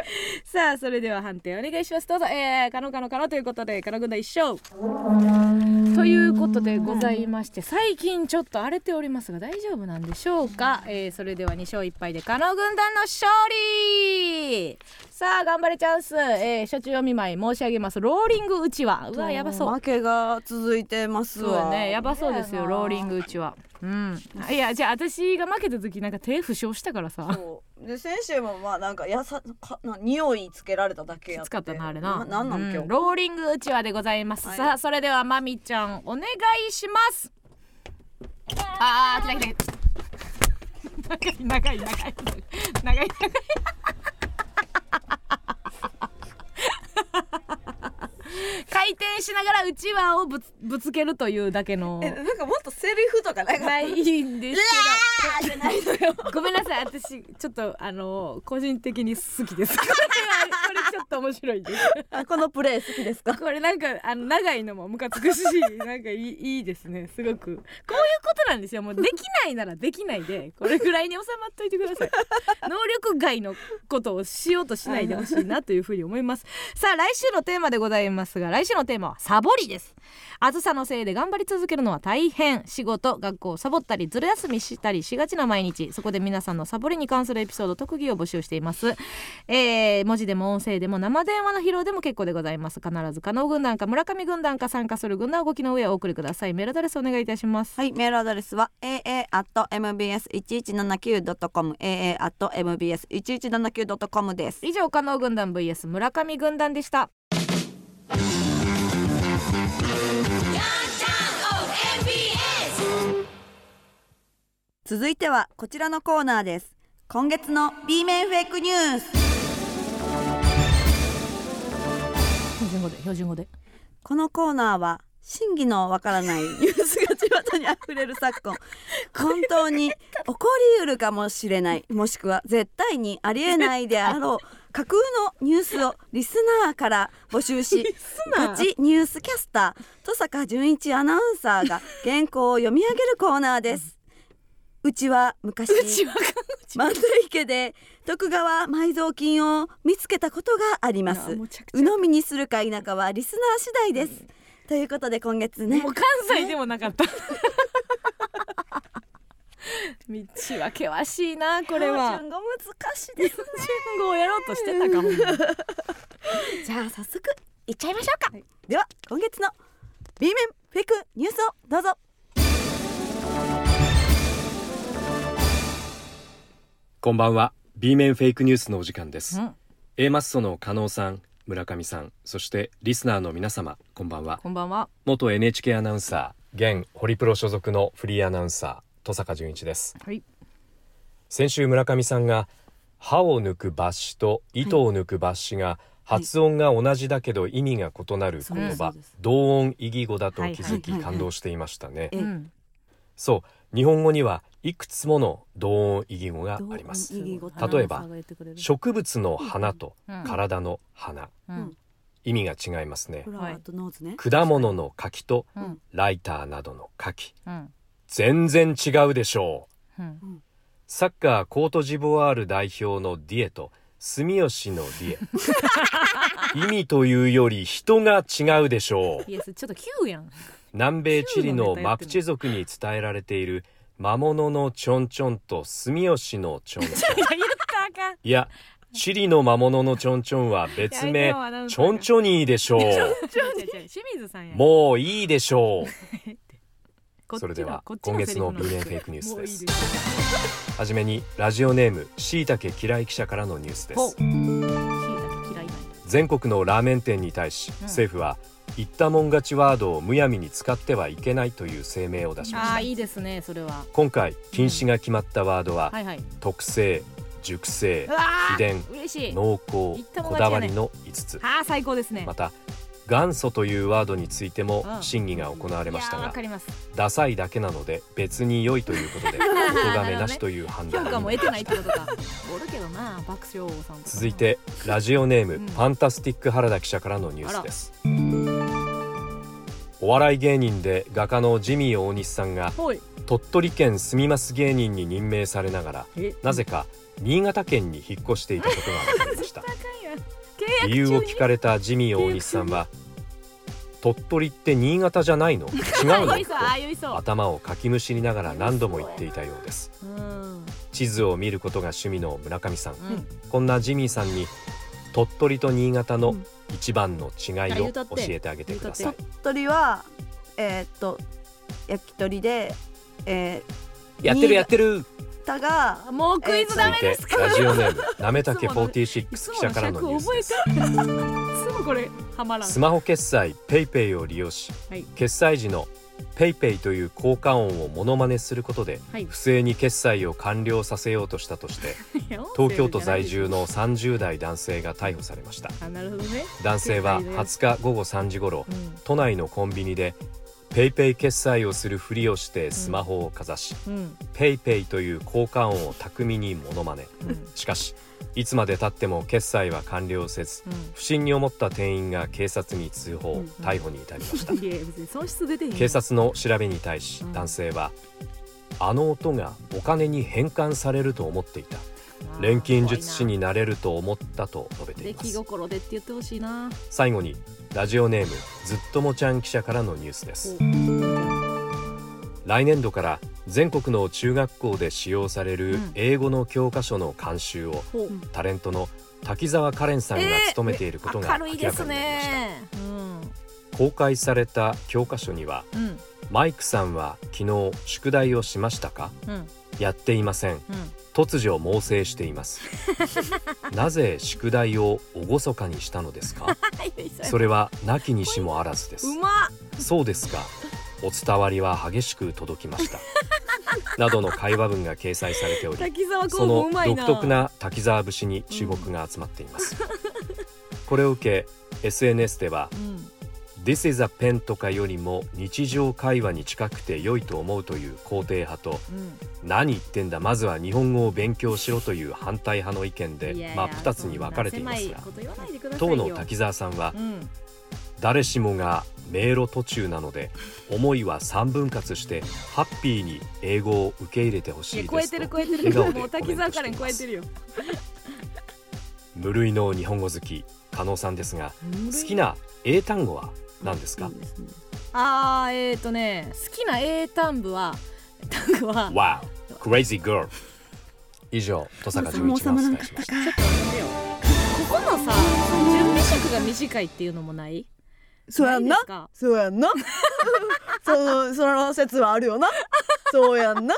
[SPEAKER 2] さあそれでは判定お願いしますどうぞえー、カノカノカノということでカノ軍団一勝ということでございまして最近ちょっと荒れておりますが大丈夫なんでしょうか、えー、それでは2勝1敗でカノ軍団の勝利さあ頑張れチャンス、えー、初中お見舞い申し上げますローリングうちわうわやばそう
[SPEAKER 1] 負けが続いてます
[SPEAKER 2] そう
[SPEAKER 1] わ
[SPEAKER 2] やねやばそうですよローリングうちはうんいやじゃあ私が負けた時なんか手負傷したからさ
[SPEAKER 1] そうで先週もまあなんかやさかな匂いつけられただけ
[SPEAKER 2] き
[SPEAKER 1] やって
[SPEAKER 2] つかったなあれな
[SPEAKER 1] なんなん今日、
[SPEAKER 2] うんローリングうちわでございます、
[SPEAKER 1] はい
[SPEAKER 2] さあそれではまみちゃんお願いしますあー来た来た来た長い長い長い長い長い回転しながらうちわをぶつぶつけるというだけの
[SPEAKER 1] えなんかもっとセリフとかなんか
[SPEAKER 2] ないんですけど。ごめんなさい、私ちょっとあの個人的に好きです。これはこれちょっと面白いです。
[SPEAKER 1] あこのプレイ好きですか
[SPEAKER 2] これなんかあの長いのもムカつくし、なんかいいいいですね。すごくこういうことなんですよ。もうできないならできないで、これぐらいに収まっといてください。能力外のことをしようとしないでほしいなというふうに思います。さあ来週のテーマでございますが、来週のテーマはサボりです。暑さのせいで頑張り続けるのは大変仕事学校をサボったりずる休みしたりしがちな毎日そこで皆さんのサボりに関するエピソード特技を募集しています、えー文字でも音声でも生電話の披露でも結構でございます必ず加納軍団か村上軍団か参加する軍団をご記の上お送りくださいメールアドレスお願いいたします
[SPEAKER 1] はい、メールアドレスは aa.mbs1179.com aa.mbs1179.com です。
[SPEAKER 2] 以上加納軍団 vs 村上軍団でした
[SPEAKER 1] 続いてはこちらのコーナーです。今月の B 面フェイクニュース。
[SPEAKER 2] 標準語で標準語で
[SPEAKER 1] このコーナーは真偽のわから ないニュースがちまたにあふれる昨今、本当に起こりうるかもしれない、もしくは絶対にありえないであろ う架空のニュースをリスナーから募集し、
[SPEAKER 2] ナー
[SPEAKER 1] プチニュースキャスター登坂淳一アナウンサーが原稿を読み上げるコーナーですうちは昔漫才家で徳川埋蔵金を見つけたことがあります
[SPEAKER 2] もうちゃくちゃ
[SPEAKER 1] 鵜呑みにするか否かはリスナー次第です、ということで今月ね
[SPEAKER 2] もう関西でもなかった。 道は険しいなこれは。
[SPEAKER 1] 標準語難しいですね
[SPEAKER 2] 順語をやろうとしてたかも。
[SPEAKER 1] じゃあ早速いっちゃいましょうか、では今月の B 面フェイクニュースをどうぞ
[SPEAKER 8] こんばんは B 面フェイクニュースのお時間です、
[SPEAKER 2] うん
[SPEAKER 8] A マッソの加納さん村上さんそしてリスナーの皆様こんばんは
[SPEAKER 2] こんばんは。
[SPEAKER 8] 元 NHK アナウンサー現ホリプロ所属のフリーアナウンサー戸坂淳一です
[SPEAKER 2] はい。
[SPEAKER 8] 先週村上さんが歯を抜く抜歯と糸を抜く抜歯が発音が同じだけど意味が異なる言
[SPEAKER 2] そうです
[SPEAKER 8] 葉、
[SPEAKER 2] そうです
[SPEAKER 8] 同音異義語だと気づ
[SPEAKER 1] はいはいはいは
[SPEAKER 8] き
[SPEAKER 1] い
[SPEAKER 8] 感動していましたね
[SPEAKER 1] え
[SPEAKER 2] うん。
[SPEAKER 8] そう日本語にはいくつもの同音異義語があります
[SPEAKER 1] 同音異義語
[SPEAKER 8] 例えば
[SPEAKER 2] アナウンサーが言ってくれる
[SPEAKER 8] 植物の花と
[SPEAKER 2] うん
[SPEAKER 8] 体の花、
[SPEAKER 2] うん
[SPEAKER 8] 意味が違いますね
[SPEAKER 1] フラワーとノーズね、
[SPEAKER 8] 果物の柿と
[SPEAKER 2] うん
[SPEAKER 8] ライターなどの柿
[SPEAKER 2] うん
[SPEAKER 8] 全然違うでしょう
[SPEAKER 2] うん
[SPEAKER 8] サッカーコートジボワール代表のディエと住吉の ディエ意味というより人が違うでしょう
[SPEAKER 2] イエスちょっと9やん。
[SPEAKER 8] 南米チリ
[SPEAKER 2] 九のネ
[SPEAKER 8] の
[SPEAKER 2] タや
[SPEAKER 8] マ
[SPEAKER 2] ってんの
[SPEAKER 8] プチェ族に伝えられている魔物のちょんちょんと住吉のちょんちょん
[SPEAKER 2] 言ったらあかん。
[SPEAKER 8] いやチリの魔物のちょんちょんは別
[SPEAKER 2] いや
[SPEAKER 8] 名
[SPEAKER 2] 今のアナウン
[SPEAKER 8] ち
[SPEAKER 2] サーが
[SPEAKER 8] ょんちょにいでしょう
[SPEAKER 2] 違う違う違う清水さんやん。
[SPEAKER 8] もういいでしょう
[SPEAKER 2] こっちの
[SPEAKER 8] それでは
[SPEAKER 2] こっちセリフ
[SPEAKER 8] 今月の B 面フェイクニュースです
[SPEAKER 2] もういいす
[SPEAKER 8] はじめにラジオネームしいたけ嫌い記者からのニュースで
[SPEAKER 2] ほう
[SPEAKER 8] す
[SPEAKER 2] 椎茸嫌い。
[SPEAKER 8] 全国のラーメン店に対し、
[SPEAKER 2] ん
[SPEAKER 8] 政府は言ったもん勝ちワードをむやみに使ってはいけないという声明を出しま
[SPEAKER 2] あ
[SPEAKER 8] し
[SPEAKER 2] あ
[SPEAKER 8] た
[SPEAKER 2] いいですねそれは。
[SPEAKER 8] 今回禁止が決まったワードは、
[SPEAKER 2] はいはい。
[SPEAKER 8] 特性熟成
[SPEAKER 2] うわあ
[SPEAKER 8] 秘伝
[SPEAKER 2] 嬉しい。
[SPEAKER 8] 濃厚
[SPEAKER 2] 言ったもん勝ちやね
[SPEAKER 8] こだわりの5つ
[SPEAKER 2] ああ最高ですね。
[SPEAKER 8] また元祖というワードについても
[SPEAKER 2] ああ
[SPEAKER 8] 審議が行われ
[SPEAKER 2] いや
[SPEAKER 8] ました
[SPEAKER 2] ーわ
[SPEAKER 8] が
[SPEAKER 2] かります
[SPEAKER 8] ダサいだけなので別に良いとい うことでお咎めなしという判
[SPEAKER 2] 評
[SPEAKER 8] 断
[SPEAKER 2] 価
[SPEAKER 8] に
[SPEAKER 2] も得
[SPEAKER 8] なり
[SPEAKER 2] て
[SPEAKER 8] ま
[SPEAKER 2] ないっ
[SPEAKER 8] してた
[SPEAKER 2] ことかおるけどな爆笑王さんとか
[SPEAKER 8] 続いてラジオネーム、
[SPEAKER 2] うん
[SPEAKER 8] ファンタスティック原田記者からのニュースですお笑い芸人で画家のジミー大西さんが
[SPEAKER 2] ほい
[SPEAKER 8] 鳥取県住みます芸人に任命されながら
[SPEAKER 2] え
[SPEAKER 8] なぜか新潟県に引っ越していたことが分かりました
[SPEAKER 2] 契
[SPEAKER 8] 理由を聞かれたジミー大西さんは鳥取って新潟じゃないの違う
[SPEAKER 2] あ
[SPEAKER 8] の
[SPEAKER 2] よいそうあよい
[SPEAKER 8] と
[SPEAKER 2] そ
[SPEAKER 8] 頭をかきむしりながら何度も言っていたようです
[SPEAKER 2] ううん
[SPEAKER 8] 地図を見ることが趣味の村上さん
[SPEAKER 2] うん
[SPEAKER 8] こんなジミーさんに鳥取と新潟
[SPEAKER 2] う
[SPEAKER 8] の
[SPEAKER 2] ん
[SPEAKER 8] 一番の違い
[SPEAKER 2] 言
[SPEAKER 8] を
[SPEAKER 2] うた
[SPEAKER 8] 教
[SPEAKER 2] って
[SPEAKER 8] えてあげてください
[SPEAKER 1] 鳥はえーっと焼き鳥でえ
[SPEAKER 8] やってるやってる
[SPEAKER 1] ー、たが
[SPEAKER 2] もうクイズ
[SPEAKER 8] 続
[SPEAKER 2] ダ
[SPEAKER 8] い
[SPEAKER 2] メで
[SPEAKER 8] て
[SPEAKER 2] す
[SPEAKER 8] ラジオネ
[SPEAKER 2] い
[SPEAKER 8] ーム なめたけ
[SPEAKER 2] いつもの
[SPEAKER 8] 46記
[SPEAKER 2] つも
[SPEAKER 8] 者
[SPEAKER 2] の
[SPEAKER 8] からの
[SPEAKER 2] 尺
[SPEAKER 8] ニュース
[SPEAKER 2] 覚
[SPEAKER 8] で
[SPEAKER 2] え
[SPEAKER 8] す
[SPEAKER 2] てるいつもこれハマらん
[SPEAKER 8] スマホ決済 PayPay を利用し、
[SPEAKER 2] はい
[SPEAKER 8] 決済時の PayPay という効果音をモノマネすることで
[SPEAKER 2] はい
[SPEAKER 8] 不正に決済を完了させようとしたと して東京都在住の30代男性が逮捕されました
[SPEAKER 2] あなるほどね
[SPEAKER 8] 男性は20日午後3時頃都内のコンビニで PayPay 決済をするふりをしてスマホをかざし
[SPEAKER 2] うんうん、
[SPEAKER 8] PayPay という効果音を巧みにモノマネしかしいつまでたっても決済は完了せず
[SPEAKER 2] う
[SPEAKER 8] 不審に思った店員が警察に通報逮捕に至りました
[SPEAKER 2] ん、いや別に損失出てへんよ
[SPEAKER 8] 警察の調べに対し
[SPEAKER 2] うん
[SPEAKER 8] 男性はあの音がお金に変換されると思っていた
[SPEAKER 2] あー
[SPEAKER 8] 錬金術師になれると思ったと述べて
[SPEAKER 2] で
[SPEAKER 8] いま
[SPEAKER 2] 気
[SPEAKER 8] す
[SPEAKER 2] 心でって言ってほしいな
[SPEAKER 8] 最後にラジオネームずっともちゃん記者からのニュースです来年度から全国の中学校で使用される
[SPEAKER 2] うん
[SPEAKER 8] 英語の教科書の監修を
[SPEAKER 2] ほう
[SPEAKER 8] タレントの滝沢カレンさんが務めていることが
[SPEAKER 2] 明る
[SPEAKER 8] 明らか
[SPEAKER 2] い
[SPEAKER 8] に
[SPEAKER 2] で
[SPEAKER 8] なりますした、
[SPEAKER 2] ねうん
[SPEAKER 8] 公開された教科書には
[SPEAKER 2] うん
[SPEAKER 8] マイクさんは昨日宿題をしましたか
[SPEAKER 2] うん
[SPEAKER 8] やっていませ
[SPEAKER 2] う
[SPEAKER 8] ん
[SPEAKER 2] ん
[SPEAKER 8] 突如猛省しています なぜ宿題を厳かにしたのです か
[SPEAKER 2] はい
[SPEAKER 8] それはなきにしもあらずです
[SPEAKER 2] うまっ
[SPEAKER 8] そうですかお伝わりは激しく届きました などの会話文が掲載されており
[SPEAKER 2] 滝沢
[SPEAKER 8] そ
[SPEAKER 2] 候補
[SPEAKER 8] の
[SPEAKER 2] うまい
[SPEAKER 8] 独
[SPEAKER 2] な
[SPEAKER 8] 特な滝沢節に注目が集まっています、これを受け SNS では
[SPEAKER 2] うん
[SPEAKER 8] 「This is a pen」とかよりも日常会話に近くて良いと思うという肯定派と
[SPEAKER 2] うん
[SPEAKER 8] 「何言ってんだまずは日本語を勉強しろ」という反対派の意見で
[SPEAKER 2] いやいや
[SPEAKER 8] 真っ二つに分かれています
[SPEAKER 2] そんな狭
[SPEAKER 8] が
[SPEAKER 2] いこと言わないでください
[SPEAKER 8] 当
[SPEAKER 2] よ
[SPEAKER 8] の滝沢さんは
[SPEAKER 2] うん
[SPEAKER 8] 誰しもが迷路途中なので思いは3分割してハッピーに英語を受け入れてほ
[SPEAKER 2] い
[SPEAKER 8] し
[SPEAKER 2] や
[SPEAKER 8] い
[SPEAKER 2] 超
[SPEAKER 8] で
[SPEAKER 2] え
[SPEAKER 8] す
[SPEAKER 2] てる
[SPEAKER 8] と
[SPEAKER 2] 超えて
[SPEAKER 8] 笑顔
[SPEAKER 2] る
[SPEAKER 8] で
[SPEAKER 2] もう滝沢カレン超えてるよ
[SPEAKER 8] 無類の日本語好き加納さんですが好きな英単語は何ですか、
[SPEAKER 2] あーえーとね好きな英単語は 単語は
[SPEAKER 8] Wow Crazy Girl 以上登坂淳一がお伝えしまし
[SPEAKER 2] こ
[SPEAKER 8] た
[SPEAKER 2] このさ準備尺が短いっていうのもない
[SPEAKER 4] そうやん
[SPEAKER 2] な
[SPEAKER 4] な
[SPEAKER 2] いですか
[SPEAKER 4] そうやんな そのその説はあるよなそうや んな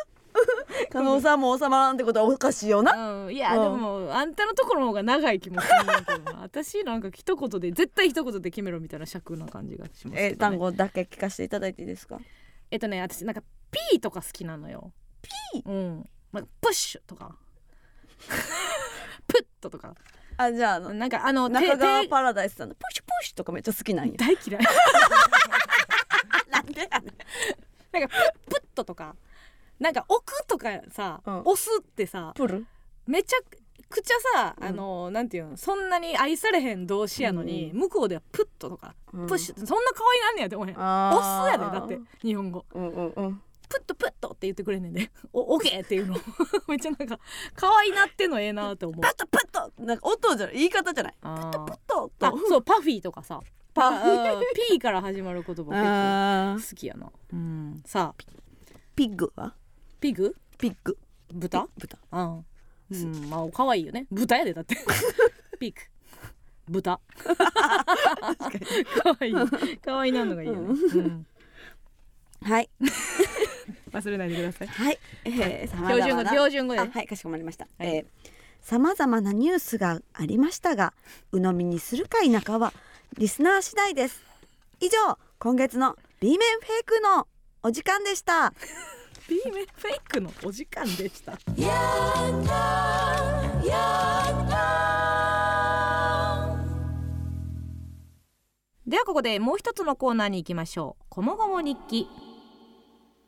[SPEAKER 4] 加納さんも収まらんってことはおかしいよな
[SPEAKER 2] うん、いや、
[SPEAKER 4] うん
[SPEAKER 2] でもあんたのところの方が長い気もするんだけどな私なんか一言で絶対一言で決めろみたいな尺な感じがしますけど、ね、
[SPEAKER 1] えー単語だけ聞かせていただいていいですか
[SPEAKER 2] えっとね私なんか「ピー」とか好きなのよ。ピーうん。なんかプッシュとかプッととか
[SPEAKER 1] あじゃああの
[SPEAKER 2] なんかあの手
[SPEAKER 1] 中川
[SPEAKER 2] 手
[SPEAKER 1] パラダイスさんの「ポシュポシュ」とかめっちゃ好きなんや
[SPEAKER 2] 大嫌い。
[SPEAKER 1] なんでやねん
[SPEAKER 2] なんかプップッととかなんか置くとかさ、
[SPEAKER 1] うん
[SPEAKER 2] 押すってさ
[SPEAKER 1] プル
[SPEAKER 2] めちゃくちゃさ、あのなんていうのそんなに愛されへん動詞やのに、向こうではプッととか、プッシュってそんな可愛いなんねやって思えへん。
[SPEAKER 1] あ
[SPEAKER 2] 押すや
[SPEAKER 1] ー
[SPEAKER 2] でだって日本語
[SPEAKER 1] うんうんうん
[SPEAKER 2] プッとプッとって言ってくれんねんでおオッケーっていうの めっちゃなんか可愛いなってんのええなって思う
[SPEAKER 1] パッとパッとなんか音じゃない言い方じゃない
[SPEAKER 2] あー
[SPEAKER 1] と
[SPEAKER 2] あ
[SPEAKER 1] と
[SPEAKER 2] そうパフィーとかさ
[SPEAKER 1] パフィー
[SPEAKER 2] ー P から始まる言葉
[SPEAKER 1] あー
[SPEAKER 2] 結構好きやなうんさあ
[SPEAKER 1] ピッグは
[SPEAKER 2] ピグ
[SPEAKER 1] ピッグ
[SPEAKER 2] 豚
[SPEAKER 1] 豚
[SPEAKER 2] うん、うん、まあ可愛いよね豚やで だってピーク豚 可愛い可愛いなのがいいよね、うん
[SPEAKER 1] はい
[SPEAKER 2] 忘れないでください
[SPEAKER 1] はい、えー、様々
[SPEAKER 2] 標準語
[SPEAKER 1] な
[SPEAKER 2] 標準語で
[SPEAKER 1] あはいかしこまりました、
[SPEAKER 2] はい
[SPEAKER 1] えさまざまなニュースがありましたが鵜呑みにするか否かはリスナー次第です以上今月の B 面フェイクのお時間でした
[SPEAKER 2] B 面フェイクのお時間でしたではここでもう一つのコーナーに行きましょう「こもごも日記」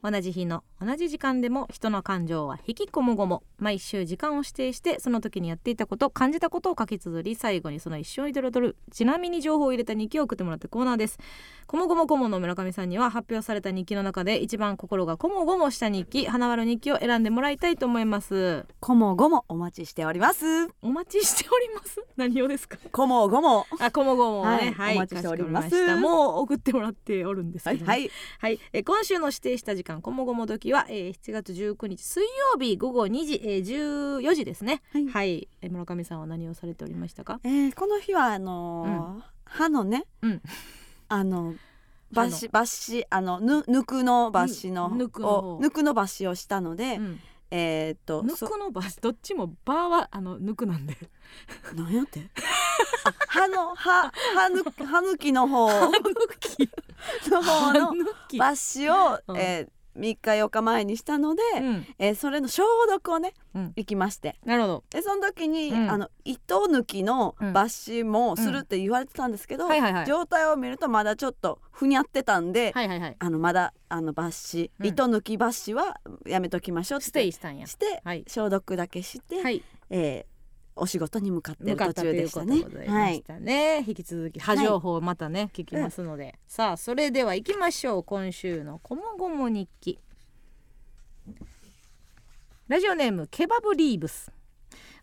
[SPEAKER 2] 同じ日の同じ時間でも人の感情は引きこもごも毎週時間を指定してその時にやっていたこと感じたことを書き綴り最後にその一生を彩るちなみに情報を入れた日記を送ってもらったコーナーですこもごもこもの村上さんには発表された日記の中で一番心がこもごもした日記花丸日記を選んでもらいたいと思います
[SPEAKER 1] こもごもお待ちしております
[SPEAKER 2] お待ちしております 何 をですか
[SPEAKER 1] こもごも
[SPEAKER 2] あこもごもね
[SPEAKER 1] はいお待ちしております
[SPEAKER 2] かしこまりしたもう送ってもらっておるんですけ
[SPEAKER 1] はい
[SPEAKER 2] どね
[SPEAKER 1] はい
[SPEAKER 2] はい、えー今週の指定した時間こもごも時は、えー7月19日水曜日午後2時、えー14時ですね
[SPEAKER 1] はい
[SPEAKER 2] えー村上さんは何をされておりましたか
[SPEAKER 1] えーこの日はあのー歯のね、
[SPEAKER 2] うん
[SPEAKER 1] あの
[SPEAKER 2] 歯の
[SPEAKER 1] 抜歯抜歯あのぬ抜くの抜歯の
[SPEAKER 2] ぬ抜くの
[SPEAKER 1] を抜くの抜歯をしたので、
[SPEAKER 2] うん
[SPEAKER 1] えーっと
[SPEAKER 2] 抜
[SPEAKER 1] そ
[SPEAKER 2] くのバスどっちもバーはあの抜くなん で
[SPEAKER 1] なんやってあ歯の歯歯抜歯抜きの方
[SPEAKER 2] 抜き
[SPEAKER 1] の方
[SPEAKER 2] 抜
[SPEAKER 1] の
[SPEAKER 2] き
[SPEAKER 1] 抜歯を、
[SPEAKER 2] うん
[SPEAKER 1] えー、3日4日前にしたので、
[SPEAKER 2] うん
[SPEAKER 1] えーそれの消毒をね、
[SPEAKER 2] うん
[SPEAKER 1] 行きまして
[SPEAKER 2] なるほど
[SPEAKER 1] でその時に、
[SPEAKER 2] うん
[SPEAKER 1] あの糸抜きの
[SPEAKER 2] うん
[SPEAKER 1] 抜歯もするって言われてたんですけど、
[SPEAKER 2] はいはいはい
[SPEAKER 1] 状態を見るとまだちょっとふにゃってたんで、
[SPEAKER 2] はいはいはい
[SPEAKER 1] あのまだあの抜歯、
[SPEAKER 2] うん
[SPEAKER 1] 糸抜き抜歯はやめときましょうって
[SPEAKER 2] ステイしたんや
[SPEAKER 1] して、
[SPEAKER 2] はい
[SPEAKER 1] 消毒だけして、
[SPEAKER 2] はい
[SPEAKER 1] えーお仕事に向かって
[SPEAKER 2] 向
[SPEAKER 1] る
[SPEAKER 2] かっ
[SPEAKER 1] 途
[SPEAKER 2] たと
[SPEAKER 1] 中
[SPEAKER 2] い
[SPEAKER 1] で
[SPEAKER 2] う
[SPEAKER 1] し
[SPEAKER 2] こ
[SPEAKER 1] た
[SPEAKER 2] とで
[SPEAKER 1] ね
[SPEAKER 2] ございま
[SPEAKER 1] はい
[SPEAKER 2] し、たね、引き続き波情報またね、聞きますので、さあそれでは行きましょう今週のこもごも日記ラジオネームケバブリーブス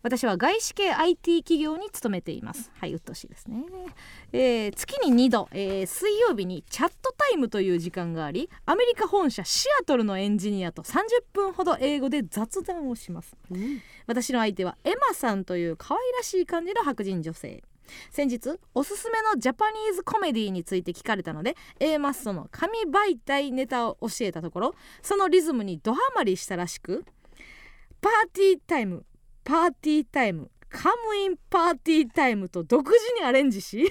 [SPEAKER 2] 私は外資系 IT 企業に勤めていますはいうっとうしいですね、えー月に2度、えー水曜日にチャットタイムという時間がありアメリカ本社シアトルのエンジニアと30分ほど英語で雑談をします
[SPEAKER 1] うん
[SPEAKER 2] 私の相手はエマさんという可愛らしい感じの白人女性先日おすすめのジャパニーズコメディについて聞かれたので A マッソの紙媒体ネタを教えたところそのリズムにドハマりしたらしくパーティータイムパーティータイムカムインパーティータイムと独自にアレンジし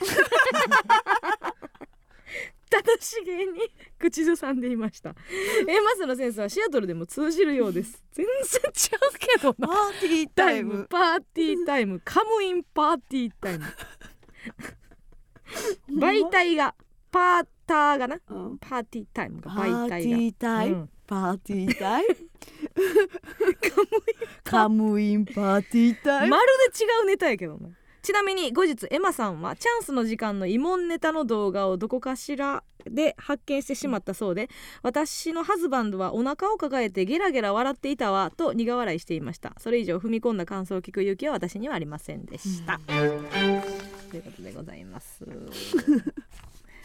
[SPEAKER 2] 正しげに口ずさんでいました A マッソのセンスはシアトルでも通じるようです全然違うけどな
[SPEAKER 1] パーティー
[SPEAKER 2] タ
[SPEAKER 1] タ
[SPEAKER 2] イ
[SPEAKER 1] イ
[SPEAKER 2] ム
[SPEAKER 1] ム
[SPEAKER 2] パーティータイムカムインパーティータイ ム媒体がパーターがな
[SPEAKER 1] うん
[SPEAKER 2] パーティータイムが
[SPEAKER 1] パー
[SPEAKER 2] 媒
[SPEAKER 1] テ
[SPEAKER 2] 体が
[SPEAKER 1] ィータイム、
[SPEAKER 2] うん
[SPEAKER 1] パーティータイムカムインパーティータイム
[SPEAKER 2] まるで違うネタやけどねちなみに後日エマさんはチャンスの時間の疑問ネタの動画をどこかしらで発見してしまったそうで私のハズバンドはお腹を抱えてゲラゲラ笑っていたわと苦笑いしていましたそれ以上踏み込んだ感想を聞く勇気は私にはありませんでした、ということでございます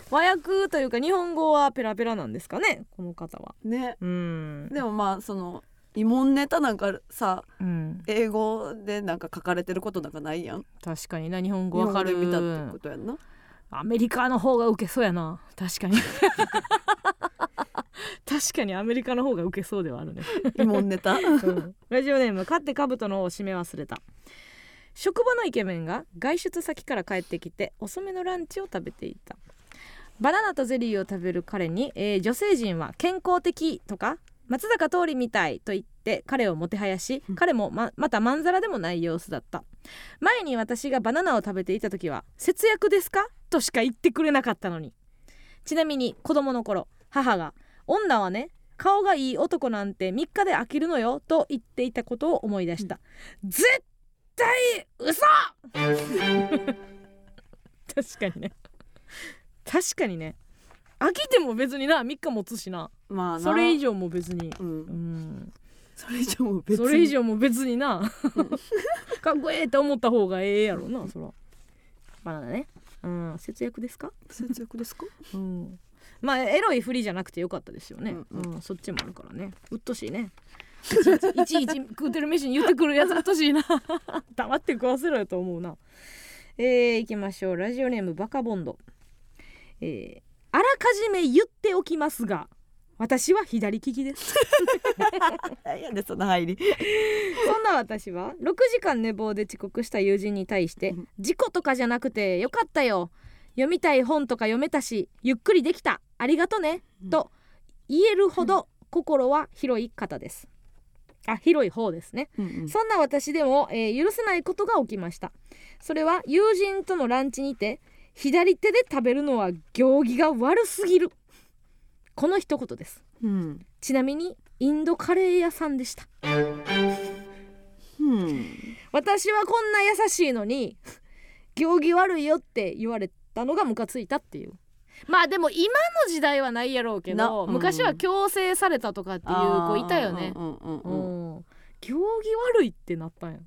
[SPEAKER 2] 和訳というか日本語はペラペラなんですかねこの方は
[SPEAKER 1] ね
[SPEAKER 2] うん
[SPEAKER 1] でもまあその疑問ネタなんかさ
[SPEAKER 2] うん
[SPEAKER 1] 英語でなんか書かれてることなんかないやん
[SPEAKER 2] 確かにな日本語わかる
[SPEAKER 1] 日本語で見たってことやんな
[SPEAKER 2] アメリカの方がウケそうやな確かに 確かにアメリカの方がウケそうではあるね、
[SPEAKER 1] 疑問ネタ
[SPEAKER 2] うんラジオネーム「勝って兜の方を締め忘れた」職場のイケメンが外出先から帰ってきて遅めのランチを食べていたバナナとゼリーを食べる彼に、えー女性陣は健康的とか松坂桃李みたいと言って彼をもてはやし彼もままたまんざらでもない様子だった前に私がバナナを食べていた時は「節約ですか?」としか言ってくれなかったのにちなみに子供の頃母が「女はね顔がいい男なんて3日で飽きるのよ」と言っていたことを思い出した、絶対嘘 確かにね確かにね飽きても別にな3日持つしな
[SPEAKER 1] まあな
[SPEAKER 2] それ以上も別に
[SPEAKER 1] う、
[SPEAKER 2] うん ん
[SPEAKER 1] それ以上も別に
[SPEAKER 2] それ以上も別に なかっこええって思った方がええやろなそらバナナねうん節約ですか
[SPEAKER 1] 節約ですか
[SPEAKER 2] うんまあエロいふりじゃなくてよかったですよね、う
[SPEAKER 1] うんん
[SPEAKER 2] そっちもあるからねうっとうしいねいちいちいちいち食うてる飯に言ってくるやつうっとうしいな 黙って食わせろよと思うなえー、いきましょうラジオネームバカボンドえーあらかじめ言っておきますが私は左利きです
[SPEAKER 1] いやでその入り
[SPEAKER 2] そんな私は6時間寝坊で遅刻した友人に対して
[SPEAKER 1] うん
[SPEAKER 2] 「事故とかじゃなくてよかったよ読みたい本とか読めたしゆっくりできたありがとね」と言えるほど心は広い方です。あ広い方ですね
[SPEAKER 1] うんうん
[SPEAKER 2] そんな私でも、えー許せないことが起きましたそれは友人とのランチにて左手で食べるのは行儀が悪すぎるこの一言です
[SPEAKER 1] うん
[SPEAKER 2] ちなみにインドカレー屋さんでした
[SPEAKER 1] うん
[SPEAKER 2] 私はこんな優しいのに行儀悪いよって言われたのがムカついたっていうまあでも今の時代はないやろうけ
[SPEAKER 1] な
[SPEAKER 2] ど、
[SPEAKER 1] うん
[SPEAKER 2] 昔は強制されたとかっていう子いたよね
[SPEAKER 1] うんうん
[SPEAKER 2] う
[SPEAKER 1] うんうん
[SPEAKER 2] ん行儀悪いってなったんや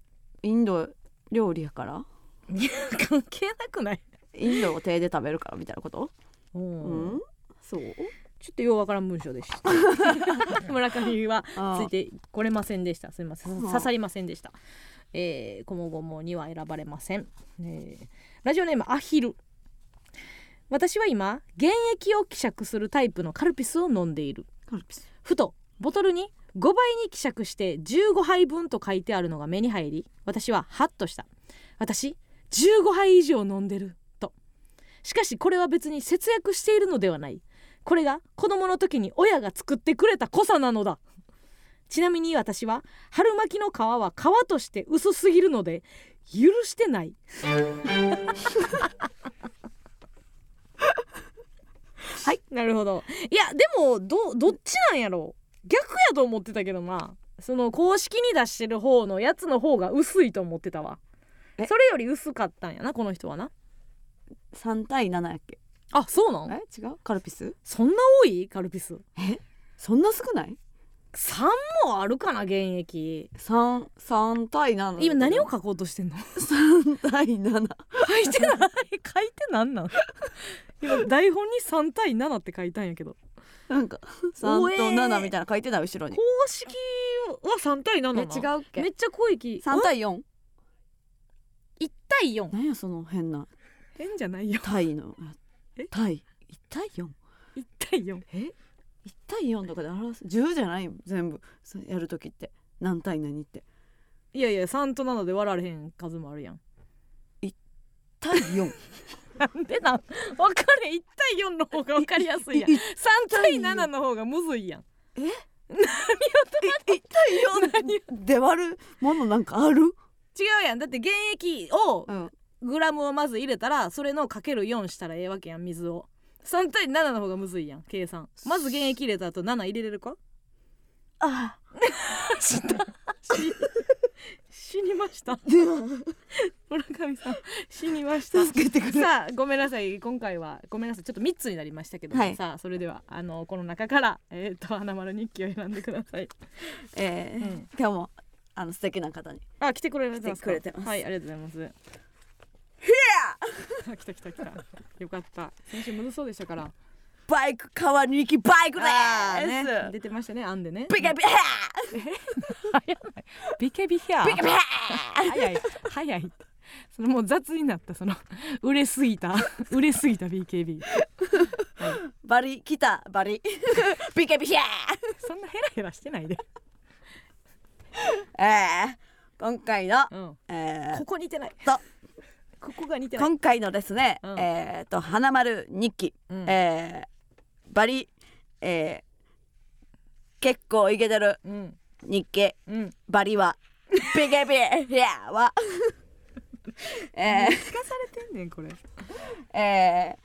[SPEAKER 1] インド料理やから
[SPEAKER 2] 関係なくない、
[SPEAKER 1] インドを手で食べるからみたいなことうんそう
[SPEAKER 2] ちょっとようわからん文章でした 村上は
[SPEAKER 1] あ
[SPEAKER 2] ついてこれませんでしたすみません
[SPEAKER 1] ああ
[SPEAKER 2] 刺さりませんでしたえー、こもごもには選ばれません、えーラジオネームアヒル私は今原液を希釈するタイプのカルピスを飲んでいる
[SPEAKER 1] カルピス
[SPEAKER 2] ふとボトルに5倍に希釈して15杯分と書いてあるのが目に入り私はハッとした私15杯以上飲んでるとしかしこれは別に節約しているのではないこれが子供の時に親が作ってくれた濃さなのだちなみに私は春巻きの皮は皮として薄すぎるので許してないはいなるほどいやでもどどっちなんやろう逆やと思ってたけどなその公式に出してる方のやつの方が薄いと思ってたわ
[SPEAKER 1] え
[SPEAKER 2] それより薄かったんやなこの人はな
[SPEAKER 1] 三対七やっけ
[SPEAKER 2] あそうなん
[SPEAKER 1] え違うカルピス
[SPEAKER 2] そんな多いカルピス
[SPEAKER 1] そんな少ない
[SPEAKER 2] 3もあるかな現役
[SPEAKER 1] 三三対七
[SPEAKER 2] 今何を書こうとしてんの
[SPEAKER 1] 三対七
[SPEAKER 2] 書いてない書いてなんなん 今台本に3対7って書いたんやけど
[SPEAKER 1] なんか三
[SPEAKER 2] おえー
[SPEAKER 1] と七みたいな書いてない後ろに
[SPEAKER 2] 公式は3対7なの
[SPEAKER 1] え違うっ
[SPEAKER 2] め
[SPEAKER 1] け
[SPEAKER 2] っちゃ濃い気
[SPEAKER 1] 三対四
[SPEAKER 2] 1対4
[SPEAKER 1] なんやその変な
[SPEAKER 2] 変じゃないよ
[SPEAKER 1] タイの
[SPEAKER 2] え
[SPEAKER 1] タイ一対四
[SPEAKER 2] 1対4
[SPEAKER 1] え一対四とかで表す十じゃないもん全部そうやるときって何対何って
[SPEAKER 2] いやいや3と7で割られへん数もあるやん
[SPEAKER 1] 対 四
[SPEAKER 2] なんでなん分かれ1対4の方が分かりやすいやん
[SPEAKER 1] い
[SPEAKER 2] 3
[SPEAKER 1] い
[SPEAKER 2] 対7の方がむずいやん
[SPEAKER 1] 一対四で割るものなんかある
[SPEAKER 2] 違うやんだって原液を
[SPEAKER 1] うん
[SPEAKER 2] グラムをまず入れたらそれのかける4したらええわけやん水を3対7の方がむずいやん計算まず原液入れた後7入れれるか
[SPEAKER 1] あ
[SPEAKER 2] 死にま した村上さん死にました
[SPEAKER 1] 助けてくれ
[SPEAKER 2] さあごめんなさい今回はごめんなさいちょっと3つになりましたけど、
[SPEAKER 1] はい
[SPEAKER 2] さあそれではあのこの中からえっ、と花丸日記を選んでください
[SPEAKER 1] えー
[SPEAKER 2] うん
[SPEAKER 1] 今日もあの素敵な方に
[SPEAKER 2] あ来てくれてますか
[SPEAKER 1] 来てくれてます
[SPEAKER 2] はいありがとうございます 来た来た来たよかった先週むずそうでしたから
[SPEAKER 1] バイク川に行きバイクで
[SPEAKER 2] あ
[SPEAKER 1] す、
[SPEAKER 2] ーね、出てましたね、あんでね。
[SPEAKER 1] ビカビカ
[SPEAKER 2] ビケビヒャー。ビケビヒャー。早い、早い。そのもう雑になった、その売れすぎた、売れすぎた BKB。
[SPEAKER 1] バリ来たバリ ビカビカ
[SPEAKER 2] そんなヘラヘラしてないで。
[SPEAKER 1] えー、今回の、
[SPEAKER 2] うん。
[SPEAKER 1] えー
[SPEAKER 2] こ、こ似てない。
[SPEAKER 1] と
[SPEAKER 2] ここが似てない。
[SPEAKER 1] 今回のですね、
[SPEAKER 2] うん
[SPEAKER 1] えっ、と花丸日記、
[SPEAKER 2] うん
[SPEAKER 1] えー、バリ、えー、結構イケてる
[SPEAKER 2] うん。
[SPEAKER 1] 日記
[SPEAKER 2] うん。
[SPEAKER 1] バリ はビケビケはえ
[SPEAKER 2] 聞かされてんねん、これ。
[SPEAKER 1] ー、え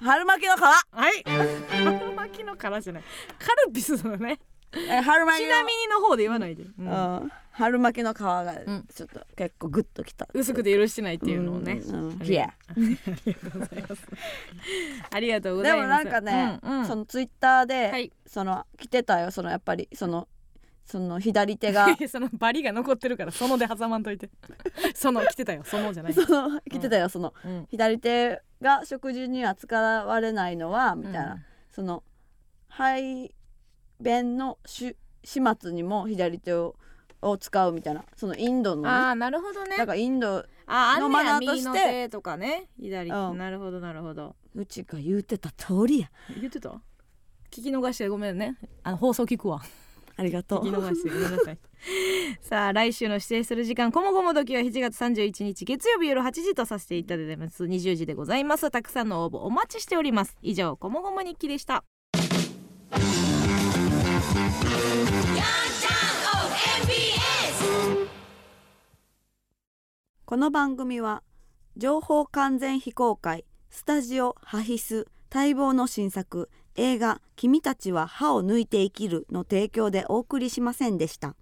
[SPEAKER 1] ー、春巻きの皮
[SPEAKER 2] はい。 春巻きの殻じゃない。カルピスのね。
[SPEAKER 1] えー春巻き
[SPEAKER 2] ち
[SPEAKER 1] の
[SPEAKER 2] なみにの方で言わないで。うん
[SPEAKER 1] うん春巻きの皮が
[SPEAKER 2] ん
[SPEAKER 1] ちょっと結構グッときた、
[SPEAKER 2] 薄くて許してないっていうのをね。
[SPEAKER 1] うんうん
[SPEAKER 2] ありがとうございます。 ありがとうござ
[SPEAKER 1] で
[SPEAKER 2] いま
[SPEAKER 1] も
[SPEAKER 2] す。
[SPEAKER 1] なんかね、
[SPEAKER 2] うんうん
[SPEAKER 1] そのツイッターで、
[SPEAKER 2] はい
[SPEAKER 1] その来てたよそのやっぱりそのその左手 が
[SPEAKER 2] そのバリが残ってるからそので挟まんといて その来てたよそのじゃない
[SPEAKER 1] その来てたよその
[SPEAKER 2] うん
[SPEAKER 1] 左手が食事には使われないのはみたいな、
[SPEAKER 2] うん
[SPEAKER 1] その排便のし始末にも左手をを使うみたいなそのインドのね、
[SPEAKER 2] ああなるほどね
[SPEAKER 1] だからインド
[SPEAKER 2] あーあんねや
[SPEAKER 1] のマナーとして
[SPEAKER 2] 右の手とかね左、
[SPEAKER 1] うん
[SPEAKER 2] なるほどなるほど
[SPEAKER 1] うちが言うてた通りや
[SPEAKER 2] 言ってた聞き逃してごめんねあの放送聞くわ
[SPEAKER 1] ありがと
[SPEAKER 2] 聞き
[SPEAKER 1] う
[SPEAKER 2] 逃してごめんなさい さあ来週の指定する時間こもごも時は7月31日月曜日夜8時とさせていただきます20時でございますたくさんの応募お待ちしております以上こもごも日記でした
[SPEAKER 1] この番組は情報完全非公開スタジオハヒス待望の新作映画「君たちは歯を抜いて生きる」の提供でお送りしませんで した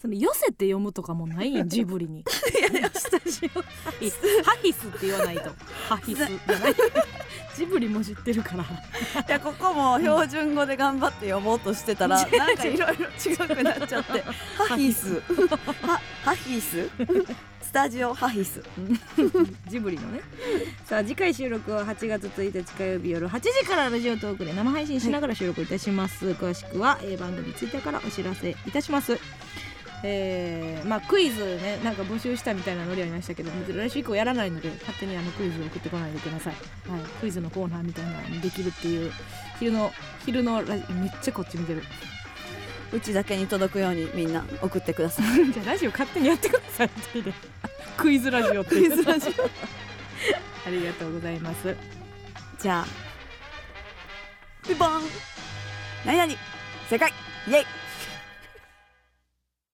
[SPEAKER 9] その寄せて読むとかも ないジブリにスタジオハヒスハヒスって言わないとハヒ スじゃないジブリも知ってるから
[SPEAKER 1] いやここも標準語で頑張って読もうとして たらなんかいろいろ違くなっちゃってハヒ スハハヒススタジオハヒス
[SPEAKER 2] ジブリのね さあ次回収録は8月1日火曜日夜8時からラジオトークで生配信しながら収録いたします、詳しくは、えー番組ツイッターからお知らせいたしますえーまあクイズねなんか募集したみたいなノリありましたけど来週以降やらないので勝手にあのクイズを送ってこないでください、はい、クイズのコーナーみたいなのにできるっていう昼の昼のラジめっちゃこっち見てる
[SPEAKER 1] うちだけに届くようにみんな送ってくださ い
[SPEAKER 9] じゃあラジオ勝手にやってください一人で クイズラジオってクイズ ラジオありがとうございます
[SPEAKER 1] じゃあピンポン何々正解イエイ